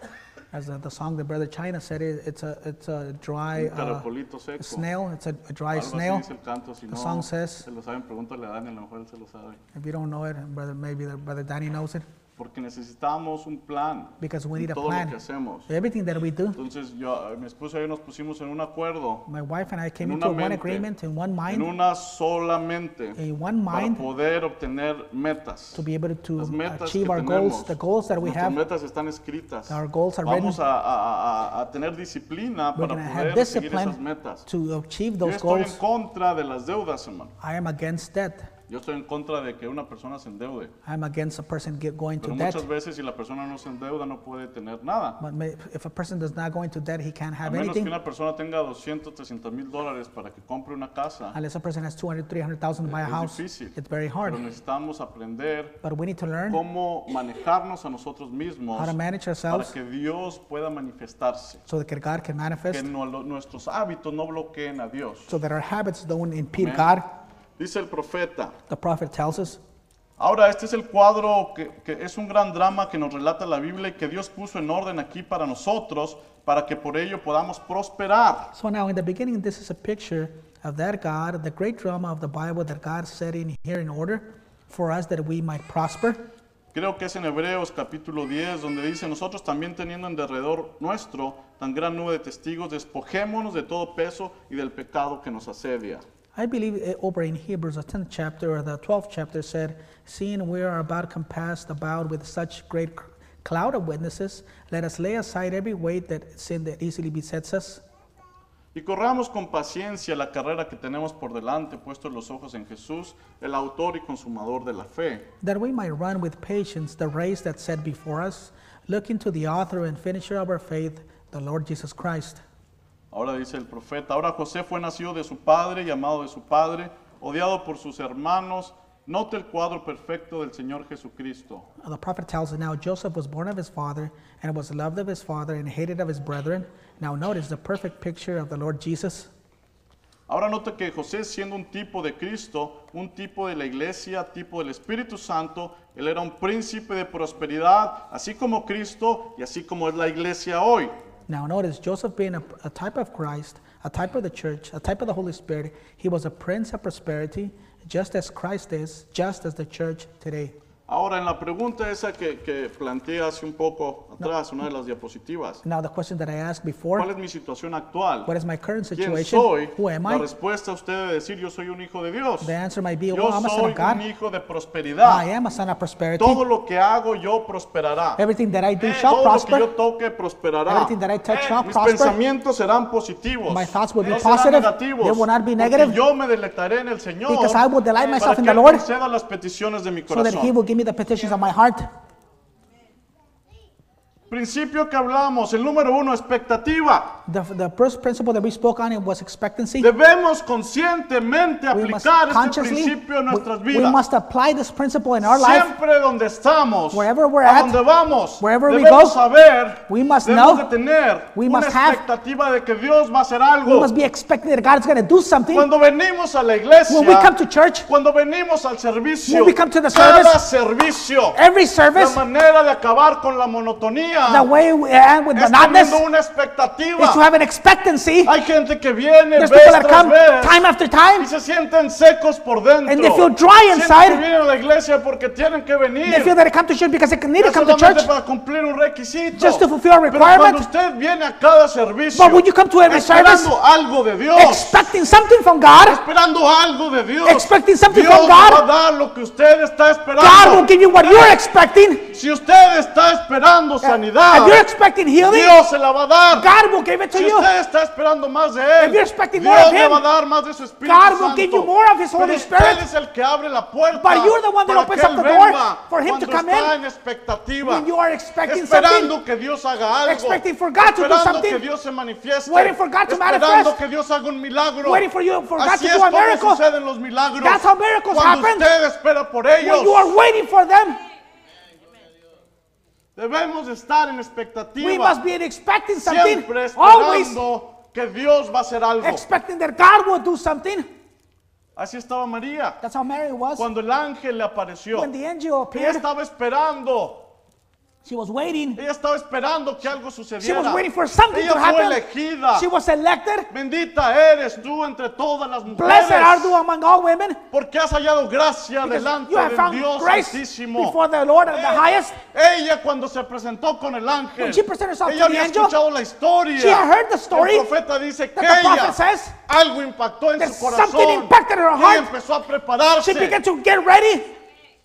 [SPEAKER 2] As uh, the, the song that Brother China said, it, it's a it's a dry
[SPEAKER 1] un
[SPEAKER 2] uh,
[SPEAKER 1] caracolito seco.
[SPEAKER 2] snail. It's a, a dry
[SPEAKER 1] Algo así
[SPEAKER 2] snail.
[SPEAKER 1] dice el canto, si
[SPEAKER 2] The
[SPEAKER 1] no
[SPEAKER 2] song says-
[SPEAKER 1] se lo saben, pregúntale a Dani, a lo mejor él se lo sabe.
[SPEAKER 2] If you don't know it, brother, maybe the, brother Danny knows it.
[SPEAKER 1] Porque necesitamos un plan
[SPEAKER 2] Because we
[SPEAKER 1] en
[SPEAKER 2] need a
[SPEAKER 1] todo lo
[SPEAKER 2] plan. Eh.
[SPEAKER 1] que hacemos.
[SPEAKER 2] Everything that we do,
[SPEAKER 1] Entonces yo, ah, mi esposa y yo nos pusimos en un acuerdo,
[SPEAKER 2] my wife and I came
[SPEAKER 1] En una
[SPEAKER 2] into one
[SPEAKER 1] mente.
[SPEAKER 2] agreement, in one
[SPEAKER 1] en
[SPEAKER 2] mind,
[SPEAKER 1] una sola mente,
[SPEAKER 2] in one
[SPEAKER 1] para
[SPEAKER 2] mind,
[SPEAKER 1] poder obtener metas.
[SPEAKER 2] to be able
[SPEAKER 1] Las
[SPEAKER 2] to
[SPEAKER 1] metas
[SPEAKER 2] achieve
[SPEAKER 1] que
[SPEAKER 2] our
[SPEAKER 1] tenemos,
[SPEAKER 2] goals, the goals that we
[SPEAKER 1] nuestras
[SPEAKER 2] have.
[SPEAKER 1] metas están escritas.
[SPEAKER 2] Our goals are
[SPEAKER 1] Vamos a, a- a- a tener disciplina
[SPEAKER 2] We're
[SPEAKER 1] para
[SPEAKER 2] going to have
[SPEAKER 1] poder seguir esas
[SPEAKER 2] discipline
[SPEAKER 1] metas.
[SPEAKER 2] to achieve
[SPEAKER 1] Yo
[SPEAKER 2] those
[SPEAKER 1] estoy en
[SPEAKER 2] goals.
[SPEAKER 1] contra de las deudas, hermano.
[SPEAKER 2] I am against debt.
[SPEAKER 1] Yo estoy en contra de que una persona se endeude.
[SPEAKER 2] I'm against a person get, going
[SPEAKER 1] Pero
[SPEAKER 2] to debt.
[SPEAKER 1] muchas veces si la persona no se endeuda no puede tener nada.
[SPEAKER 2] But may- if a person does not go into debt, he can't
[SPEAKER 1] A
[SPEAKER 2] have
[SPEAKER 1] menos que
[SPEAKER 2] anything.
[SPEAKER 1] una persona tenga 200, 300 mil dólares para que compre una casa.
[SPEAKER 2] Unless a person has 200, 300,000 to buy a
[SPEAKER 1] Es
[SPEAKER 2] house,
[SPEAKER 1] difícil.
[SPEAKER 2] it's very
[SPEAKER 1] Pero
[SPEAKER 2] hard.
[SPEAKER 1] necesitamos aprender
[SPEAKER 2] But we need to learn
[SPEAKER 1] cómo manejarnos a nosotros mismos
[SPEAKER 2] how to manage
[SPEAKER 1] para
[SPEAKER 2] ourselves
[SPEAKER 1] que Dios pueda manifestarse.
[SPEAKER 2] so that God
[SPEAKER 1] Que
[SPEAKER 2] can manifest,
[SPEAKER 1] no- lo- nuestros hábitos no bloqueen a Dios.
[SPEAKER 2] so that our habits don't impede
[SPEAKER 1] Amen.
[SPEAKER 2] God.
[SPEAKER 1] Dice el profeta.
[SPEAKER 2] The prophet tells us.
[SPEAKER 1] Ahora, este es el cuadro que, que es un gran drama que nos relata la Biblia y que Dios puso en orden aquí para nosotros, para que por ello podamos prosperar.
[SPEAKER 2] So now, in the beginning, this is a picture of that God, the great drama of the Bible that God set in here in order for us that we might prosper.
[SPEAKER 1] Creo que es en Hebreos capítulo 10, donde dice, nosotros también teniendo en derredor nuestro tan gran nube de testigos, despojémonos de todo peso y del pecado que nos asedia.
[SPEAKER 2] I believe eh, over in Hebrews, the 10th chapter or the 12th chapter said, Seeing we are about compassed about with such great c- cloud of witnesses, let us lay aside every weight that sin that easily besets us,
[SPEAKER 1] Y corramos con paciencia la carrera que tenemos por delante, puestos los ojos en Jesús, el autor y consumador de la fe.
[SPEAKER 2] that we might run with patience the race that's set before us, looking to the author and finisher of our faith, the Lord Jesus Christ.
[SPEAKER 1] Ahora dice el profeta, ahora José fue nacido de su padre y amado de su padre, odiado por sus hermanos. Note el cuadro perfecto del Señor Jesucristo.
[SPEAKER 2] Uh, The prophet tells us now Joseph was born of his father and was loved of his father and hated of his brethren. Now notice the perfect picture of the Lord Jesus.
[SPEAKER 1] Ahora note que José siendo un tipo de Cristo, un tipo de la iglesia, tipo del Espíritu Santo, él era un príncipe de prosperidad, así como Cristo y así como es la iglesia hoy.
[SPEAKER 2] Now notice Joseph being a, a type of Christ, a type of the church, a type of the Holy Spirit, he was a prince of prosperity, just as Christ is, just as the church today.
[SPEAKER 1] Ahora en la pregunta esa que, que planteé hace un poco atrás, una de las diapositivas,
[SPEAKER 2] Now the question that I asked
[SPEAKER 1] ¿cuál
[SPEAKER 2] before,
[SPEAKER 1] es mi situación actual?
[SPEAKER 2] what is my current
[SPEAKER 1] ¿Quién
[SPEAKER 2] situation?
[SPEAKER 1] soy?
[SPEAKER 2] Who am
[SPEAKER 1] La
[SPEAKER 2] I?
[SPEAKER 1] respuesta usted debe decir, yo soy un hijo de Dios.
[SPEAKER 2] The answer might be,
[SPEAKER 1] Yo
[SPEAKER 2] well, I'm a son
[SPEAKER 1] soy un
[SPEAKER 2] of God.
[SPEAKER 1] hijo de
[SPEAKER 2] I
[SPEAKER 1] prosperidad.
[SPEAKER 2] am a son of prosperity.
[SPEAKER 1] Todo lo que hago yo prosperará. Eh,
[SPEAKER 2] Everything that I do shall
[SPEAKER 1] Todo lo que yo
[SPEAKER 2] prosper.
[SPEAKER 1] toque prosperará. Eh,
[SPEAKER 2] Everything that I touch shall
[SPEAKER 1] Mis
[SPEAKER 2] prosper.
[SPEAKER 1] pensamientos serán positivos.
[SPEAKER 2] My thoughts will be
[SPEAKER 1] no serán
[SPEAKER 2] positive.
[SPEAKER 1] negativos.
[SPEAKER 2] They will not be
[SPEAKER 1] Porque
[SPEAKER 2] negative.
[SPEAKER 1] Yo me deleitaré en el Señor. eh,
[SPEAKER 2] Because I will delight myself
[SPEAKER 1] para
[SPEAKER 2] in
[SPEAKER 1] que
[SPEAKER 2] the Lord.
[SPEAKER 1] Él conceda las peticiones de mi
[SPEAKER 2] So that
[SPEAKER 1] corazón.
[SPEAKER 2] he will give me the petitions of my heart.
[SPEAKER 1] Principio que hablamos, el número uno, expectativa.
[SPEAKER 2] The, the first principle that we spoke on it was expectancy.
[SPEAKER 1] Debemos conscientemente
[SPEAKER 2] We must
[SPEAKER 1] aplicar este
[SPEAKER 2] consciously,
[SPEAKER 1] principio en nuestras
[SPEAKER 2] we, we
[SPEAKER 1] vidas.
[SPEAKER 2] must apply this principle in our life.
[SPEAKER 1] Siempre donde estamos,
[SPEAKER 2] Wherever we're
[SPEAKER 1] a
[SPEAKER 2] at,
[SPEAKER 1] donde vamos,
[SPEAKER 2] wherever we
[SPEAKER 1] debemos
[SPEAKER 2] go,
[SPEAKER 1] saber,
[SPEAKER 2] we must
[SPEAKER 1] debemos
[SPEAKER 2] know,
[SPEAKER 1] de tener
[SPEAKER 2] we
[SPEAKER 1] una
[SPEAKER 2] must have,
[SPEAKER 1] expectativa de que Dios va a hacer
[SPEAKER 2] We
[SPEAKER 1] algo.
[SPEAKER 2] must be expecting that God is going to do something.
[SPEAKER 1] Cuando venimos a la iglesia,
[SPEAKER 2] When we come to church,
[SPEAKER 1] cuando venimos al servicio,
[SPEAKER 2] When we come to the
[SPEAKER 1] cada
[SPEAKER 2] service,
[SPEAKER 1] servicio,
[SPEAKER 2] every
[SPEAKER 1] la
[SPEAKER 2] service,
[SPEAKER 1] manera de acabar con la monotonía
[SPEAKER 2] the way we end with
[SPEAKER 1] es
[SPEAKER 2] monotonous
[SPEAKER 1] teniendo
[SPEAKER 2] is
[SPEAKER 1] una expectativa.
[SPEAKER 2] to have an expectancy.
[SPEAKER 1] Hay gente que viene,
[SPEAKER 2] There's
[SPEAKER 1] vez
[SPEAKER 2] people that
[SPEAKER 1] tras
[SPEAKER 2] come
[SPEAKER 1] vez,
[SPEAKER 2] time after
[SPEAKER 1] y
[SPEAKER 2] time.
[SPEAKER 1] se sienten secos por dentro.
[SPEAKER 2] And they feel dry
[SPEAKER 1] Sienten
[SPEAKER 2] inside.
[SPEAKER 1] que vienen a la iglesia porque tienen que venir.
[SPEAKER 2] They feel that they come to church because they need to
[SPEAKER 1] No
[SPEAKER 2] come to
[SPEAKER 1] solamente
[SPEAKER 2] church.
[SPEAKER 1] para cumplir un requisito.
[SPEAKER 2] Just to fulfill a
[SPEAKER 1] Pero cuando
[SPEAKER 2] requirement.
[SPEAKER 1] usted viene a cada servicio,
[SPEAKER 2] But when you come to every
[SPEAKER 1] esperando
[SPEAKER 2] service,
[SPEAKER 1] algo de Dios,
[SPEAKER 2] Expecting something from God,
[SPEAKER 1] esperando algo de Dios,
[SPEAKER 2] expecting something
[SPEAKER 1] Dios
[SPEAKER 2] from
[SPEAKER 1] le va a
[SPEAKER 2] God,
[SPEAKER 1] dar lo que usted está esperando.
[SPEAKER 2] God will give you what you're expecting.
[SPEAKER 1] si usted está esperando sanidad,
[SPEAKER 2] If you're expecting healing,
[SPEAKER 1] Dios se la va a dar.
[SPEAKER 2] God will give it to
[SPEAKER 1] si
[SPEAKER 2] you.
[SPEAKER 1] usted está esperando más de él,
[SPEAKER 2] If you're expecting
[SPEAKER 1] Dios
[SPEAKER 2] more of
[SPEAKER 1] le
[SPEAKER 2] him,
[SPEAKER 1] va a dar más de su Espíritu
[SPEAKER 2] God will
[SPEAKER 1] Santo.
[SPEAKER 2] give you more of his Holy
[SPEAKER 1] Pero
[SPEAKER 2] Spirit.
[SPEAKER 1] Usted es el que abre la puerta.
[SPEAKER 2] But you're the one that
[SPEAKER 1] para
[SPEAKER 2] opens
[SPEAKER 1] que
[SPEAKER 2] up
[SPEAKER 1] él
[SPEAKER 2] the door
[SPEAKER 1] venga
[SPEAKER 2] for him to
[SPEAKER 1] cuando
[SPEAKER 2] come
[SPEAKER 1] está
[SPEAKER 2] in.
[SPEAKER 1] en expectativa.
[SPEAKER 2] When you are expecting
[SPEAKER 1] esperando
[SPEAKER 2] something,
[SPEAKER 1] que Dios haga algo,
[SPEAKER 2] Expecting for God to do
[SPEAKER 1] esperando
[SPEAKER 2] something.
[SPEAKER 1] que Dios se manifieste,
[SPEAKER 2] Waiting for God to
[SPEAKER 1] esperando
[SPEAKER 2] manifest.
[SPEAKER 1] que Dios haga un milagro,
[SPEAKER 2] Waiting for you- for God
[SPEAKER 1] así
[SPEAKER 2] to
[SPEAKER 1] es
[SPEAKER 2] do a
[SPEAKER 1] como
[SPEAKER 2] miracle.
[SPEAKER 1] suceden los milagros,
[SPEAKER 2] That's how miracles
[SPEAKER 1] cuando
[SPEAKER 2] happen.
[SPEAKER 1] usted espera por ellos,
[SPEAKER 2] when you are waiting for them,
[SPEAKER 1] debemos estar en expectativa,
[SPEAKER 2] we must be expecting something.
[SPEAKER 1] siempre esperando
[SPEAKER 2] Always
[SPEAKER 1] que Dios va a hacer algo,
[SPEAKER 2] expecting that God will do something.
[SPEAKER 1] así estaba María,
[SPEAKER 2] That's how Mary was.
[SPEAKER 1] cuando el ángel le apareció,
[SPEAKER 2] When the angel
[SPEAKER 1] ella
[SPEAKER 2] appeared,
[SPEAKER 1] estaba esperando
[SPEAKER 2] She was waiting.
[SPEAKER 1] Ella estaba esperando que algo
[SPEAKER 2] She
[SPEAKER 1] sucediera.
[SPEAKER 2] was waiting for something
[SPEAKER 1] Ella
[SPEAKER 2] to
[SPEAKER 1] fue
[SPEAKER 2] happen.
[SPEAKER 1] elegida.
[SPEAKER 2] She was elected.
[SPEAKER 1] Bendita eres tú entre todas las mujeres.
[SPEAKER 2] Blessed are you among all women.
[SPEAKER 1] Porque has hallado gracia
[SPEAKER 2] because
[SPEAKER 1] delante
[SPEAKER 2] you have
[SPEAKER 1] del
[SPEAKER 2] found
[SPEAKER 1] Dios
[SPEAKER 2] grace
[SPEAKER 1] Altísimo.
[SPEAKER 2] before the Lord of the highest.
[SPEAKER 1] Ella cuando se presentó con el ángel,
[SPEAKER 2] When she presented herself
[SPEAKER 1] ella
[SPEAKER 2] to the
[SPEAKER 1] había
[SPEAKER 2] angel,
[SPEAKER 1] escuchado la historia.
[SPEAKER 2] she had heard the story
[SPEAKER 1] el profeta dice que
[SPEAKER 2] the
[SPEAKER 1] ella
[SPEAKER 2] prophet says
[SPEAKER 1] algo impactó en
[SPEAKER 2] that
[SPEAKER 1] su corazón.
[SPEAKER 2] something impacted her
[SPEAKER 1] Ella
[SPEAKER 2] heart.
[SPEAKER 1] empezó a
[SPEAKER 2] She
[SPEAKER 1] prepararse
[SPEAKER 2] began to get ready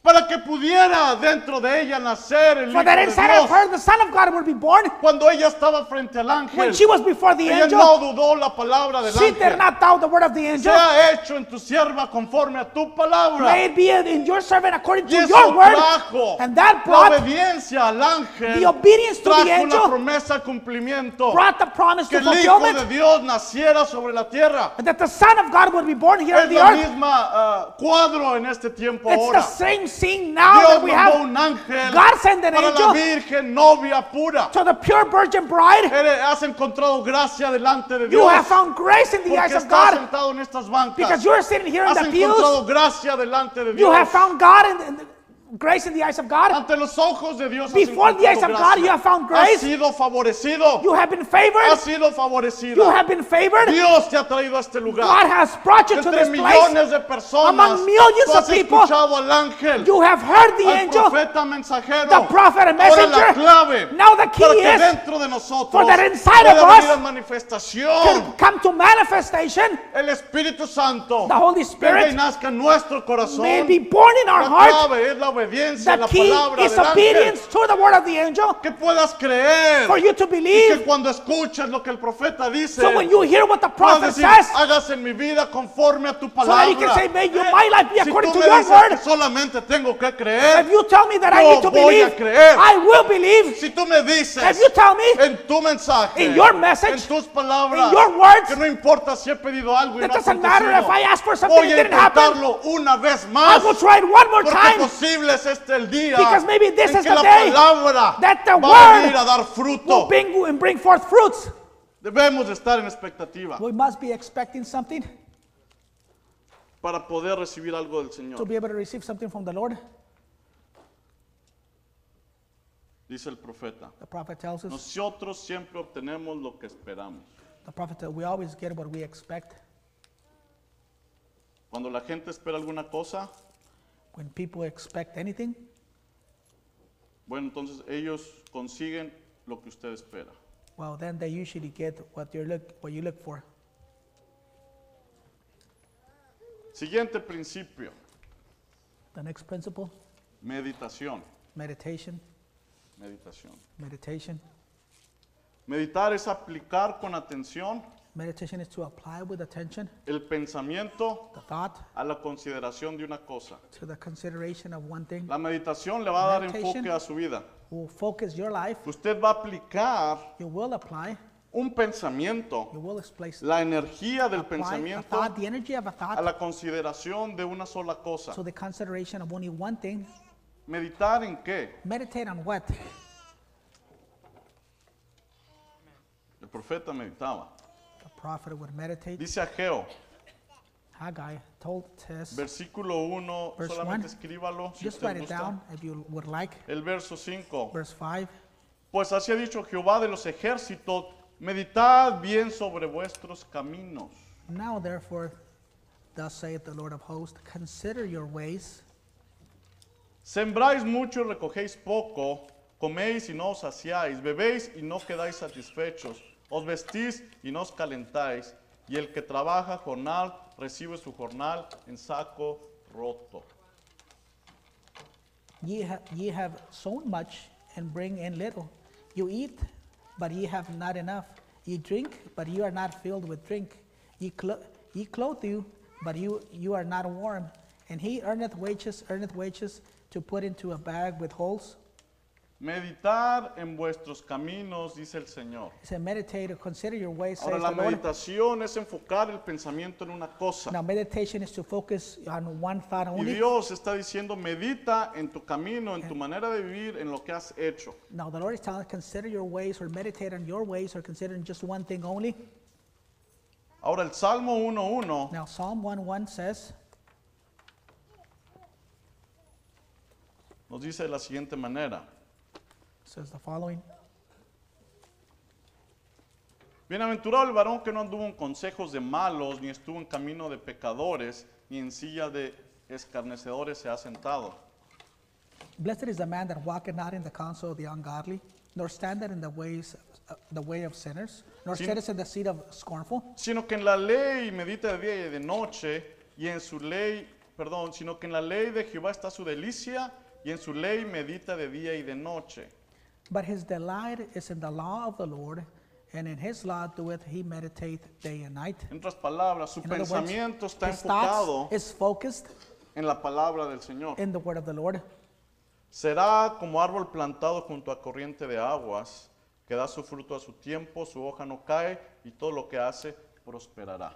[SPEAKER 1] para que pudiera dentro de ella nacer el
[SPEAKER 2] for
[SPEAKER 1] hijo
[SPEAKER 2] that
[SPEAKER 1] de
[SPEAKER 2] inside of
[SPEAKER 1] Dios.
[SPEAKER 2] her the Son of God would be born.
[SPEAKER 1] Cuando ella estaba frente al ángel,
[SPEAKER 2] When she was before the
[SPEAKER 1] ella
[SPEAKER 2] angel,
[SPEAKER 1] no dudó la palabra del
[SPEAKER 2] she did
[SPEAKER 1] ángel.
[SPEAKER 2] not doubt the word of the angel.
[SPEAKER 1] sea hecho en tu sierva conforme a tu palabra.
[SPEAKER 2] May it be in your servant according
[SPEAKER 1] Y
[SPEAKER 2] to
[SPEAKER 1] eso
[SPEAKER 2] your
[SPEAKER 1] trajo
[SPEAKER 2] word. And that
[SPEAKER 1] la
[SPEAKER 2] brought,
[SPEAKER 1] obediencia al ángel.
[SPEAKER 2] the obedience to the
[SPEAKER 1] trajo la
[SPEAKER 2] angel
[SPEAKER 1] promesa al cumplimiento.
[SPEAKER 2] brought the promise
[SPEAKER 1] que
[SPEAKER 2] to
[SPEAKER 1] el Hijo de
[SPEAKER 2] fulfillment
[SPEAKER 1] Dios naciera sobre la tierra.
[SPEAKER 2] that the Son of God would be born here
[SPEAKER 1] Es
[SPEAKER 2] on the
[SPEAKER 1] la
[SPEAKER 2] earth.
[SPEAKER 1] misma ah, cuadro en este tiempo
[SPEAKER 2] It's the
[SPEAKER 1] ahora.
[SPEAKER 2] same scene now
[SPEAKER 1] Dios
[SPEAKER 2] that we
[SPEAKER 1] mandó
[SPEAKER 2] have
[SPEAKER 1] un ángel
[SPEAKER 2] God sent an
[SPEAKER 1] para la
[SPEAKER 2] angel.
[SPEAKER 1] virgen novia pura.
[SPEAKER 2] to the pure virgin bride.
[SPEAKER 1] Eres- has encontrado gracia delante de Dios.
[SPEAKER 2] You have found grace in the
[SPEAKER 1] porque
[SPEAKER 2] eyes
[SPEAKER 1] estás
[SPEAKER 2] of God
[SPEAKER 1] sentado en estas bancas.
[SPEAKER 2] because you are sitting here in
[SPEAKER 1] has
[SPEAKER 2] the pews.
[SPEAKER 1] encontrado gracia delante de Dios.
[SPEAKER 2] You have found God and and the grace in the eyes of God.
[SPEAKER 1] Ante los ojos de Dios has
[SPEAKER 2] Before the eyes of
[SPEAKER 1] encontrado
[SPEAKER 2] God,
[SPEAKER 1] gracia.
[SPEAKER 2] you have
[SPEAKER 1] Has
[SPEAKER 2] found grace.
[SPEAKER 1] sido favorecido.
[SPEAKER 2] You have been
[SPEAKER 1] Has
[SPEAKER 2] favored.
[SPEAKER 1] sido
[SPEAKER 2] You
[SPEAKER 1] favorecido.
[SPEAKER 2] have been favored.
[SPEAKER 1] Dios te ha traído a este lugar.
[SPEAKER 2] God has brought you to
[SPEAKER 1] Entre
[SPEAKER 2] this place.
[SPEAKER 1] millones de personas,
[SPEAKER 2] Among millions
[SPEAKER 1] tú has
[SPEAKER 2] of people,
[SPEAKER 1] escuchado al ángel,
[SPEAKER 2] You have heard the
[SPEAKER 1] al
[SPEAKER 2] angel,
[SPEAKER 1] profeta mensajero.
[SPEAKER 2] the prophet and
[SPEAKER 1] Ahora la
[SPEAKER 2] messenger.
[SPEAKER 1] clave
[SPEAKER 2] Now the
[SPEAKER 1] para
[SPEAKER 2] key
[SPEAKER 1] que
[SPEAKER 2] is
[SPEAKER 1] dentro de nosotros
[SPEAKER 2] for that inside
[SPEAKER 1] pueda
[SPEAKER 2] of
[SPEAKER 1] venir
[SPEAKER 2] us
[SPEAKER 1] a manifestación
[SPEAKER 2] to come to manifestation.
[SPEAKER 1] el Espíritu Santo.
[SPEAKER 2] The Holy
[SPEAKER 1] Venga y
[SPEAKER 2] Spirit
[SPEAKER 1] nazca en nuestro corazón.
[SPEAKER 2] may be born in our
[SPEAKER 1] la
[SPEAKER 2] heart.
[SPEAKER 1] clave es la obediencia a
[SPEAKER 2] The
[SPEAKER 1] la
[SPEAKER 2] key
[SPEAKER 1] palabra
[SPEAKER 2] is
[SPEAKER 1] del ángel.
[SPEAKER 2] obedience to the word of the angel
[SPEAKER 1] Que puedas creer.
[SPEAKER 2] for you to
[SPEAKER 1] Y que
[SPEAKER 2] believe.
[SPEAKER 1] cuando escuches lo que el profeta dice,
[SPEAKER 2] So when you hear what the
[SPEAKER 1] puedas
[SPEAKER 2] prophet
[SPEAKER 1] decir,
[SPEAKER 2] says,
[SPEAKER 1] hagas en mi vida conforme a tu palabra.
[SPEAKER 2] that you can say, "May you-
[SPEAKER 1] Eh,
[SPEAKER 2] my life be
[SPEAKER 1] si
[SPEAKER 2] according
[SPEAKER 1] tú
[SPEAKER 2] to
[SPEAKER 1] me
[SPEAKER 2] your
[SPEAKER 1] dices
[SPEAKER 2] word.
[SPEAKER 1] que solamente tengo que
[SPEAKER 2] if
[SPEAKER 1] creer,
[SPEAKER 2] you tell me that I
[SPEAKER 1] Yo
[SPEAKER 2] need to
[SPEAKER 1] voy a
[SPEAKER 2] believe,
[SPEAKER 1] creer.
[SPEAKER 2] I will believe.
[SPEAKER 1] si tú me dices
[SPEAKER 2] If you tell me
[SPEAKER 1] en tu mensaje,
[SPEAKER 2] in your message,
[SPEAKER 1] en tus palabras,
[SPEAKER 2] in your words,
[SPEAKER 1] que no importa si he pedido algo y
[SPEAKER 2] It
[SPEAKER 1] no ha
[SPEAKER 2] doesn't matter if I
[SPEAKER 1] acontecido,
[SPEAKER 2] ask for something
[SPEAKER 1] voy
[SPEAKER 2] that
[SPEAKER 1] a
[SPEAKER 2] didn't happen.
[SPEAKER 1] intentarlo una vez
[SPEAKER 2] I
[SPEAKER 1] más,
[SPEAKER 2] will try it one more
[SPEAKER 1] porque
[SPEAKER 2] time.
[SPEAKER 1] posible es este el día
[SPEAKER 2] Because maybe this
[SPEAKER 1] en
[SPEAKER 2] is
[SPEAKER 1] que
[SPEAKER 2] the
[SPEAKER 1] la
[SPEAKER 2] day
[SPEAKER 1] palabra
[SPEAKER 2] that the
[SPEAKER 1] va a
[SPEAKER 2] word
[SPEAKER 1] venir a dar
[SPEAKER 2] Will
[SPEAKER 1] fruto.
[SPEAKER 2] bring and bring forth fruits.
[SPEAKER 1] Debemos de estar en expectativa
[SPEAKER 2] We must be expecting something
[SPEAKER 1] para poder recibir algo del Señor.
[SPEAKER 2] to be able to receive something from the Lord.
[SPEAKER 1] Dice el profeta,
[SPEAKER 2] The prophet tells us.
[SPEAKER 1] nosotros siempre obtenemos lo que esperamos.
[SPEAKER 2] The prophet tells we always get what we expect.
[SPEAKER 1] Cuando la gente espera alguna cosa,
[SPEAKER 2] When people expect anything,
[SPEAKER 1] bueno, entonces ellos consiguen lo que usted espera.
[SPEAKER 2] well, then they usually get what you look what you look for.
[SPEAKER 1] Siguiente principio,
[SPEAKER 2] The next principle:
[SPEAKER 1] meditación,
[SPEAKER 2] meditation.
[SPEAKER 1] meditación.
[SPEAKER 2] Meditation.
[SPEAKER 1] Meditar es aplicar con atención
[SPEAKER 2] Meditation is to apply with attention
[SPEAKER 1] el pensamiento
[SPEAKER 2] the thought
[SPEAKER 1] a la consideración de una cosa.
[SPEAKER 2] to the consideration of one thing.
[SPEAKER 1] La meditación le va a dar
[SPEAKER 2] Meditation.
[SPEAKER 1] enfoque a su vida.
[SPEAKER 2] Will focus your life.
[SPEAKER 1] Usted va a aplicar
[SPEAKER 2] You will apply.
[SPEAKER 1] un pensamiento,
[SPEAKER 2] You will place
[SPEAKER 1] la energía del
[SPEAKER 2] apply a
[SPEAKER 1] pensamiento
[SPEAKER 2] thought, the energy of a
[SPEAKER 1] a
[SPEAKER 2] thought
[SPEAKER 1] la consideración de una sola cosa.
[SPEAKER 2] to the consideration of only one thing.
[SPEAKER 1] ¿Meditar en qué?
[SPEAKER 2] Meditate on what?
[SPEAKER 1] El profeta meditaba.
[SPEAKER 2] The prophet would meditate.
[SPEAKER 1] Dice Ageo,
[SPEAKER 2] Haggai told us.
[SPEAKER 1] versículo 1,
[SPEAKER 2] Verse
[SPEAKER 1] solamente
[SPEAKER 2] one.
[SPEAKER 1] escríbalo si
[SPEAKER 2] Just
[SPEAKER 1] usted
[SPEAKER 2] write it
[SPEAKER 1] gusta.
[SPEAKER 2] down if you would like.
[SPEAKER 1] El verso 5.
[SPEAKER 2] Verse 5.
[SPEAKER 1] Pues así ha dicho Jehová de los ejércitos, meditad bien sobre vuestros caminos.
[SPEAKER 2] Now therefore, thus saith the Lord of hosts, consider your ways.
[SPEAKER 1] Sembráis mucho y recogéis poco, coméis y no os saciáis, bebéis y no quedáis satisfechos, os vestís y no os calentáis, y el que trabaja jornal recibe su jornal en saco roto.
[SPEAKER 2] Ye, ha- ye have sown much and bring in little. You eat, but ye have not enough. Ye drink, but you are not filled with drink. Ye, clo- ye clothe you, but you, you are not warm. And he earneth wages, earneth wages to put into a bag with holes.
[SPEAKER 1] Meditar en vuestros caminos, dice el Señor.
[SPEAKER 2] He said, meditate or consider your ways, says
[SPEAKER 1] Ahora la
[SPEAKER 2] the Lord.
[SPEAKER 1] meditación es enfocar el pensamiento en una cosa.
[SPEAKER 2] Now meditation is to focus on one thought
[SPEAKER 1] Y
[SPEAKER 2] only.
[SPEAKER 1] Dios está diciendo, medita en tu camino, en tu manera de vivir, en lo que has hecho.
[SPEAKER 2] Now the Lord is telling us, consider your ways or meditate on your ways or consider just one thing only.
[SPEAKER 1] Ahora el Salmo 1.1
[SPEAKER 2] Now Psalm 1:1 says,
[SPEAKER 1] nos dice de la siguiente manera.
[SPEAKER 2] says the following
[SPEAKER 1] Bienaventurado el varón que no anduvo en consejos de malos, ni estuvo en camino de pecadores, ni en silla de escarnecedores se ha sentado.
[SPEAKER 2] Blessed is the man that walketh not in the counsel of the ungodly, nor standeth in the ways uh, the way of sinners, nor
[SPEAKER 1] Sin-
[SPEAKER 2] sitteth in the seat of scornful,
[SPEAKER 1] Sino que en la ley medita de día y de noche, y en su ley, perdón, sino que en la ley de Jehová está su delicia, y en su ley medita de día y de noche.
[SPEAKER 2] but his delight is in the law of the Lord, and in his law doeth he meditate day and night.
[SPEAKER 1] En otras palabras, su
[SPEAKER 2] In other words,
[SPEAKER 1] pensamiento está
[SPEAKER 2] his thoughts
[SPEAKER 1] enfocado
[SPEAKER 2] is focused
[SPEAKER 1] en la palabra del Señor.
[SPEAKER 2] in the word of the Lord.
[SPEAKER 1] Será como árbol plantado junto a corriente de aguas, que da su fruto a su tiempo, su hoja no cae y todo lo que hace prosperará.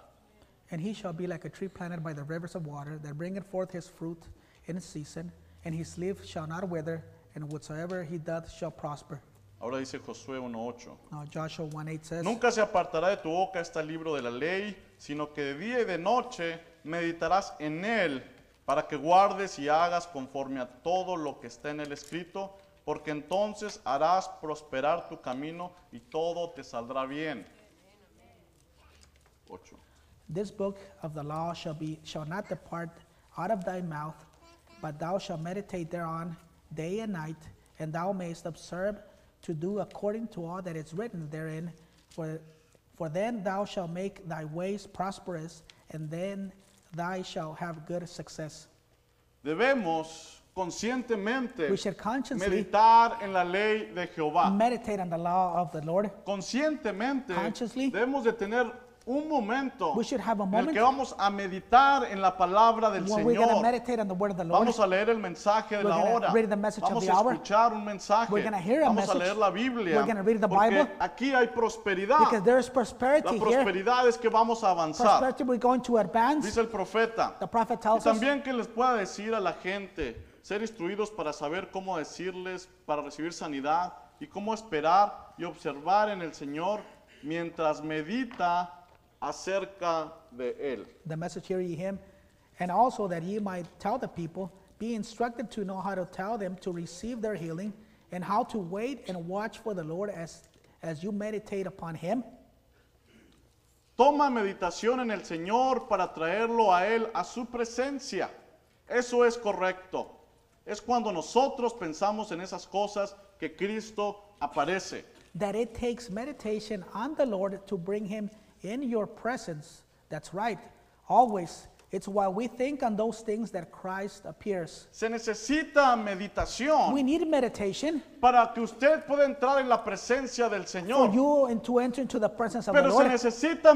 [SPEAKER 2] And he shall be like a tree planted by the rivers of water that bringeth forth his fruit in its season, and his leaf shall not wither, and whatsoever he doth shall prosper.
[SPEAKER 1] Ahora dice Josué 1.8.
[SPEAKER 2] Now Joshua 1 8 says,
[SPEAKER 1] Nunca se apartará de tu boca este libro de la ley, sino que de día y de noche meditarás en él, para que guardes y hagas conforme a todo lo que está en el escrito, porque entonces harás prosperar tu camino y todo te saldrá bien. 8.
[SPEAKER 2] This book of the law shall be shall not depart out of thy mouth, but thou shalt meditate thereon day and night, and thou mayest observe to do according to all that is written therein, for for then thou shalt make thy ways prosperous, and then thou shalt have good success.
[SPEAKER 1] Debemos conscientemente
[SPEAKER 2] We should consciously
[SPEAKER 1] meditar en la ley de Jehová.
[SPEAKER 2] meditate on the law of the Lord.
[SPEAKER 1] Conscientemente
[SPEAKER 2] Consciously.
[SPEAKER 1] debemos de tener un momento
[SPEAKER 2] We should have a
[SPEAKER 1] en el que
[SPEAKER 2] moment.
[SPEAKER 1] vamos a meditar en la palabra del
[SPEAKER 2] When we're going to
[SPEAKER 1] Señor.
[SPEAKER 2] meditate on the word of the Lord,
[SPEAKER 1] Vamos a leer el mensaje de
[SPEAKER 2] We're
[SPEAKER 1] la
[SPEAKER 2] gonna
[SPEAKER 1] hora.
[SPEAKER 2] read the message of
[SPEAKER 1] Vamos
[SPEAKER 2] the
[SPEAKER 1] a
[SPEAKER 2] hour.
[SPEAKER 1] escuchar un mensaje.
[SPEAKER 2] We're gonna hear a
[SPEAKER 1] Vamos a
[SPEAKER 2] message.
[SPEAKER 1] leer la Biblia.
[SPEAKER 2] We're gonna read the
[SPEAKER 1] porque
[SPEAKER 2] Bible.
[SPEAKER 1] aquí hay prosperidad.
[SPEAKER 2] because there is
[SPEAKER 1] La
[SPEAKER 2] prosperity here.
[SPEAKER 1] prosperidad es que vamos a avanzar.
[SPEAKER 2] Prosperity, we're going to advance.
[SPEAKER 1] Dice el profeta.
[SPEAKER 2] The prophet
[SPEAKER 1] Y
[SPEAKER 2] tells us
[SPEAKER 1] también que les pueda decir a la gente, ser instruidos para saber cómo decirles, para recibir sanidad y cómo esperar y observar en el Señor mientras medita acerca de Él.
[SPEAKER 2] the message, hear ye him, and also that ye might tell the people, be instructed to know how to tell them to receive their healing, and how to wait and watch for the Lord as, as you meditate upon him.
[SPEAKER 1] Toma meditación en el Señor para traerlo a Él, a su presencia. Eso es correcto. Es cuando nosotros pensamos en esas cosas que Cristo aparece.
[SPEAKER 2] That it takes meditation on the Lord to bring him in your presence. That's right, always. It's while we think on those things that Christ appears.
[SPEAKER 1] Se necesita meditación.
[SPEAKER 2] We need meditation
[SPEAKER 1] para que usted pueda entrar en la presencia del Señor.
[SPEAKER 2] for you and to enter into the presence of the
[SPEAKER 1] Pero se
[SPEAKER 2] Lord.
[SPEAKER 1] necesita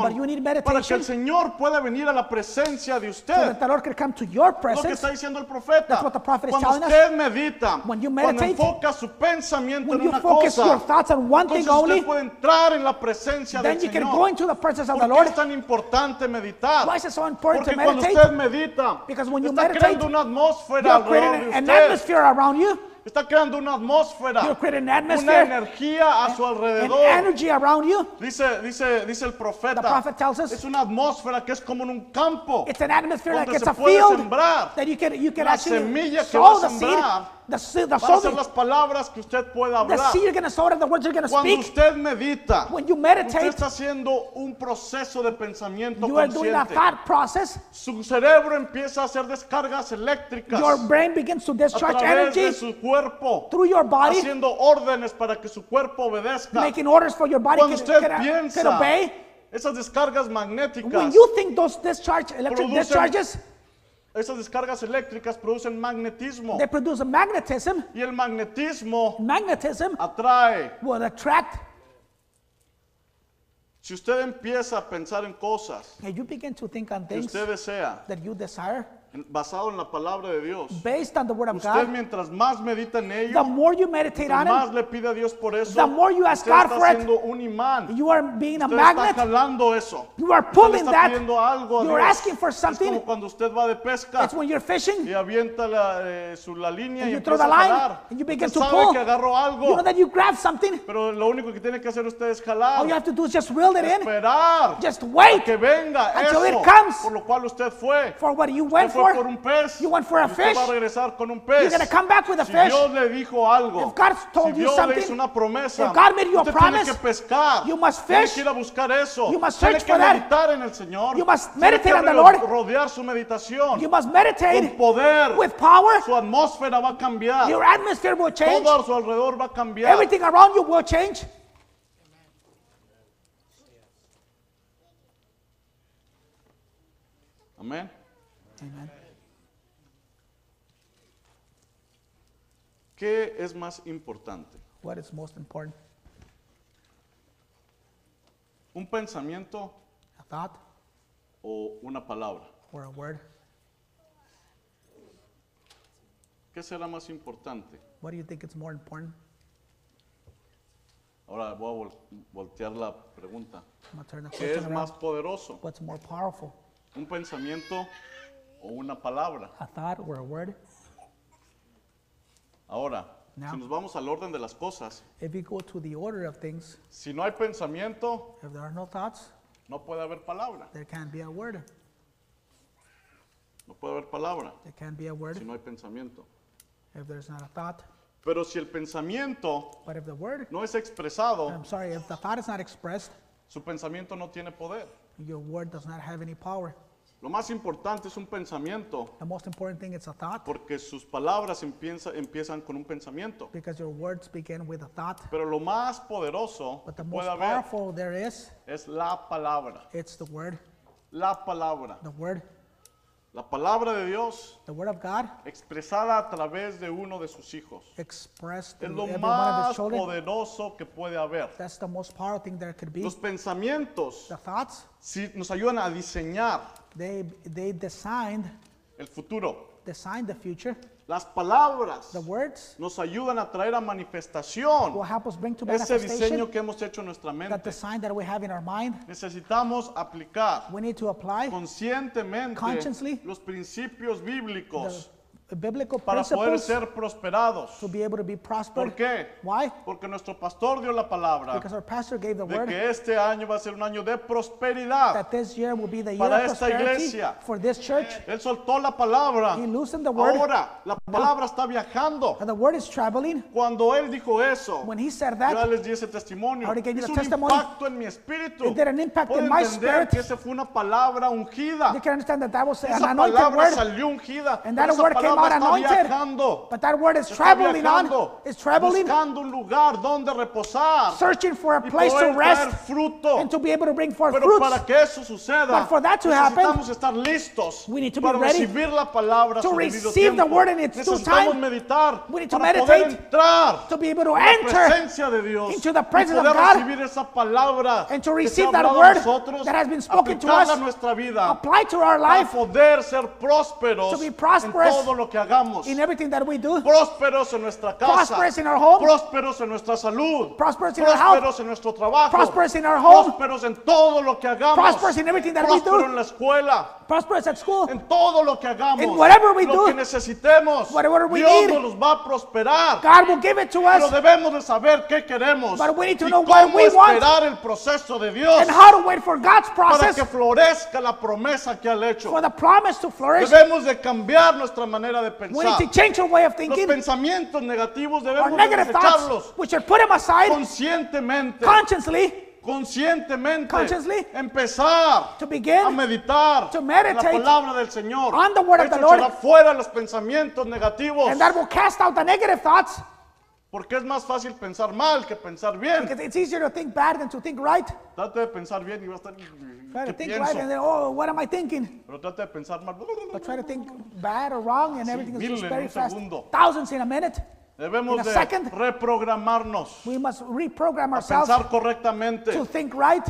[SPEAKER 2] But you need
[SPEAKER 1] meditación para que
[SPEAKER 2] meditation.
[SPEAKER 1] el Señor pueda venir a la presencia de
[SPEAKER 2] So
[SPEAKER 1] usted.
[SPEAKER 2] that the Lord can come to your
[SPEAKER 1] Lo que
[SPEAKER 2] presence.
[SPEAKER 1] está diciendo el profeta.
[SPEAKER 2] That's what the prophet is
[SPEAKER 1] Cuando
[SPEAKER 2] telling us.
[SPEAKER 1] usted medita,
[SPEAKER 2] When you
[SPEAKER 1] cuando
[SPEAKER 2] meditate,
[SPEAKER 1] enfoca su pensamiento
[SPEAKER 2] When
[SPEAKER 1] en
[SPEAKER 2] you
[SPEAKER 1] una
[SPEAKER 2] focus your
[SPEAKER 1] cosa,
[SPEAKER 2] thoughts on one thing
[SPEAKER 1] entonces usted
[SPEAKER 2] only,
[SPEAKER 1] puede entrar en la presencia
[SPEAKER 2] then
[SPEAKER 1] del
[SPEAKER 2] you can go
[SPEAKER 1] Señor.
[SPEAKER 2] into the presence of
[SPEAKER 1] ¿Por
[SPEAKER 2] the
[SPEAKER 1] qué
[SPEAKER 2] Lord.
[SPEAKER 1] es tan importante meditar?
[SPEAKER 2] Why is it so important
[SPEAKER 1] Porque
[SPEAKER 2] to
[SPEAKER 1] cuando
[SPEAKER 2] meditate?
[SPEAKER 1] usted medita,
[SPEAKER 2] Because when you
[SPEAKER 1] está
[SPEAKER 2] meditate,
[SPEAKER 1] creando una atmósfera
[SPEAKER 2] You're
[SPEAKER 1] alrededor
[SPEAKER 2] creating
[SPEAKER 1] de
[SPEAKER 2] an
[SPEAKER 1] usted.
[SPEAKER 2] atmosphere around you,
[SPEAKER 1] Está creando una atmósfera,
[SPEAKER 2] You're creating an
[SPEAKER 1] una
[SPEAKER 2] atmosphere,
[SPEAKER 1] energía a su
[SPEAKER 2] an
[SPEAKER 1] alrededor.
[SPEAKER 2] energy around you.
[SPEAKER 1] Dice, dice, dice el profeta.
[SPEAKER 2] The prophet tells us-
[SPEAKER 1] es una atmósfera que es como en un campo.
[SPEAKER 2] It's an atmosphere like
[SPEAKER 1] Donde
[SPEAKER 2] it's
[SPEAKER 1] se
[SPEAKER 2] a
[SPEAKER 1] puede
[SPEAKER 2] field
[SPEAKER 1] sembrar.
[SPEAKER 2] that you can you can
[SPEAKER 1] La
[SPEAKER 2] actually
[SPEAKER 1] semilla que
[SPEAKER 2] sow
[SPEAKER 1] va a
[SPEAKER 2] the seed,
[SPEAKER 1] sembrar
[SPEAKER 2] the seed, the
[SPEAKER 1] Van a
[SPEAKER 2] sow
[SPEAKER 1] ser
[SPEAKER 2] the,
[SPEAKER 1] las palabras que usted pueda
[SPEAKER 2] the
[SPEAKER 1] hablar.
[SPEAKER 2] seed you're gonna sow it, and the words you're gonna
[SPEAKER 1] Cuando
[SPEAKER 2] speak.
[SPEAKER 1] usted medita,
[SPEAKER 2] When you
[SPEAKER 1] usted
[SPEAKER 2] meditate,
[SPEAKER 1] está haciendo un proceso de pensamiento
[SPEAKER 2] you are doing a
[SPEAKER 1] consciente.
[SPEAKER 2] thought process.
[SPEAKER 1] Su cerebro empieza a hacer descargas eléctricas
[SPEAKER 2] Your brain begins to
[SPEAKER 1] a
[SPEAKER 2] discharge
[SPEAKER 1] través de
[SPEAKER 2] energy
[SPEAKER 1] su cuerpo,
[SPEAKER 2] through your body,
[SPEAKER 1] haciendo órdenes para que su cuerpo obedezca.
[SPEAKER 2] making orders for your body
[SPEAKER 1] Cuando
[SPEAKER 2] can,
[SPEAKER 1] usted
[SPEAKER 2] can, can
[SPEAKER 1] piensa,
[SPEAKER 2] obey.
[SPEAKER 1] esas descargas magnéticas,
[SPEAKER 2] When you think those discharge electric
[SPEAKER 1] Producen-
[SPEAKER 2] discharges,
[SPEAKER 1] esas descargas eléctricas producen magnetismo
[SPEAKER 2] they produce a magnetism.
[SPEAKER 1] y el magnetismo
[SPEAKER 2] Magnetism
[SPEAKER 1] atrae
[SPEAKER 2] will attract.
[SPEAKER 1] Si usted empieza a pensar en cosas
[SPEAKER 2] And you begin to think on
[SPEAKER 1] que
[SPEAKER 2] things
[SPEAKER 1] usted desea,
[SPEAKER 2] that you desire
[SPEAKER 1] en- basado en la palabra de Dios,
[SPEAKER 2] based on the Word of
[SPEAKER 1] usted
[SPEAKER 2] God.
[SPEAKER 1] mientras más medita en
[SPEAKER 2] The
[SPEAKER 1] ello,
[SPEAKER 2] more you meditate
[SPEAKER 1] mientras
[SPEAKER 2] on
[SPEAKER 1] más le pide a Dios por eso,
[SPEAKER 2] the more you ask
[SPEAKER 1] usted
[SPEAKER 2] God
[SPEAKER 1] está
[SPEAKER 2] for it.
[SPEAKER 1] haciendo un
[SPEAKER 2] it,
[SPEAKER 1] imán.
[SPEAKER 2] you are being a
[SPEAKER 1] Usted está
[SPEAKER 2] magnet.
[SPEAKER 1] jalando eso.
[SPEAKER 2] You are
[SPEAKER 1] Usted le
[SPEAKER 2] pulling
[SPEAKER 1] está
[SPEAKER 2] that.
[SPEAKER 1] pidiendo algo a
[SPEAKER 2] You're
[SPEAKER 1] Dios.
[SPEAKER 2] asking for
[SPEAKER 1] Es
[SPEAKER 2] something.
[SPEAKER 1] como cuando usted va de pesca
[SPEAKER 2] That's when you're fishing.
[SPEAKER 1] y avienta la, eh, su, la línea
[SPEAKER 2] And
[SPEAKER 1] y
[SPEAKER 2] you throw
[SPEAKER 1] empieza a
[SPEAKER 2] the line,
[SPEAKER 1] jalar.
[SPEAKER 2] and you begin
[SPEAKER 1] Usted
[SPEAKER 2] to
[SPEAKER 1] sabe
[SPEAKER 2] pull.
[SPEAKER 1] que agarró algo,
[SPEAKER 2] You know that you grab something.
[SPEAKER 1] pero lo único que tiene que hacer usted es
[SPEAKER 2] All
[SPEAKER 1] jalar,
[SPEAKER 2] you have to do is just reel it in.
[SPEAKER 1] esperar
[SPEAKER 2] Just
[SPEAKER 1] a
[SPEAKER 2] wait
[SPEAKER 1] que venga
[SPEAKER 2] until
[SPEAKER 1] eso
[SPEAKER 2] it comes.
[SPEAKER 1] por lo cual usted fue.
[SPEAKER 2] for what you went
[SPEAKER 1] Usted fue
[SPEAKER 2] for?
[SPEAKER 1] por un pez.
[SPEAKER 2] You went for a
[SPEAKER 1] y usted va a
[SPEAKER 2] fish?
[SPEAKER 1] regresar con un pez.
[SPEAKER 2] You're gonna come back with a
[SPEAKER 1] si
[SPEAKER 2] fish?
[SPEAKER 1] Dios le dijo algo,
[SPEAKER 2] If God told
[SPEAKER 1] si
[SPEAKER 2] you
[SPEAKER 1] Dios le
[SPEAKER 2] something,
[SPEAKER 1] hizo una promesa,
[SPEAKER 2] if God made you a
[SPEAKER 1] usted
[SPEAKER 2] promise,
[SPEAKER 1] tiene que pescar.
[SPEAKER 2] you must
[SPEAKER 1] Tiene
[SPEAKER 2] fish.
[SPEAKER 1] que ir a buscar eso.
[SPEAKER 2] You must
[SPEAKER 1] tiene
[SPEAKER 2] search
[SPEAKER 1] que
[SPEAKER 2] for that.
[SPEAKER 1] meditar en el Señor.
[SPEAKER 2] You must
[SPEAKER 1] Tiene
[SPEAKER 2] meditate
[SPEAKER 1] que
[SPEAKER 2] on the
[SPEAKER 1] ro-
[SPEAKER 2] Lord.
[SPEAKER 1] Rodear su meditación.
[SPEAKER 2] You must meditate
[SPEAKER 1] con poder.
[SPEAKER 2] with power.
[SPEAKER 1] su atmósfera va a cambiar.
[SPEAKER 2] Your atmosphere will change.
[SPEAKER 1] Todo a su alrededor va a cambiar.
[SPEAKER 2] Everything around you will change.
[SPEAKER 1] Amén.
[SPEAKER 2] Amen.
[SPEAKER 1] ¿Qué es más importante?
[SPEAKER 2] What is most important?
[SPEAKER 1] ¿Un pensamiento
[SPEAKER 2] A thought
[SPEAKER 1] o una palabra?
[SPEAKER 2] or a word?
[SPEAKER 1] ¿Qué será más importante?
[SPEAKER 2] What do you think is more important?
[SPEAKER 1] Ahora voy a vol- voltear la pregunta.
[SPEAKER 2] I'm gonna turn the
[SPEAKER 1] ¿Qué
[SPEAKER 2] question
[SPEAKER 1] es más
[SPEAKER 2] around.
[SPEAKER 1] poderoso?
[SPEAKER 2] What's more powerful?
[SPEAKER 1] ¿Un pensamiento o una palabra?
[SPEAKER 2] A thought or a word?
[SPEAKER 1] Ahora,
[SPEAKER 2] No.
[SPEAKER 1] si nos vamos al orden de las cosas,
[SPEAKER 2] If you go to the order of things,
[SPEAKER 1] si no hay pensamiento,
[SPEAKER 2] if there are no thoughts,
[SPEAKER 1] no puede haber palabra.
[SPEAKER 2] there can't be a word.
[SPEAKER 1] No puede haber palabra
[SPEAKER 2] There can't be a
[SPEAKER 1] si
[SPEAKER 2] word
[SPEAKER 1] no hay pensamiento.
[SPEAKER 2] if there's not a thought.
[SPEAKER 1] Pero si el pensamiento
[SPEAKER 2] But if the word,
[SPEAKER 1] no es expresado,
[SPEAKER 2] I'm sorry, if the thought is not expressed,
[SPEAKER 1] su pensamiento no tiene poder.
[SPEAKER 2] your word does not have any power.
[SPEAKER 1] Lo más importante es un pensamiento,
[SPEAKER 2] The most important thing is a thought
[SPEAKER 1] porque sus palabras empieza- empiezan con un pensamiento.
[SPEAKER 2] because your words begin with a thought.
[SPEAKER 1] Pero lo más poderoso
[SPEAKER 2] But
[SPEAKER 1] que
[SPEAKER 2] the
[SPEAKER 1] puede
[SPEAKER 2] most
[SPEAKER 1] haber
[SPEAKER 2] powerful there is,
[SPEAKER 1] es la palabra.
[SPEAKER 2] it's the word.
[SPEAKER 1] La palabra.
[SPEAKER 2] The word,
[SPEAKER 1] La palabra de Dios
[SPEAKER 2] the word of God
[SPEAKER 1] expresada a través de uno de sus hijos.
[SPEAKER 2] expressed
[SPEAKER 1] Es
[SPEAKER 2] in
[SPEAKER 1] lo
[SPEAKER 2] every one of
[SPEAKER 1] más
[SPEAKER 2] his children.
[SPEAKER 1] poderoso que puede haber.
[SPEAKER 2] That's the most powerful thing there could be.
[SPEAKER 1] Los pensamientos
[SPEAKER 2] The thoughts,
[SPEAKER 1] si nos ayudan a diseñar
[SPEAKER 2] they they designed
[SPEAKER 1] el futuro.
[SPEAKER 2] designed the future.
[SPEAKER 1] Las palabras
[SPEAKER 2] The words
[SPEAKER 1] nos ayudan a traer a manifestación
[SPEAKER 2] will help us bring to
[SPEAKER 1] ese
[SPEAKER 2] manifestation
[SPEAKER 1] diseño que hemos hecho en nuestra
[SPEAKER 2] that
[SPEAKER 1] mente.
[SPEAKER 2] design that we have in our mind.
[SPEAKER 1] Necesitamos aplicar
[SPEAKER 2] We need to apply
[SPEAKER 1] conscientemente
[SPEAKER 2] Consciously.
[SPEAKER 1] los principios bíblicos
[SPEAKER 2] the biblical
[SPEAKER 1] para poder
[SPEAKER 2] principles
[SPEAKER 1] ser prosperados.
[SPEAKER 2] to be able to be prospered.
[SPEAKER 1] ¿Por qué?
[SPEAKER 2] Why?
[SPEAKER 1] Porque nuestro pastor dio la palabra
[SPEAKER 2] Because our pastor gave the
[SPEAKER 1] de
[SPEAKER 2] word
[SPEAKER 1] que este año va a ser un año de prosperidad.
[SPEAKER 2] that this year will be the year
[SPEAKER 1] Para
[SPEAKER 2] of
[SPEAKER 1] esta
[SPEAKER 2] prosperity
[SPEAKER 1] iglesia.
[SPEAKER 2] for this church.
[SPEAKER 1] Él soltó la palabra.
[SPEAKER 2] He loosened the word.
[SPEAKER 1] Ahora la palabra está viajando.
[SPEAKER 2] And the word is traveling.
[SPEAKER 1] Cuando él dijo eso,
[SPEAKER 2] When he said
[SPEAKER 1] yo ya
[SPEAKER 2] that,
[SPEAKER 1] les di ese testimonio.
[SPEAKER 2] Already gave you
[SPEAKER 1] Hizo un
[SPEAKER 2] the testimony.
[SPEAKER 1] impacto en mi espíritu.
[SPEAKER 2] It did an impact
[SPEAKER 1] Puedo
[SPEAKER 2] in my
[SPEAKER 1] entender
[SPEAKER 2] spirit.
[SPEAKER 1] que esa fue una palabra ungida.
[SPEAKER 2] you can understand that that was an
[SPEAKER 1] Esa
[SPEAKER 2] anointed
[SPEAKER 1] palabra
[SPEAKER 2] word,
[SPEAKER 1] salió ungida. pero
[SPEAKER 2] And that
[SPEAKER 1] esa
[SPEAKER 2] word came
[SPEAKER 1] palabra
[SPEAKER 2] out
[SPEAKER 1] está
[SPEAKER 2] anointed.
[SPEAKER 1] viajando.
[SPEAKER 2] but that word is
[SPEAKER 1] Está
[SPEAKER 2] traveling on,
[SPEAKER 1] viajando,
[SPEAKER 2] is traveling,
[SPEAKER 1] Buscando un lugar donde reposar.
[SPEAKER 2] searching for a
[SPEAKER 1] y
[SPEAKER 2] place to
[SPEAKER 1] poder traer
[SPEAKER 2] rest
[SPEAKER 1] fruto.
[SPEAKER 2] and to be able to bring forth
[SPEAKER 1] Pero
[SPEAKER 2] fruits.
[SPEAKER 1] para que eso suceda,
[SPEAKER 2] But for that to happen,
[SPEAKER 1] necesitamos estar listos
[SPEAKER 2] we need to be
[SPEAKER 1] para
[SPEAKER 2] ready
[SPEAKER 1] recibir la palabra a
[SPEAKER 2] to
[SPEAKER 1] su debido
[SPEAKER 2] receive the
[SPEAKER 1] tiempo.
[SPEAKER 2] word in its due
[SPEAKER 1] necesitamos
[SPEAKER 2] time.
[SPEAKER 1] meditar
[SPEAKER 2] We need to
[SPEAKER 1] para poder
[SPEAKER 2] meditate
[SPEAKER 1] entrar
[SPEAKER 2] to be able to
[SPEAKER 1] en la
[SPEAKER 2] enter
[SPEAKER 1] presencia de Dios
[SPEAKER 2] into the
[SPEAKER 1] y
[SPEAKER 2] presence of
[SPEAKER 1] poder
[SPEAKER 2] God
[SPEAKER 1] recibir esa palabra
[SPEAKER 2] and to
[SPEAKER 1] que se
[SPEAKER 2] receive
[SPEAKER 1] ha
[SPEAKER 2] that
[SPEAKER 1] hablado a
[SPEAKER 2] word
[SPEAKER 1] nosotros,
[SPEAKER 2] that has been spoken to
[SPEAKER 1] aplicarla
[SPEAKER 2] us,
[SPEAKER 1] a nuestra vida
[SPEAKER 2] apply to our
[SPEAKER 1] para
[SPEAKER 2] life
[SPEAKER 1] poder ser prósperos
[SPEAKER 2] to be prosperous
[SPEAKER 1] en todo lo que hagamos
[SPEAKER 2] in everything that we do,
[SPEAKER 1] prósperos en nuestra casa,
[SPEAKER 2] Prosperous in our home.
[SPEAKER 1] prósperos en nuestra salud,
[SPEAKER 2] Prosperous in our health.
[SPEAKER 1] prósperos en nuestro trabajo,
[SPEAKER 2] Prosperous in our home.
[SPEAKER 1] prósperos en todo lo que hagamos,
[SPEAKER 2] Prosperous in everything that we
[SPEAKER 1] próspero
[SPEAKER 2] do.
[SPEAKER 1] en la escuela,
[SPEAKER 2] prosperous at school.
[SPEAKER 1] en todo lo que hagamos,
[SPEAKER 2] In whatever we
[SPEAKER 1] lo
[SPEAKER 2] do.
[SPEAKER 1] que necesitemos,
[SPEAKER 2] Whatever we
[SPEAKER 1] Dios
[SPEAKER 2] need.
[SPEAKER 1] nos los va a prosperar.
[SPEAKER 2] God will give it to
[SPEAKER 1] Pero
[SPEAKER 2] us
[SPEAKER 1] debemos de saber qué queremos
[SPEAKER 2] But we need to
[SPEAKER 1] y
[SPEAKER 2] know
[SPEAKER 1] cómo
[SPEAKER 2] what we want.
[SPEAKER 1] esperar el proceso de Dios
[SPEAKER 2] and how to wait for God's
[SPEAKER 1] para que
[SPEAKER 2] process
[SPEAKER 1] florezca la promesa que Él ha hecho.
[SPEAKER 2] for the promise to flourish.
[SPEAKER 1] Debemos de cambiar nuestra manera de
[SPEAKER 2] We
[SPEAKER 1] pensar.
[SPEAKER 2] need to change our way of
[SPEAKER 1] Los
[SPEAKER 2] thinking.
[SPEAKER 1] pensamientos negativos
[SPEAKER 2] Our
[SPEAKER 1] debemos de
[SPEAKER 2] negative
[SPEAKER 1] desecharlos.
[SPEAKER 2] thoughts, we should put them aside
[SPEAKER 1] conscientemente,
[SPEAKER 2] consciously
[SPEAKER 1] conscientemente,
[SPEAKER 2] Consciously.
[SPEAKER 1] empezar
[SPEAKER 2] to
[SPEAKER 1] a
[SPEAKER 2] begin
[SPEAKER 1] meditar
[SPEAKER 2] to
[SPEAKER 1] en
[SPEAKER 2] meditate
[SPEAKER 1] la palabra del Señor.
[SPEAKER 2] on the word of
[SPEAKER 1] Eso
[SPEAKER 2] the Lord.
[SPEAKER 1] echará fuera los pensamientos negativos,
[SPEAKER 2] and that will cast out the negative thoughts
[SPEAKER 1] porque es más fácil pensar mal que pensar bien.
[SPEAKER 2] because it's easier to think bad than to think right.
[SPEAKER 1] Trate de pensar bien y va a estar
[SPEAKER 2] Try to
[SPEAKER 1] ¿qué
[SPEAKER 2] think
[SPEAKER 1] pienso?
[SPEAKER 2] right and then, oh, what am I thinking?
[SPEAKER 1] Pero trate de pensar mal.
[SPEAKER 2] But try to think bad or wrong and everything
[SPEAKER 1] mil
[SPEAKER 2] is just
[SPEAKER 1] en
[SPEAKER 2] very
[SPEAKER 1] un
[SPEAKER 2] fast.
[SPEAKER 1] segundo.
[SPEAKER 2] Thousands in a minute. in
[SPEAKER 1] Debemos
[SPEAKER 2] a
[SPEAKER 1] de
[SPEAKER 2] second.
[SPEAKER 1] reprogramarnos,
[SPEAKER 2] We must reprogram
[SPEAKER 1] a
[SPEAKER 2] ourselves
[SPEAKER 1] pensar correctamente.
[SPEAKER 2] to think right.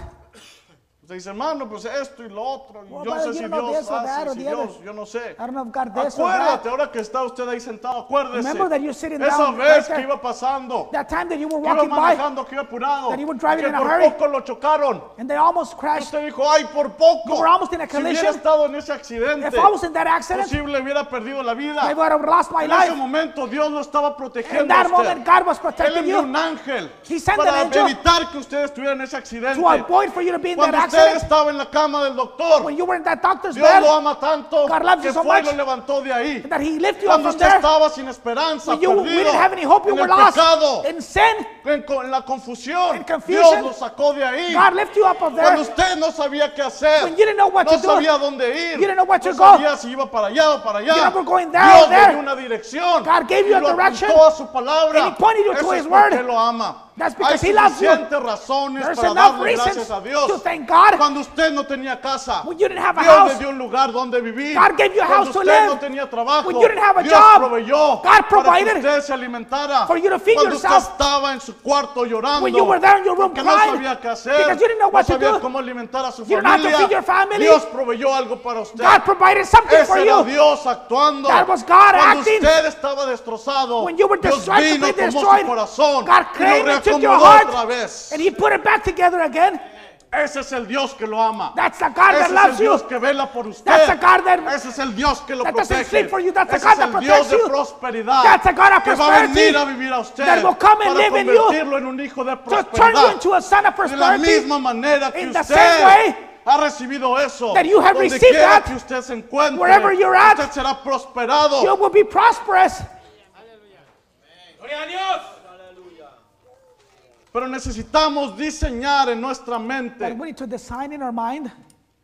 [SPEAKER 1] Usted dice, hermano, pues esto y lo otro. y yo no
[SPEAKER 2] Well, brother,
[SPEAKER 1] sé si
[SPEAKER 2] you know
[SPEAKER 1] Dios
[SPEAKER 2] this or that
[SPEAKER 1] hace,
[SPEAKER 2] or
[SPEAKER 1] si
[SPEAKER 2] the other.
[SPEAKER 1] Dios, yo no sé.
[SPEAKER 2] I don't know if God this or that.
[SPEAKER 1] Acuérdate, ahora que está usted ahí sentado, acuérdese.
[SPEAKER 2] Remember that you're sitting
[SPEAKER 1] Esa
[SPEAKER 2] down
[SPEAKER 1] vez
[SPEAKER 2] right there.
[SPEAKER 1] que iba pasando,
[SPEAKER 2] That time that you were
[SPEAKER 1] que iba
[SPEAKER 2] walking by
[SPEAKER 1] manejando, que iba apurado,
[SPEAKER 2] that you were
[SPEAKER 1] que
[SPEAKER 2] driving in a
[SPEAKER 1] por
[SPEAKER 2] hurry.
[SPEAKER 1] poco lo chocaron.
[SPEAKER 2] and they almost
[SPEAKER 1] Y
[SPEAKER 2] crashed.
[SPEAKER 1] usted dijo, ay, por poco.
[SPEAKER 2] You were almost in a
[SPEAKER 1] si hubiera
[SPEAKER 2] collision.
[SPEAKER 1] estado en ese accidente,
[SPEAKER 2] If I was in that accident,
[SPEAKER 1] posible hubiera perdido la
[SPEAKER 2] I
[SPEAKER 1] vida.
[SPEAKER 2] would have lost my
[SPEAKER 1] En ese
[SPEAKER 2] life.
[SPEAKER 1] momento Dios lo estaba protegiendo
[SPEAKER 2] In that
[SPEAKER 1] a usted.
[SPEAKER 2] moment, God was
[SPEAKER 1] Él
[SPEAKER 2] protecting
[SPEAKER 1] envió
[SPEAKER 2] you
[SPEAKER 1] un ángel
[SPEAKER 2] He sent
[SPEAKER 1] para
[SPEAKER 2] an angel
[SPEAKER 1] evitar que usted estuviera en ese accidente.
[SPEAKER 2] to avoid for you to be in that
[SPEAKER 1] Cuando usted usted
[SPEAKER 2] accident.
[SPEAKER 1] estaba en la cama del doctor,
[SPEAKER 2] When you were in that doctor's
[SPEAKER 1] Dios
[SPEAKER 2] bed,
[SPEAKER 1] lo ama tanto
[SPEAKER 2] God loves you
[SPEAKER 1] que
[SPEAKER 2] so
[SPEAKER 1] fue y
[SPEAKER 2] much
[SPEAKER 1] lo levantó de ahí.
[SPEAKER 2] that He lifted you up
[SPEAKER 1] Cuando
[SPEAKER 2] from
[SPEAKER 1] usted
[SPEAKER 2] there,
[SPEAKER 1] estaba sin esperanza,
[SPEAKER 2] when you, we
[SPEAKER 1] perdido,
[SPEAKER 2] didn't have any hope, you
[SPEAKER 1] en
[SPEAKER 2] were
[SPEAKER 1] el
[SPEAKER 2] lost
[SPEAKER 1] pecado,
[SPEAKER 2] in sin.
[SPEAKER 1] en, co- en la confusión,
[SPEAKER 2] in
[SPEAKER 1] Dios
[SPEAKER 2] confusion,
[SPEAKER 1] lo sacó de ahí.
[SPEAKER 2] God lifted you up of
[SPEAKER 1] Cuando
[SPEAKER 2] there.
[SPEAKER 1] usted no sabía qué hacer,
[SPEAKER 2] When you didn't know what
[SPEAKER 1] no
[SPEAKER 2] to do,
[SPEAKER 1] sabía dónde ir,
[SPEAKER 2] you didn't know what
[SPEAKER 1] no
[SPEAKER 2] to go,
[SPEAKER 1] sabía si iba para allá o para allá,
[SPEAKER 2] you were going there
[SPEAKER 1] Dios
[SPEAKER 2] or there.
[SPEAKER 1] le dio una dirección,
[SPEAKER 2] God gave
[SPEAKER 1] y
[SPEAKER 2] you a
[SPEAKER 1] lo
[SPEAKER 2] direction,
[SPEAKER 1] apuntó a su palabra,
[SPEAKER 2] and he pointed you to
[SPEAKER 1] Eso es
[SPEAKER 2] his word.
[SPEAKER 1] porque lo ama.
[SPEAKER 2] That's
[SPEAKER 1] Hay
[SPEAKER 2] because he loves you.
[SPEAKER 1] suficientes razones
[SPEAKER 2] There's
[SPEAKER 1] para
[SPEAKER 2] enough
[SPEAKER 1] darle
[SPEAKER 2] reasons
[SPEAKER 1] gracias a Dios.
[SPEAKER 2] to thank God.
[SPEAKER 1] Cuando usted no tenía casa,
[SPEAKER 2] When you didn't have a
[SPEAKER 1] Dios le
[SPEAKER 2] house,
[SPEAKER 1] dio un lugar donde vivir.
[SPEAKER 2] God gave you a
[SPEAKER 1] Cuando
[SPEAKER 2] house to
[SPEAKER 1] usted
[SPEAKER 2] live.
[SPEAKER 1] no tenía trabajo,
[SPEAKER 2] When you didn't have a
[SPEAKER 1] Dios
[SPEAKER 2] job,
[SPEAKER 1] proveyó
[SPEAKER 2] God
[SPEAKER 1] para que
[SPEAKER 2] provided
[SPEAKER 1] usted se alimentara.
[SPEAKER 2] for you to feed
[SPEAKER 1] Cuando
[SPEAKER 2] yourself.
[SPEAKER 1] usted estaba en su cuarto llorando,
[SPEAKER 2] When you were there in your room
[SPEAKER 1] porque
[SPEAKER 2] crying,
[SPEAKER 1] no sabía qué hacer,
[SPEAKER 2] because you didn't know
[SPEAKER 1] no
[SPEAKER 2] what to
[SPEAKER 1] sabía
[SPEAKER 2] do.
[SPEAKER 1] cómo alimentar a su
[SPEAKER 2] You don't have to
[SPEAKER 1] familia,
[SPEAKER 2] feed your family.
[SPEAKER 1] Dios proveyó algo para usted.
[SPEAKER 2] God provided something for
[SPEAKER 1] Ese era
[SPEAKER 2] you.
[SPEAKER 1] Dios actuando.
[SPEAKER 2] That was God
[SPEAKER 1] Cuando
[SPEAKER 2] acting.
[SPEAKER 1] usted estaba destrozado,
[SPEAKER 2] When you were
[SPEAKER 1] Dios
[SPEAKER 2] destroyed,
[SPEAKER 1] vino,
[SPEAKER 2] completely
[SPEAKER 1] tomó su
[SPEAKER 2] destroyed,
[SPEAKER 1] corazón
[SPEAKER 2] God
[SPEAKER 1] y lo
[SPEAKER 2] came and took your
[SPEAKER 1] reacomodó otra
[SPEAKER 2] heart
[SPEAKER 1] vez.
[SPEAKER 2] and He put it back together again.
[SPEAKER 1] Ese es el Dios que lo ama.
[SPEAKER 2] That's the God
[SPEAKER 1] Ese
[SPEAKER 2] that
[SPEAKER 1] es el
[SPEAKER 2] loves you.
[SPEAKER 1] Dios que vela por usted.
[SPEAKER 2] That's the God that-
[SPEAKER 1] Ese es el Dios que lo
[SPEAKER 2] that doesn't
[SPEAKER 1] protege.
[SPEAKER 2] sleep for you. That's the
[SPEAKER 1] Ese
[SPEAKER 2] God
[SPEAKER 1] es
[SPEAKER 2] that
[SPEAKER 1] el Dios
[SPEAKER 2] protects
[SPEAKER 1] de
[SPEAKER 2] you.
[SPEAKER 1] prosperidad.
[SPEAKER 2] That's the God of
[SPEAKER 1] que va a venir
[SPEAKER 2] prosperity
[SPEAKER 1] a vivir a usted.
[SPEAKER 2] that will come and
[SPEAKER 1] para
[SPEAKER 2] live in you.
[SPEAKER 1] convertirlo en un hijo de
[SPEAKER 2] To turn you
[SPEAKER 1] prosperidad.
[SPEAKER 2] into a son of
[SPEAKER 1] de la
[SPEAKER 2] prosperity.
[SPEAKER 1] misma manera que
[SPEAKER 2] in the
[SPEAKER 1] usted
[SPEAKER 2] same way
[SPEAKER 1] ha recibido eso.
[SPEAKER 2] that you have
[SPEAKER 1] donde
[SPEAKER 2] received
[SPEAKER 1] quiera
[SPEAKER 2] that,
[SPEAKER 1] que usted se encuentre.
[SPEAKER 2] wherever you're at,
[SPEAKER 1] usted será prosperado.
[SPEAKER 2] You will be prosperous.
[SPEAKER 3] Gloria a Dios.
[SPEAKER 1] Pero necesitamos diseñar en nuestra mente
[SPEAKER 2] But we need to design in our mind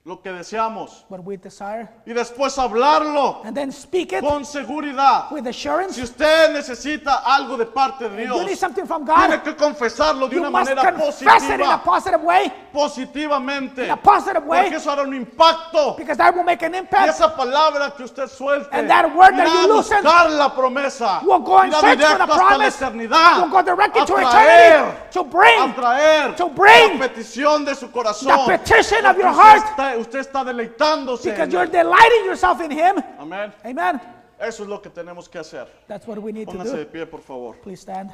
[SPEAKER 1] lo que deseamos
[SPEAKER 2] what we desire
[SPEAKER 1] y después hablarlo
[SPEAKER 2] and then speak it
[SPEAKER 1] con seguridad.
[SPEAKER 2] with assurance.
[SPEAKER 1] Si usted necesita algo de parte de
[SPEAKER 2] You need
[SPEAKER 1] Dios,
[SPEAKER 2] something from
[SPEAKER 1] tiene
[SPEAKER 2] God.
[SPEAKER 1] que confesarlo de
[SPEAKER 2] You
[SPEAKER 1] una
[SPEAKER 2] must
[SPEAKER 1] manera
[SPEAKER 2] confess it in a
[SPEAKER 1] positiva,
[SPEAKER 2] positive way.
[SPEAKER 1] positivamente,
[SPEAKER 2] In a positive
[SPEAKER 1] porque
[SPEAKER 2] way.
[SPEAKER 1] eso hará un impacto.
[SPEAKER 2] Because that will make an
[SPEAKER 1] Y
[SPEAKER 2] impact.
[SPEAKER 1] esa palabra que usted suelte,
[SPEAKER 2] And that word that
[SPEAKER 1] irá a
[SPEAKER 2] you loosen,
[SPEAKER 1] buscar la promesa,
[SPEAKER 2] will go and
[SPEAKER 1] irá
[SPEAKER 2] search for
[SPEAKER 1] directo
[SPEAKER 2] the
[SPEAKER 1] hasta la
[SPEAKER 2] promise,
[SPEAKER 1] eternidad,
[SPEAKER 2] will go directly
[SPEAKER 1] a
[SPEAKER 2] to
[SPEAKER 1] traer,
[SPEAKER 2] eternity to bring
[SPEAKER 1] a traer
[SPEAKER 2] to bring
[SPEAKER 1] la petición de su corazón,
[SPEAKER 2] the petition of
[SPEAKER 1] Porque
[SPEAKER 2] your
[SPEAKER 1] usted
[SPEAKER 2] heart.
[SPEAKER 1] está- usted está deleitándose, en
[SPEAKER 2] because you're
[SPEAKER 1] él.
[SPEAKER 2] delighting yourself in Him.
[SPEAKER 1] amén.
[SPEAKER 2] Amen.
[SPEAKER 1] Eso es lo que tenemos que hacer.
[SPEAKER 2] That's what we need to
[SPEAKER 1] Póngase de
[SPEAKER 2] do.
[SPEAKER 1] pie, por favor.
[SPEAKER 2] Please stand.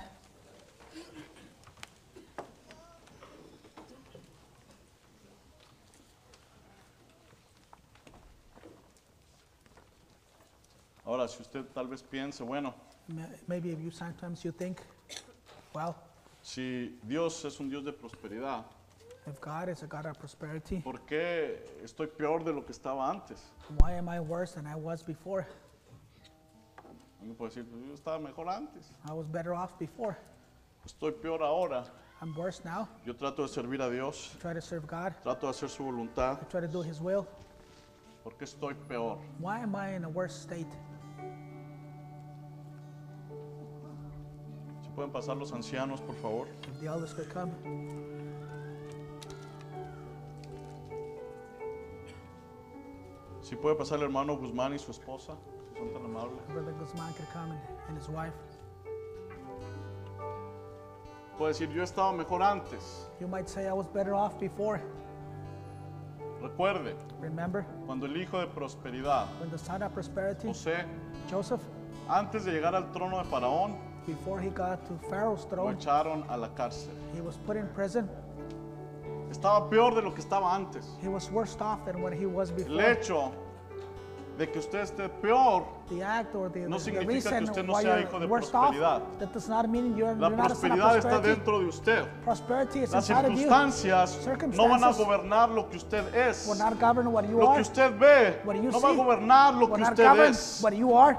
[SPEAKER 1] Ahora, si usted tal vez piense, bueno,
[SPEAKER 2] Ma- Maybe if you sometimes you think, well,
[SPEAKER 1] si Dios es un Dios de prosperidad,
[SPEAKER 2] if God is a God of prosperity,
[SPEAKER 1] ¿por qué estoy peor de lo que estaba antes?
[SPEAKER 2] why am I worse than I was before?
[SPEAKER 1] Uno puede decir, "Pues yo estaba mejor antes,
[SPEAKER 2] I was better off before.
[SPEAKER 1] estoy peor ahora.
[SPEAKER 2] I'm worse now.
[SPEAKER 1] Yo trato de servir a Dios,
[SPEAKER 2] Try to serve God.
[SPEAKER 1] trato de hacer su voluntad,
[SPEAKER 2] Try to do His will.
[SPEAKER 1] ¿por qué estoy peor?
[SPEAKER 2] Why am I in a worse state?
[SPEAKER 1] ¿Se pueden pasar los ancianos, por favor?
[SPEAKER 2] If the elders could come.
[SPEAKER 1] Si puede pasar el hermano Guzmán y su esposa, si son tan amables.
[SPEAKER 2] Brother Guzman could come and, and his wife.
[SPEAKER 1] Puede decir, yo estaba mejor antes.
[SPEAKER 2] You might say I was better off before.
[SPEAKER 1] Recuerde,
[SPEAKER 2] Remember
[SPEAKER 1] cuando el hijo de prosperidad,
[SPEAKER 2] when the son of prosperity,
[SPEAKER 1] José,
[SPEAKER 2] Joseph,
[SPEAKER 1] antes de llegar al trono de Faraón,
[SPEAKER 2] before he got to Pharaoh's
[SPEAKER 1] lo
[SPEAKER 2] throne,
[SPEAKER 1] echaron a la cárcel.
[SPEAKER 2] he was put in prison.
[SPEAKER 1] Estaba peor de lo que estaba antes.
[SPEAKER 2] He was worse off than what he was
[SPEAKER 1] El
[SPEAKER 2] before.
[SPEAKER 1] hecho de que usted esté peor,
[SPEAKER 2] The act or the,
[SPEAKER 1] No
[SPEAKER 2] the
[SPEAKER 1] significa que
[SPEAKER 2] reason
[SPEAKER 1] usted no
[SPEAKER 2] why
[SPEAKER 1] sea
[SPEAKER 2] you're
[SPEAKER 1] hijo de
[SPEAKER 2] worse
[SPEAKER 1] prosperidad.
[SPEAKER 2] off, that does not mean you're,
[SPEAKER 1] la
[SPEAKER 2] you're not a son of
[SPEAKER 1] prosperidad está
[SPEAKER 2] prosperity.
[SPEAKER 1] dentro de usted.
[SPEAKER 2] Prosperity is
[SPEAKER 1] Las
[SPEAKER 2] inside of you.
[SPEAKER 1] circunstancias no van a
[SPEAKER 2] Circumstances
[SPEAKER 1] gobernar lo que usted es.
[SPEAKER 2] Will not govern what you
[SPEAKER 1] Lo que
[SPEAKER 2] are.
[SPEAKER 1] usted ve
[SPEAKER 2] What you
[SPEAKER 1] no va a
[SPEAKER 2] see
[SPEAKER 1] gobernar lo
[SPEAKER 2] Will
[SPEAKER 1] que
[SPEAKER 2] not
[SPEAKER 1] usted
[SPEAKER 2] govern
[SPEAKER 1] es.
[SPEAKER 2] what you are.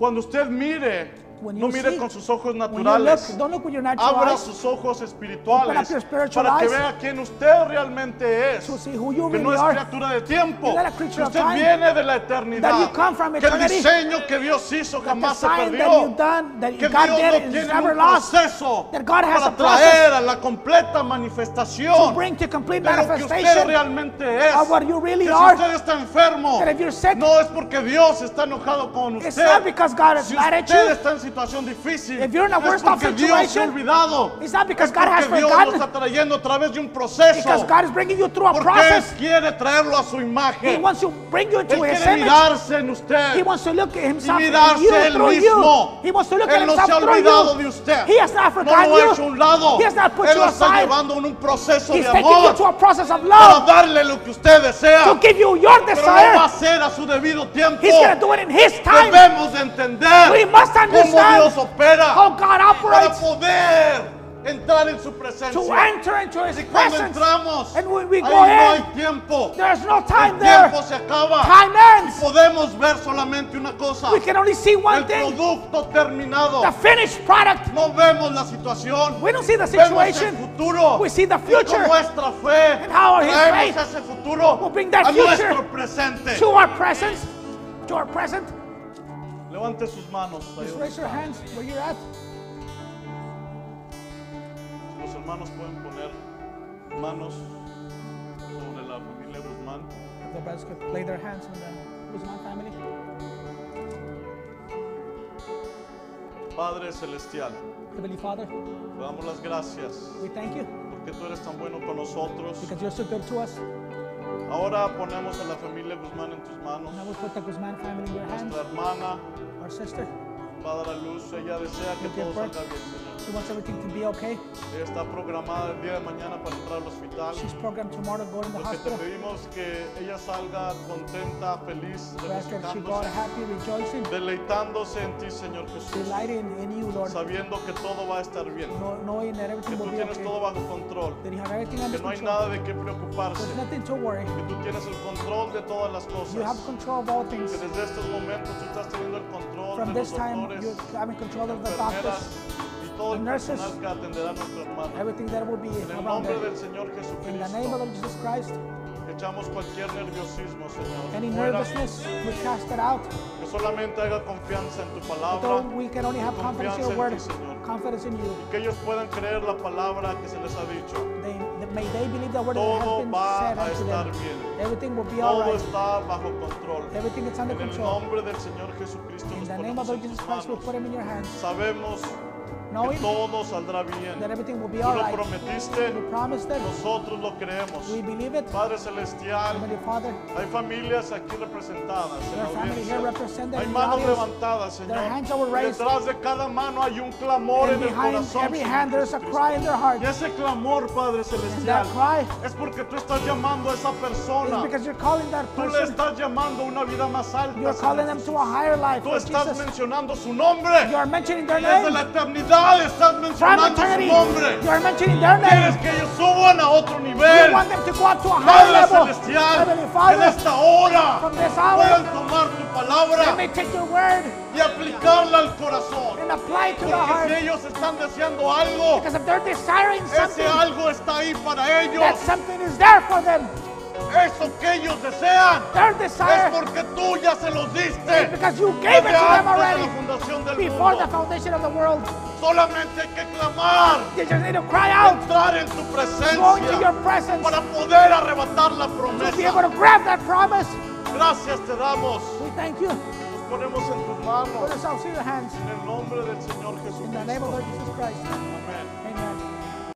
[SPEAKER 1] Cuando usted mire,
[SPEAKER 2] When
[SPEAKER 1] no
[SPEAKER 2] you
[SPEAKER 1] mire
[SPEAKER 2] see,
[SPEAKER 1] con sus ojos
[SPEAKER 2] When you look,
[SPEAKER 1] naturales.
[SPEAKER 2] don't look with your natural
[SPEAKER 1] Abra
[SPEAKER 2] eyes
[SPEAKER 1] sus ojos espirituales
[SPEAKER 2] Open up your spiritual
[SPEAKER 1] para que
[SPEAKER 2] eyes
[SPEAKER 1] vea quién usted realmente es.
[SPEAKER 2] to see who you
[SPEAKER 1] que no
[SPEAKER 2] really
[SPEAKER 1] es
[SPEAKER 2] are.
[SPEAKER 1] criatura de tiempo,
[SPEAKER 2] You're not a
[SPEAKER 1] que
[SPEAKER 2] creature of
[SPEAKER 1] usted
[SPEAKER 2] time.
[SPEAKER 1] viene de la eternidad,
[SPEAKER 2] you come from
[SPEAKER 1] que el
[SPEAKER 2] eternity.
[SPEAKER 1] diseño que Dios hizo
[SPEAKER 2] That the
[SPEAKER 1] jamás se
[SPEAKER 2] sign that
[SPEAKER 1] perdió,
[SPEAKER 2] you've done, that
[SPEAKER 1] que
[SPEAKER 2] God
[SPEAKER 1] Dios
[SPEAKER 2] did,
[SPEAKER 1] no
[SPEAKER 2] is
[SPEAKER 1] tiene
[SPEAKER 2] never
[SPEAKER 1] un
[SPEAKER 2] lost.
[SPEAKER 1] proceso
[SPEAKER 2] that God has
[SPEAKER 1] para
[SPEAKER 2] a process
[SPEAKER 1] traer a la completa manifestación
[SPEAKER 2] To bring to complete
[SPEAKER 1] de lo que usted
[SPEAKER 2] manifestation
[SPEAKER 1] realmente es.
[SPEAKER 2] of what you really
[SPEAKER 1] que
[SPEAKER 2] are.
[SPEAKER 1] si usted está enfermo,
[SPEAKER 2] That if you're sick,
[SPEAKER 1] no es porque Dios está enojado con usted.
[SPEAKER 2] It's not because God is
[SPEAKER 1] si
[SPEAKER 2] mad
[SPEAKER 1] usted
[SPEAKER 2] at you.
[SPEAKER 1] está en situación difícil,
[SPEAKER 2] If you're in a
[SPEAKER 1] no es
[SPEAKER 2] worse off
[SPEAKER 1] porque Dios se ha
[SPEAKER 2] situation,
[SPEAKER 1] olvidado,
[SPEAKER 2] it's not because
[SPEAKER 1] es
[SPEAKER 2] God has
[SPEAKER 1] porque Dios lo
[SPEAKER 2] forgotten.
[SPEAKER 1] está trayendo a través de un proceso.
[SPEAKER 2] Because God is bringing you through a
[SPEAKER 1] Porque
[SPEAKER 2] process.
[SPEAKER 1] Él quiere traerlo a su
[SPEAKER 2] He
[SPEAKER 1] imagen.
[SPEAKER 2] wants to bring you
[SPEAKER 1] Él
[SPEAKER 2] into His
[SPEAKER 1] quiere
[SPEAKER 2] image.
[SPEAKER 1] mirarse en
[SPEAKER 2] He
[SPEAKER 1] usted.
[SPEAKER 2] wants to look at
[SPEAKER 1] Y
[SPEAKER 2] himself in you,
[SPEAKER 1] mirarse Él
[SPEAKER 2] through
[SPEAKER 1] mismo.
[SPEAKER 2] you. He wants to look at
[SPEAKER 1] Él no
[SPEAKER 2] himself
[SPEAKER 1] se ha
[SPEAKER 2] through
[SPEAKER 1] olvidado
[SPEAKER 2] you.
[SPEAKER 1] de usted.
[SPEAKER 2] He has not
[SPEAKER 1] No lo
[SPEAKER 2] forgotten
[SPEAKER 1] ha
[SPEAKER 2] you.
[SPEAKER 1] hecho a un lado.
[SPEAKER 2] He has not put
[SPEAKER 1] Él
[SPEAKER 2] you
[SPEAKER 1] lo está
[SPEAKER 2] aside.
[SPEAKER 1] llevando en un proceso
[SPEAKER 2] He's
[SPEAKER 1] de
[SPEAKER 2] taking you to
[SPEAKER 1] amor
[SPEAKER 2] a process of
[SPEAKER 1] para
[SPEAKER 2] love
[SPEAKER 1] darle lo que usted desea.
[SPEAKER 2] to give you your
[SPEAKER 1] Pero no va a
[SPEAKER 2] desire.
[SPEAKER 1] ser a su debido tiempo.
[SPEAKER 2] He's going to do it in His time.
[SPEAKER 1] Debemos de entender
[SPEAKER 2] We must
[SPEAKER 1] cómo
[SPEAKER 2] understand
[SPEAKER 1] Dios opera
[SPEAKER 2] How God
[SPEAKER 1] para
[SPEAKER 2] operates
[SPEAKER 1] poder entrar en su
[SPEAKER 2] to
[SPEAKER 1] presencia.
[SPEAKER 2] enter into his
[SPEAKER 1] Y cuando
[SPEAKER 2] presence.
[SPEAKER 1] entramos,
[SPEAKER 2] And when we
[SPEAKER 1] ahí
[SPEAKER 2] go
[SPEAKER 1] no hay
[SPEAKER 2] in,
[SPEAKER 1] tiempo.
[SPEAKER 2] there's no
[SPEAKER 1] El
[SPEAKER 2] time there.
[SPEAKER 1] tiempo se acaba.
[SPEAKER 2] Time
[SPEAKER 1] Y
[SPEAKER 2] ends.
[SPEAKER 1] podemos ver solamente una cosa.
[SPEAKER 2] We can only see
[SPEAKER 1] El
[SPEAKER 2] one thing
[SPEAKER 1] producto terminado.
[SPEAKER 2] the finished product.
[SPEAKER 1] No vemos la situación.
[SPEAKER 2] We don't see the
[SPEAKER 1] Vemos el
[SPEAKER 2] situation.
[SPEAKER 1] futuro.
[SPEAKER 2] We see the
[SPEAKER 1] Y con
[SPEAKER 2] future.
[SPEAKER 1] nuestra fe
[SPEAKER 2] And how his
[SPEAKER 1] traemos
[SPEAKER 2] faith
[SPEAKER 1] ese futuro
[SPEAKER 2] will bring that
[SPEAKER 1] a
[SPEAKER 2] future
[SPEAKER 1] nuestro presente.
[SPEAKER 2] To our presence, to our present.
[SPEAKER 1] Levante sus manos. a
[SPEAKER 2] Just
[SPEAKER 1] Dios.
[SPEAKER 2] raise your hands where you're at.
[SPEAKER 1] Los hermanos pueden poner manos sobre la familia Guzmán.
[SPEAKER 2] If the brothers could lay their hands on the Guzman family.
[SPEAKER 1] Padre Celestial,
[SPEAKER 2] Heavenly Father,
[SPEAKER 1] te damos las gracias
[SPEAKER 2] we thank you
[SPEAKER 1] porque tú eres tan bueno con nosotros.
[SPEAKER 2] because you're so good to us.
[SPEAKER 1] Ahora ponemos a la familia Guzmán en tus manos.
[SPEAKER 2] And I will put the Guzman family in your hands.
[SPEAKER 1] Nuestra hermana
[SPEAKER 2] Our sister,
[SPEAKER 1] va a dar a luz. Ella desea que todo salga bien, Señor.
[SPEAKER 2] she wants everything to be okay.
[SPEAKER 1] Ella está programada el día de mañana para entrar al hospital.
[SPEAKER 2] She's programmed tomorrow to go to the
[SPEAKER 1] Lo que te
[SPEAKER 2] hospital.
[SPEAKER 1] pedimos que ella salga contenta, feliz,
[SPEAKER 2] We ask that she go out
[SPEAKER 1] regocijándose,
[SPEAKER 2] happy, rejoicing,
[SPEAKER 1] deleitándose en ti, Señor Jesús,
[SPEAKER 2] delighting in you, Lord,
[SPEAKER 1] sabiendo que todo va a estar bien.
[SPEAKER 2] know- knowing that
[SPEAKER 1] que
[SPEAKER 2] everything
[SPEAKER 1] tú
[SPEAKER 2] will be
[SPEAKER 1] tienes todo
[SPEAKER 2] okay.
[SPEAKER 1] bajo control,
[SPEAKER 2] That you have everything under
[SPEAKER 1] que no hay
[SPEAKER 2] control.
[SPEAKER 1] nada de qué preocuparse,
[SPEAKER 2] There's nothing to worry.
[SPEAKER 1] que tú tienes el control de todas las
[SPEAKER 2] Pues, You have
[SPEAKER 1] cosas,
[SPEAKER 2] control of all things.
[SPEAKER 1] que desde estos momentos tú estás teniendo el control
[SPEAKER 2] From
[SPEAKER 1] de
[SPEAKER 2] this
[SPEAKER 1] los
[SPEAKER 2] time, you
[SPEAKER 1] doctores,
[SPEAKER 2] have control of the
[SPEAKER 1] enfermeras
[SPEAKER 2] doctors,
[SPEAKER 1] y todo el
[SPEAKER 2] the nurses.
[SPEAKER 1] personal que atenderá a nuestro hermano.
[SPEAKER 2] everything that will be
[SPEAKER 1] En el
[SPEAKER 2] around
[SPEAKER 1] nombre
[SPEAKER 2] them.
[SPEAKER 1] del Señor
[SPEAKER 2] In the name of
[SPEAKER 1] Jesucristo,
[SPEAKER 2] the Jesus Christ,
[SPEAKER 1] echamos cualquier nerviosismo,
[SPEAKER 2] any
[SPEAKER 1] Señor, fuera,
[SPEAKER 2] nervousness, we cast it out.
[SPEAKER 1] que solamente haga confianza en tu
[SPEAKER 2] Though
[SPEAKER 1] palabra,
[SPEAKER 2] we can only have confidence in
[SPEAKER 1] Confianza
[SPEAKER 2] your
[SPEAKER 1] en
[SPEAKER 2] word,
[SPEAKER 1] ti, Señor.
[SPEAKER 2] confidence in you.
[SPEAKER 1] que ellos puedan creer la palabra que se les ha dicho.
[SPEAKER 2] They, that may they believe the word that
[SPEAKER 1] Todo
[SPEAKER 2] has been
[SPEAKER 1] va
[SPEAKER 2] said
[SPEAKER 1] a
[SPEAKER 2] unto them.
[SPEAKER 1] estar bien.
[SPEAKER 2] Everything will be all
[SPEAKER 1] Todo
[SPEAKER 2] right.
[SPEAKER 1] está bajo control.
[SPEAKER 2] Everything is under
[SPEAKER 1] En el
[SPEAKER 2] control.
[SPEAKER 1] nombre del Señor Jesucristo
[SPEAKER 2] In
[SPEAKER 1] los
[SPEAKER 2] the name
[SPEAKER 1] ponemos
[SPEAKER 2] of the
[SPEAKER 1] en
[SPEAKER 2] Lord Jesus
[SPEAKER 1] tus
[SPEAKER 2] Christ, we
[SPEAKER 1] manos.
[SPEAKER 2] put him in your hands,
[SPEAKER 1] Sabemos que
[SPEAKER 2] knowing
[SPEAKER 1] todo saldrá bien.
[SPEAKER 2] that everything will be
[SPEAKER 1] Tú
[SPEAKER 2] all
[SPEAKER 1] lo
[SPEAKER 2] right.
[SPEAKER 1] prometiste,
[SPEAKER 2] You promised it.
[SPEAKER 1] nosotros lo creemos.
[SPEAKER 2] We believe it.
[SPEAKER 1] Padre Celestial,
[SPEAKER 2] Heavenly Father,
[SPEAKER 1] hay familias aquí representadas en la
[SPEAKER 2] There are family here
[SPEAKER 1] audiencia.
[SPEAKER 2] represented
[SPEAKER 1] Hay
[SPEAKER 2] in the
[SPEAKER 1] manos
[SPEAKER 2] audience.
[SPEAKER 1] levantadas, Señor.
[SPEAKER 2] Their hands are
[SPEAKER 1] Y
[SPEAKER 2] raised.
[SPEAKER 1] Detrás de cada mano hay un clamor
[SPEAKER 2] and
[SPEAKER 1] en el
[SPEAKER 2] behind
[SPEAKER 1] corazón.
[SPEAKER 2] every
[SPEAKER 1] Señor
[SPEAKER 2] hand there's a
[SPEAKER 1] Jesucristo.
[SPEAKER 2] cry in their heart.
[SPEAKER 1] Y ese clamor, Padre Celestial,
[SPEAKER 2] cry
[SPEAKER 1] es porque tú estás llamando a esa
[SPEAKER 2] It's
[SPEAKER 1] persona.
[SPEAKER 2] because you're calling that
[SPEAKER 1] Tú le
[SPEAKER 2] person,
[SPEAKER 1] estás llamando a una vida más alta.
[SPEAKER 2] you're
[SPEAKER 1] Señor
[SPEAKER 2] calling them to a
[SPEAKER 1] Jesús.
[SPEAKER 2] higher life.
[SPEAKER 1] Tú
[SPEAKER 2] Lord
[SPEAKER 1] estás
[SPEAKER 2] Jesus.
[SPEAKER 1] mencionando su nombre.
[SPEAKER 2] You're mentioning their
[SPEAKER 1] Desde la
[SPEAKER 2] name.
[SPEAKER 1] eternidad estás
[SPEAKER 2] From
[SPEAKER 1] mencionando su
[SPEAKER 2] eternity,
[SPEAKER 1] nombre.
[SPEAKER 2] you're mentioning their
[SPEAKER 1] Quieres
[SPEAKER 2] name.
[SPEAKER 1] que ellos suban a otro nivel.
[SPEAKER 2] You want them to go up to a higher
[SPEAKER 1] Padre
[SPEAKER 2] level.
[SPEAKER 1] celestial,
[SPEAKER 2] Heavenly
[SPEAKER 1] en
[SPEAKER 2] Father,
[SPEAKER 1] esta hora
[SPEAKER 2] from this hour,
[SPEAKER 1] puedan tomar tu
[SPEAKER 2] let
[SPEAKER 1] palabra
[SPEAKER 2] me take your word
[SPEAKER 1] y aplicarla al corazón.
[SPEAKER 2] and apply it to the
[SPEAKER 1] Porque si
[SPEAKER 2] heart.
[SPEAKER 1] ellos están deseando algo,
[SPEAKER 2] Because if they're desiring
[SPEAKER 1] ese
[SPEAKER 2] something,
[SPEAKER 1] algo está ahí para
[SPEAKER 2] that
[SPEAKER 1] ellos.
[SPEAKER 2] something is there for them.
[SPEAKER 1] Eso que ellos desean
[SPEAKER 2] Their
[SPEAKER 1] es
[SPEAKER 2] desire
[SPEAKER 1] porque tú ya se los
[SPEAKER 2] is
[SPEAKER 1] diste.
[SPEAKER 2] because you
[SPEAKER 1] Desde
[SPEAKER 2] gave it to them
[SPEAKER 1] antes de la
[SPEAKER 2] already.
[SPEAKER 1] fundación del
[SPEAKER 2] Before the
[SPEAKER 1] mundo.
[SPEAKER 2] foundation of the world,
[SPEAKER 1] Solamente hay que clamar,
[SPEAKER 2] you just need to cry out,
[SPEAKER 1] entrar en tu
[SPEAKER 2] go into
[SPEAKER 1] presencia
[SPEAKER 2] your presence,
[SPEAKER 1] para poder arrebatar la
[SPEAKER 2] to be able
[SPEAKER 1] promesa.
[SPEAKER 2] to grab that promise.
[SPEAKER 1] Gracias te damos.
[SPEAKER 2] We thank you.
[SPEAKER 1] Nos ponemos en tus
[SPEAKER 2] Put
[SPEAKER 1] manos.
[SPEAKER 2] ourselves in your hands.
[SPEAKER 1] En el nombre del Señor
[SPEAKER 2] In the name
[SPEAKER 1] Jesucristo.
[SPEAKER 2] of Lord Jesus Christ.
[SPEAKER 1] Amén.
[SPEAKER 2] Amen.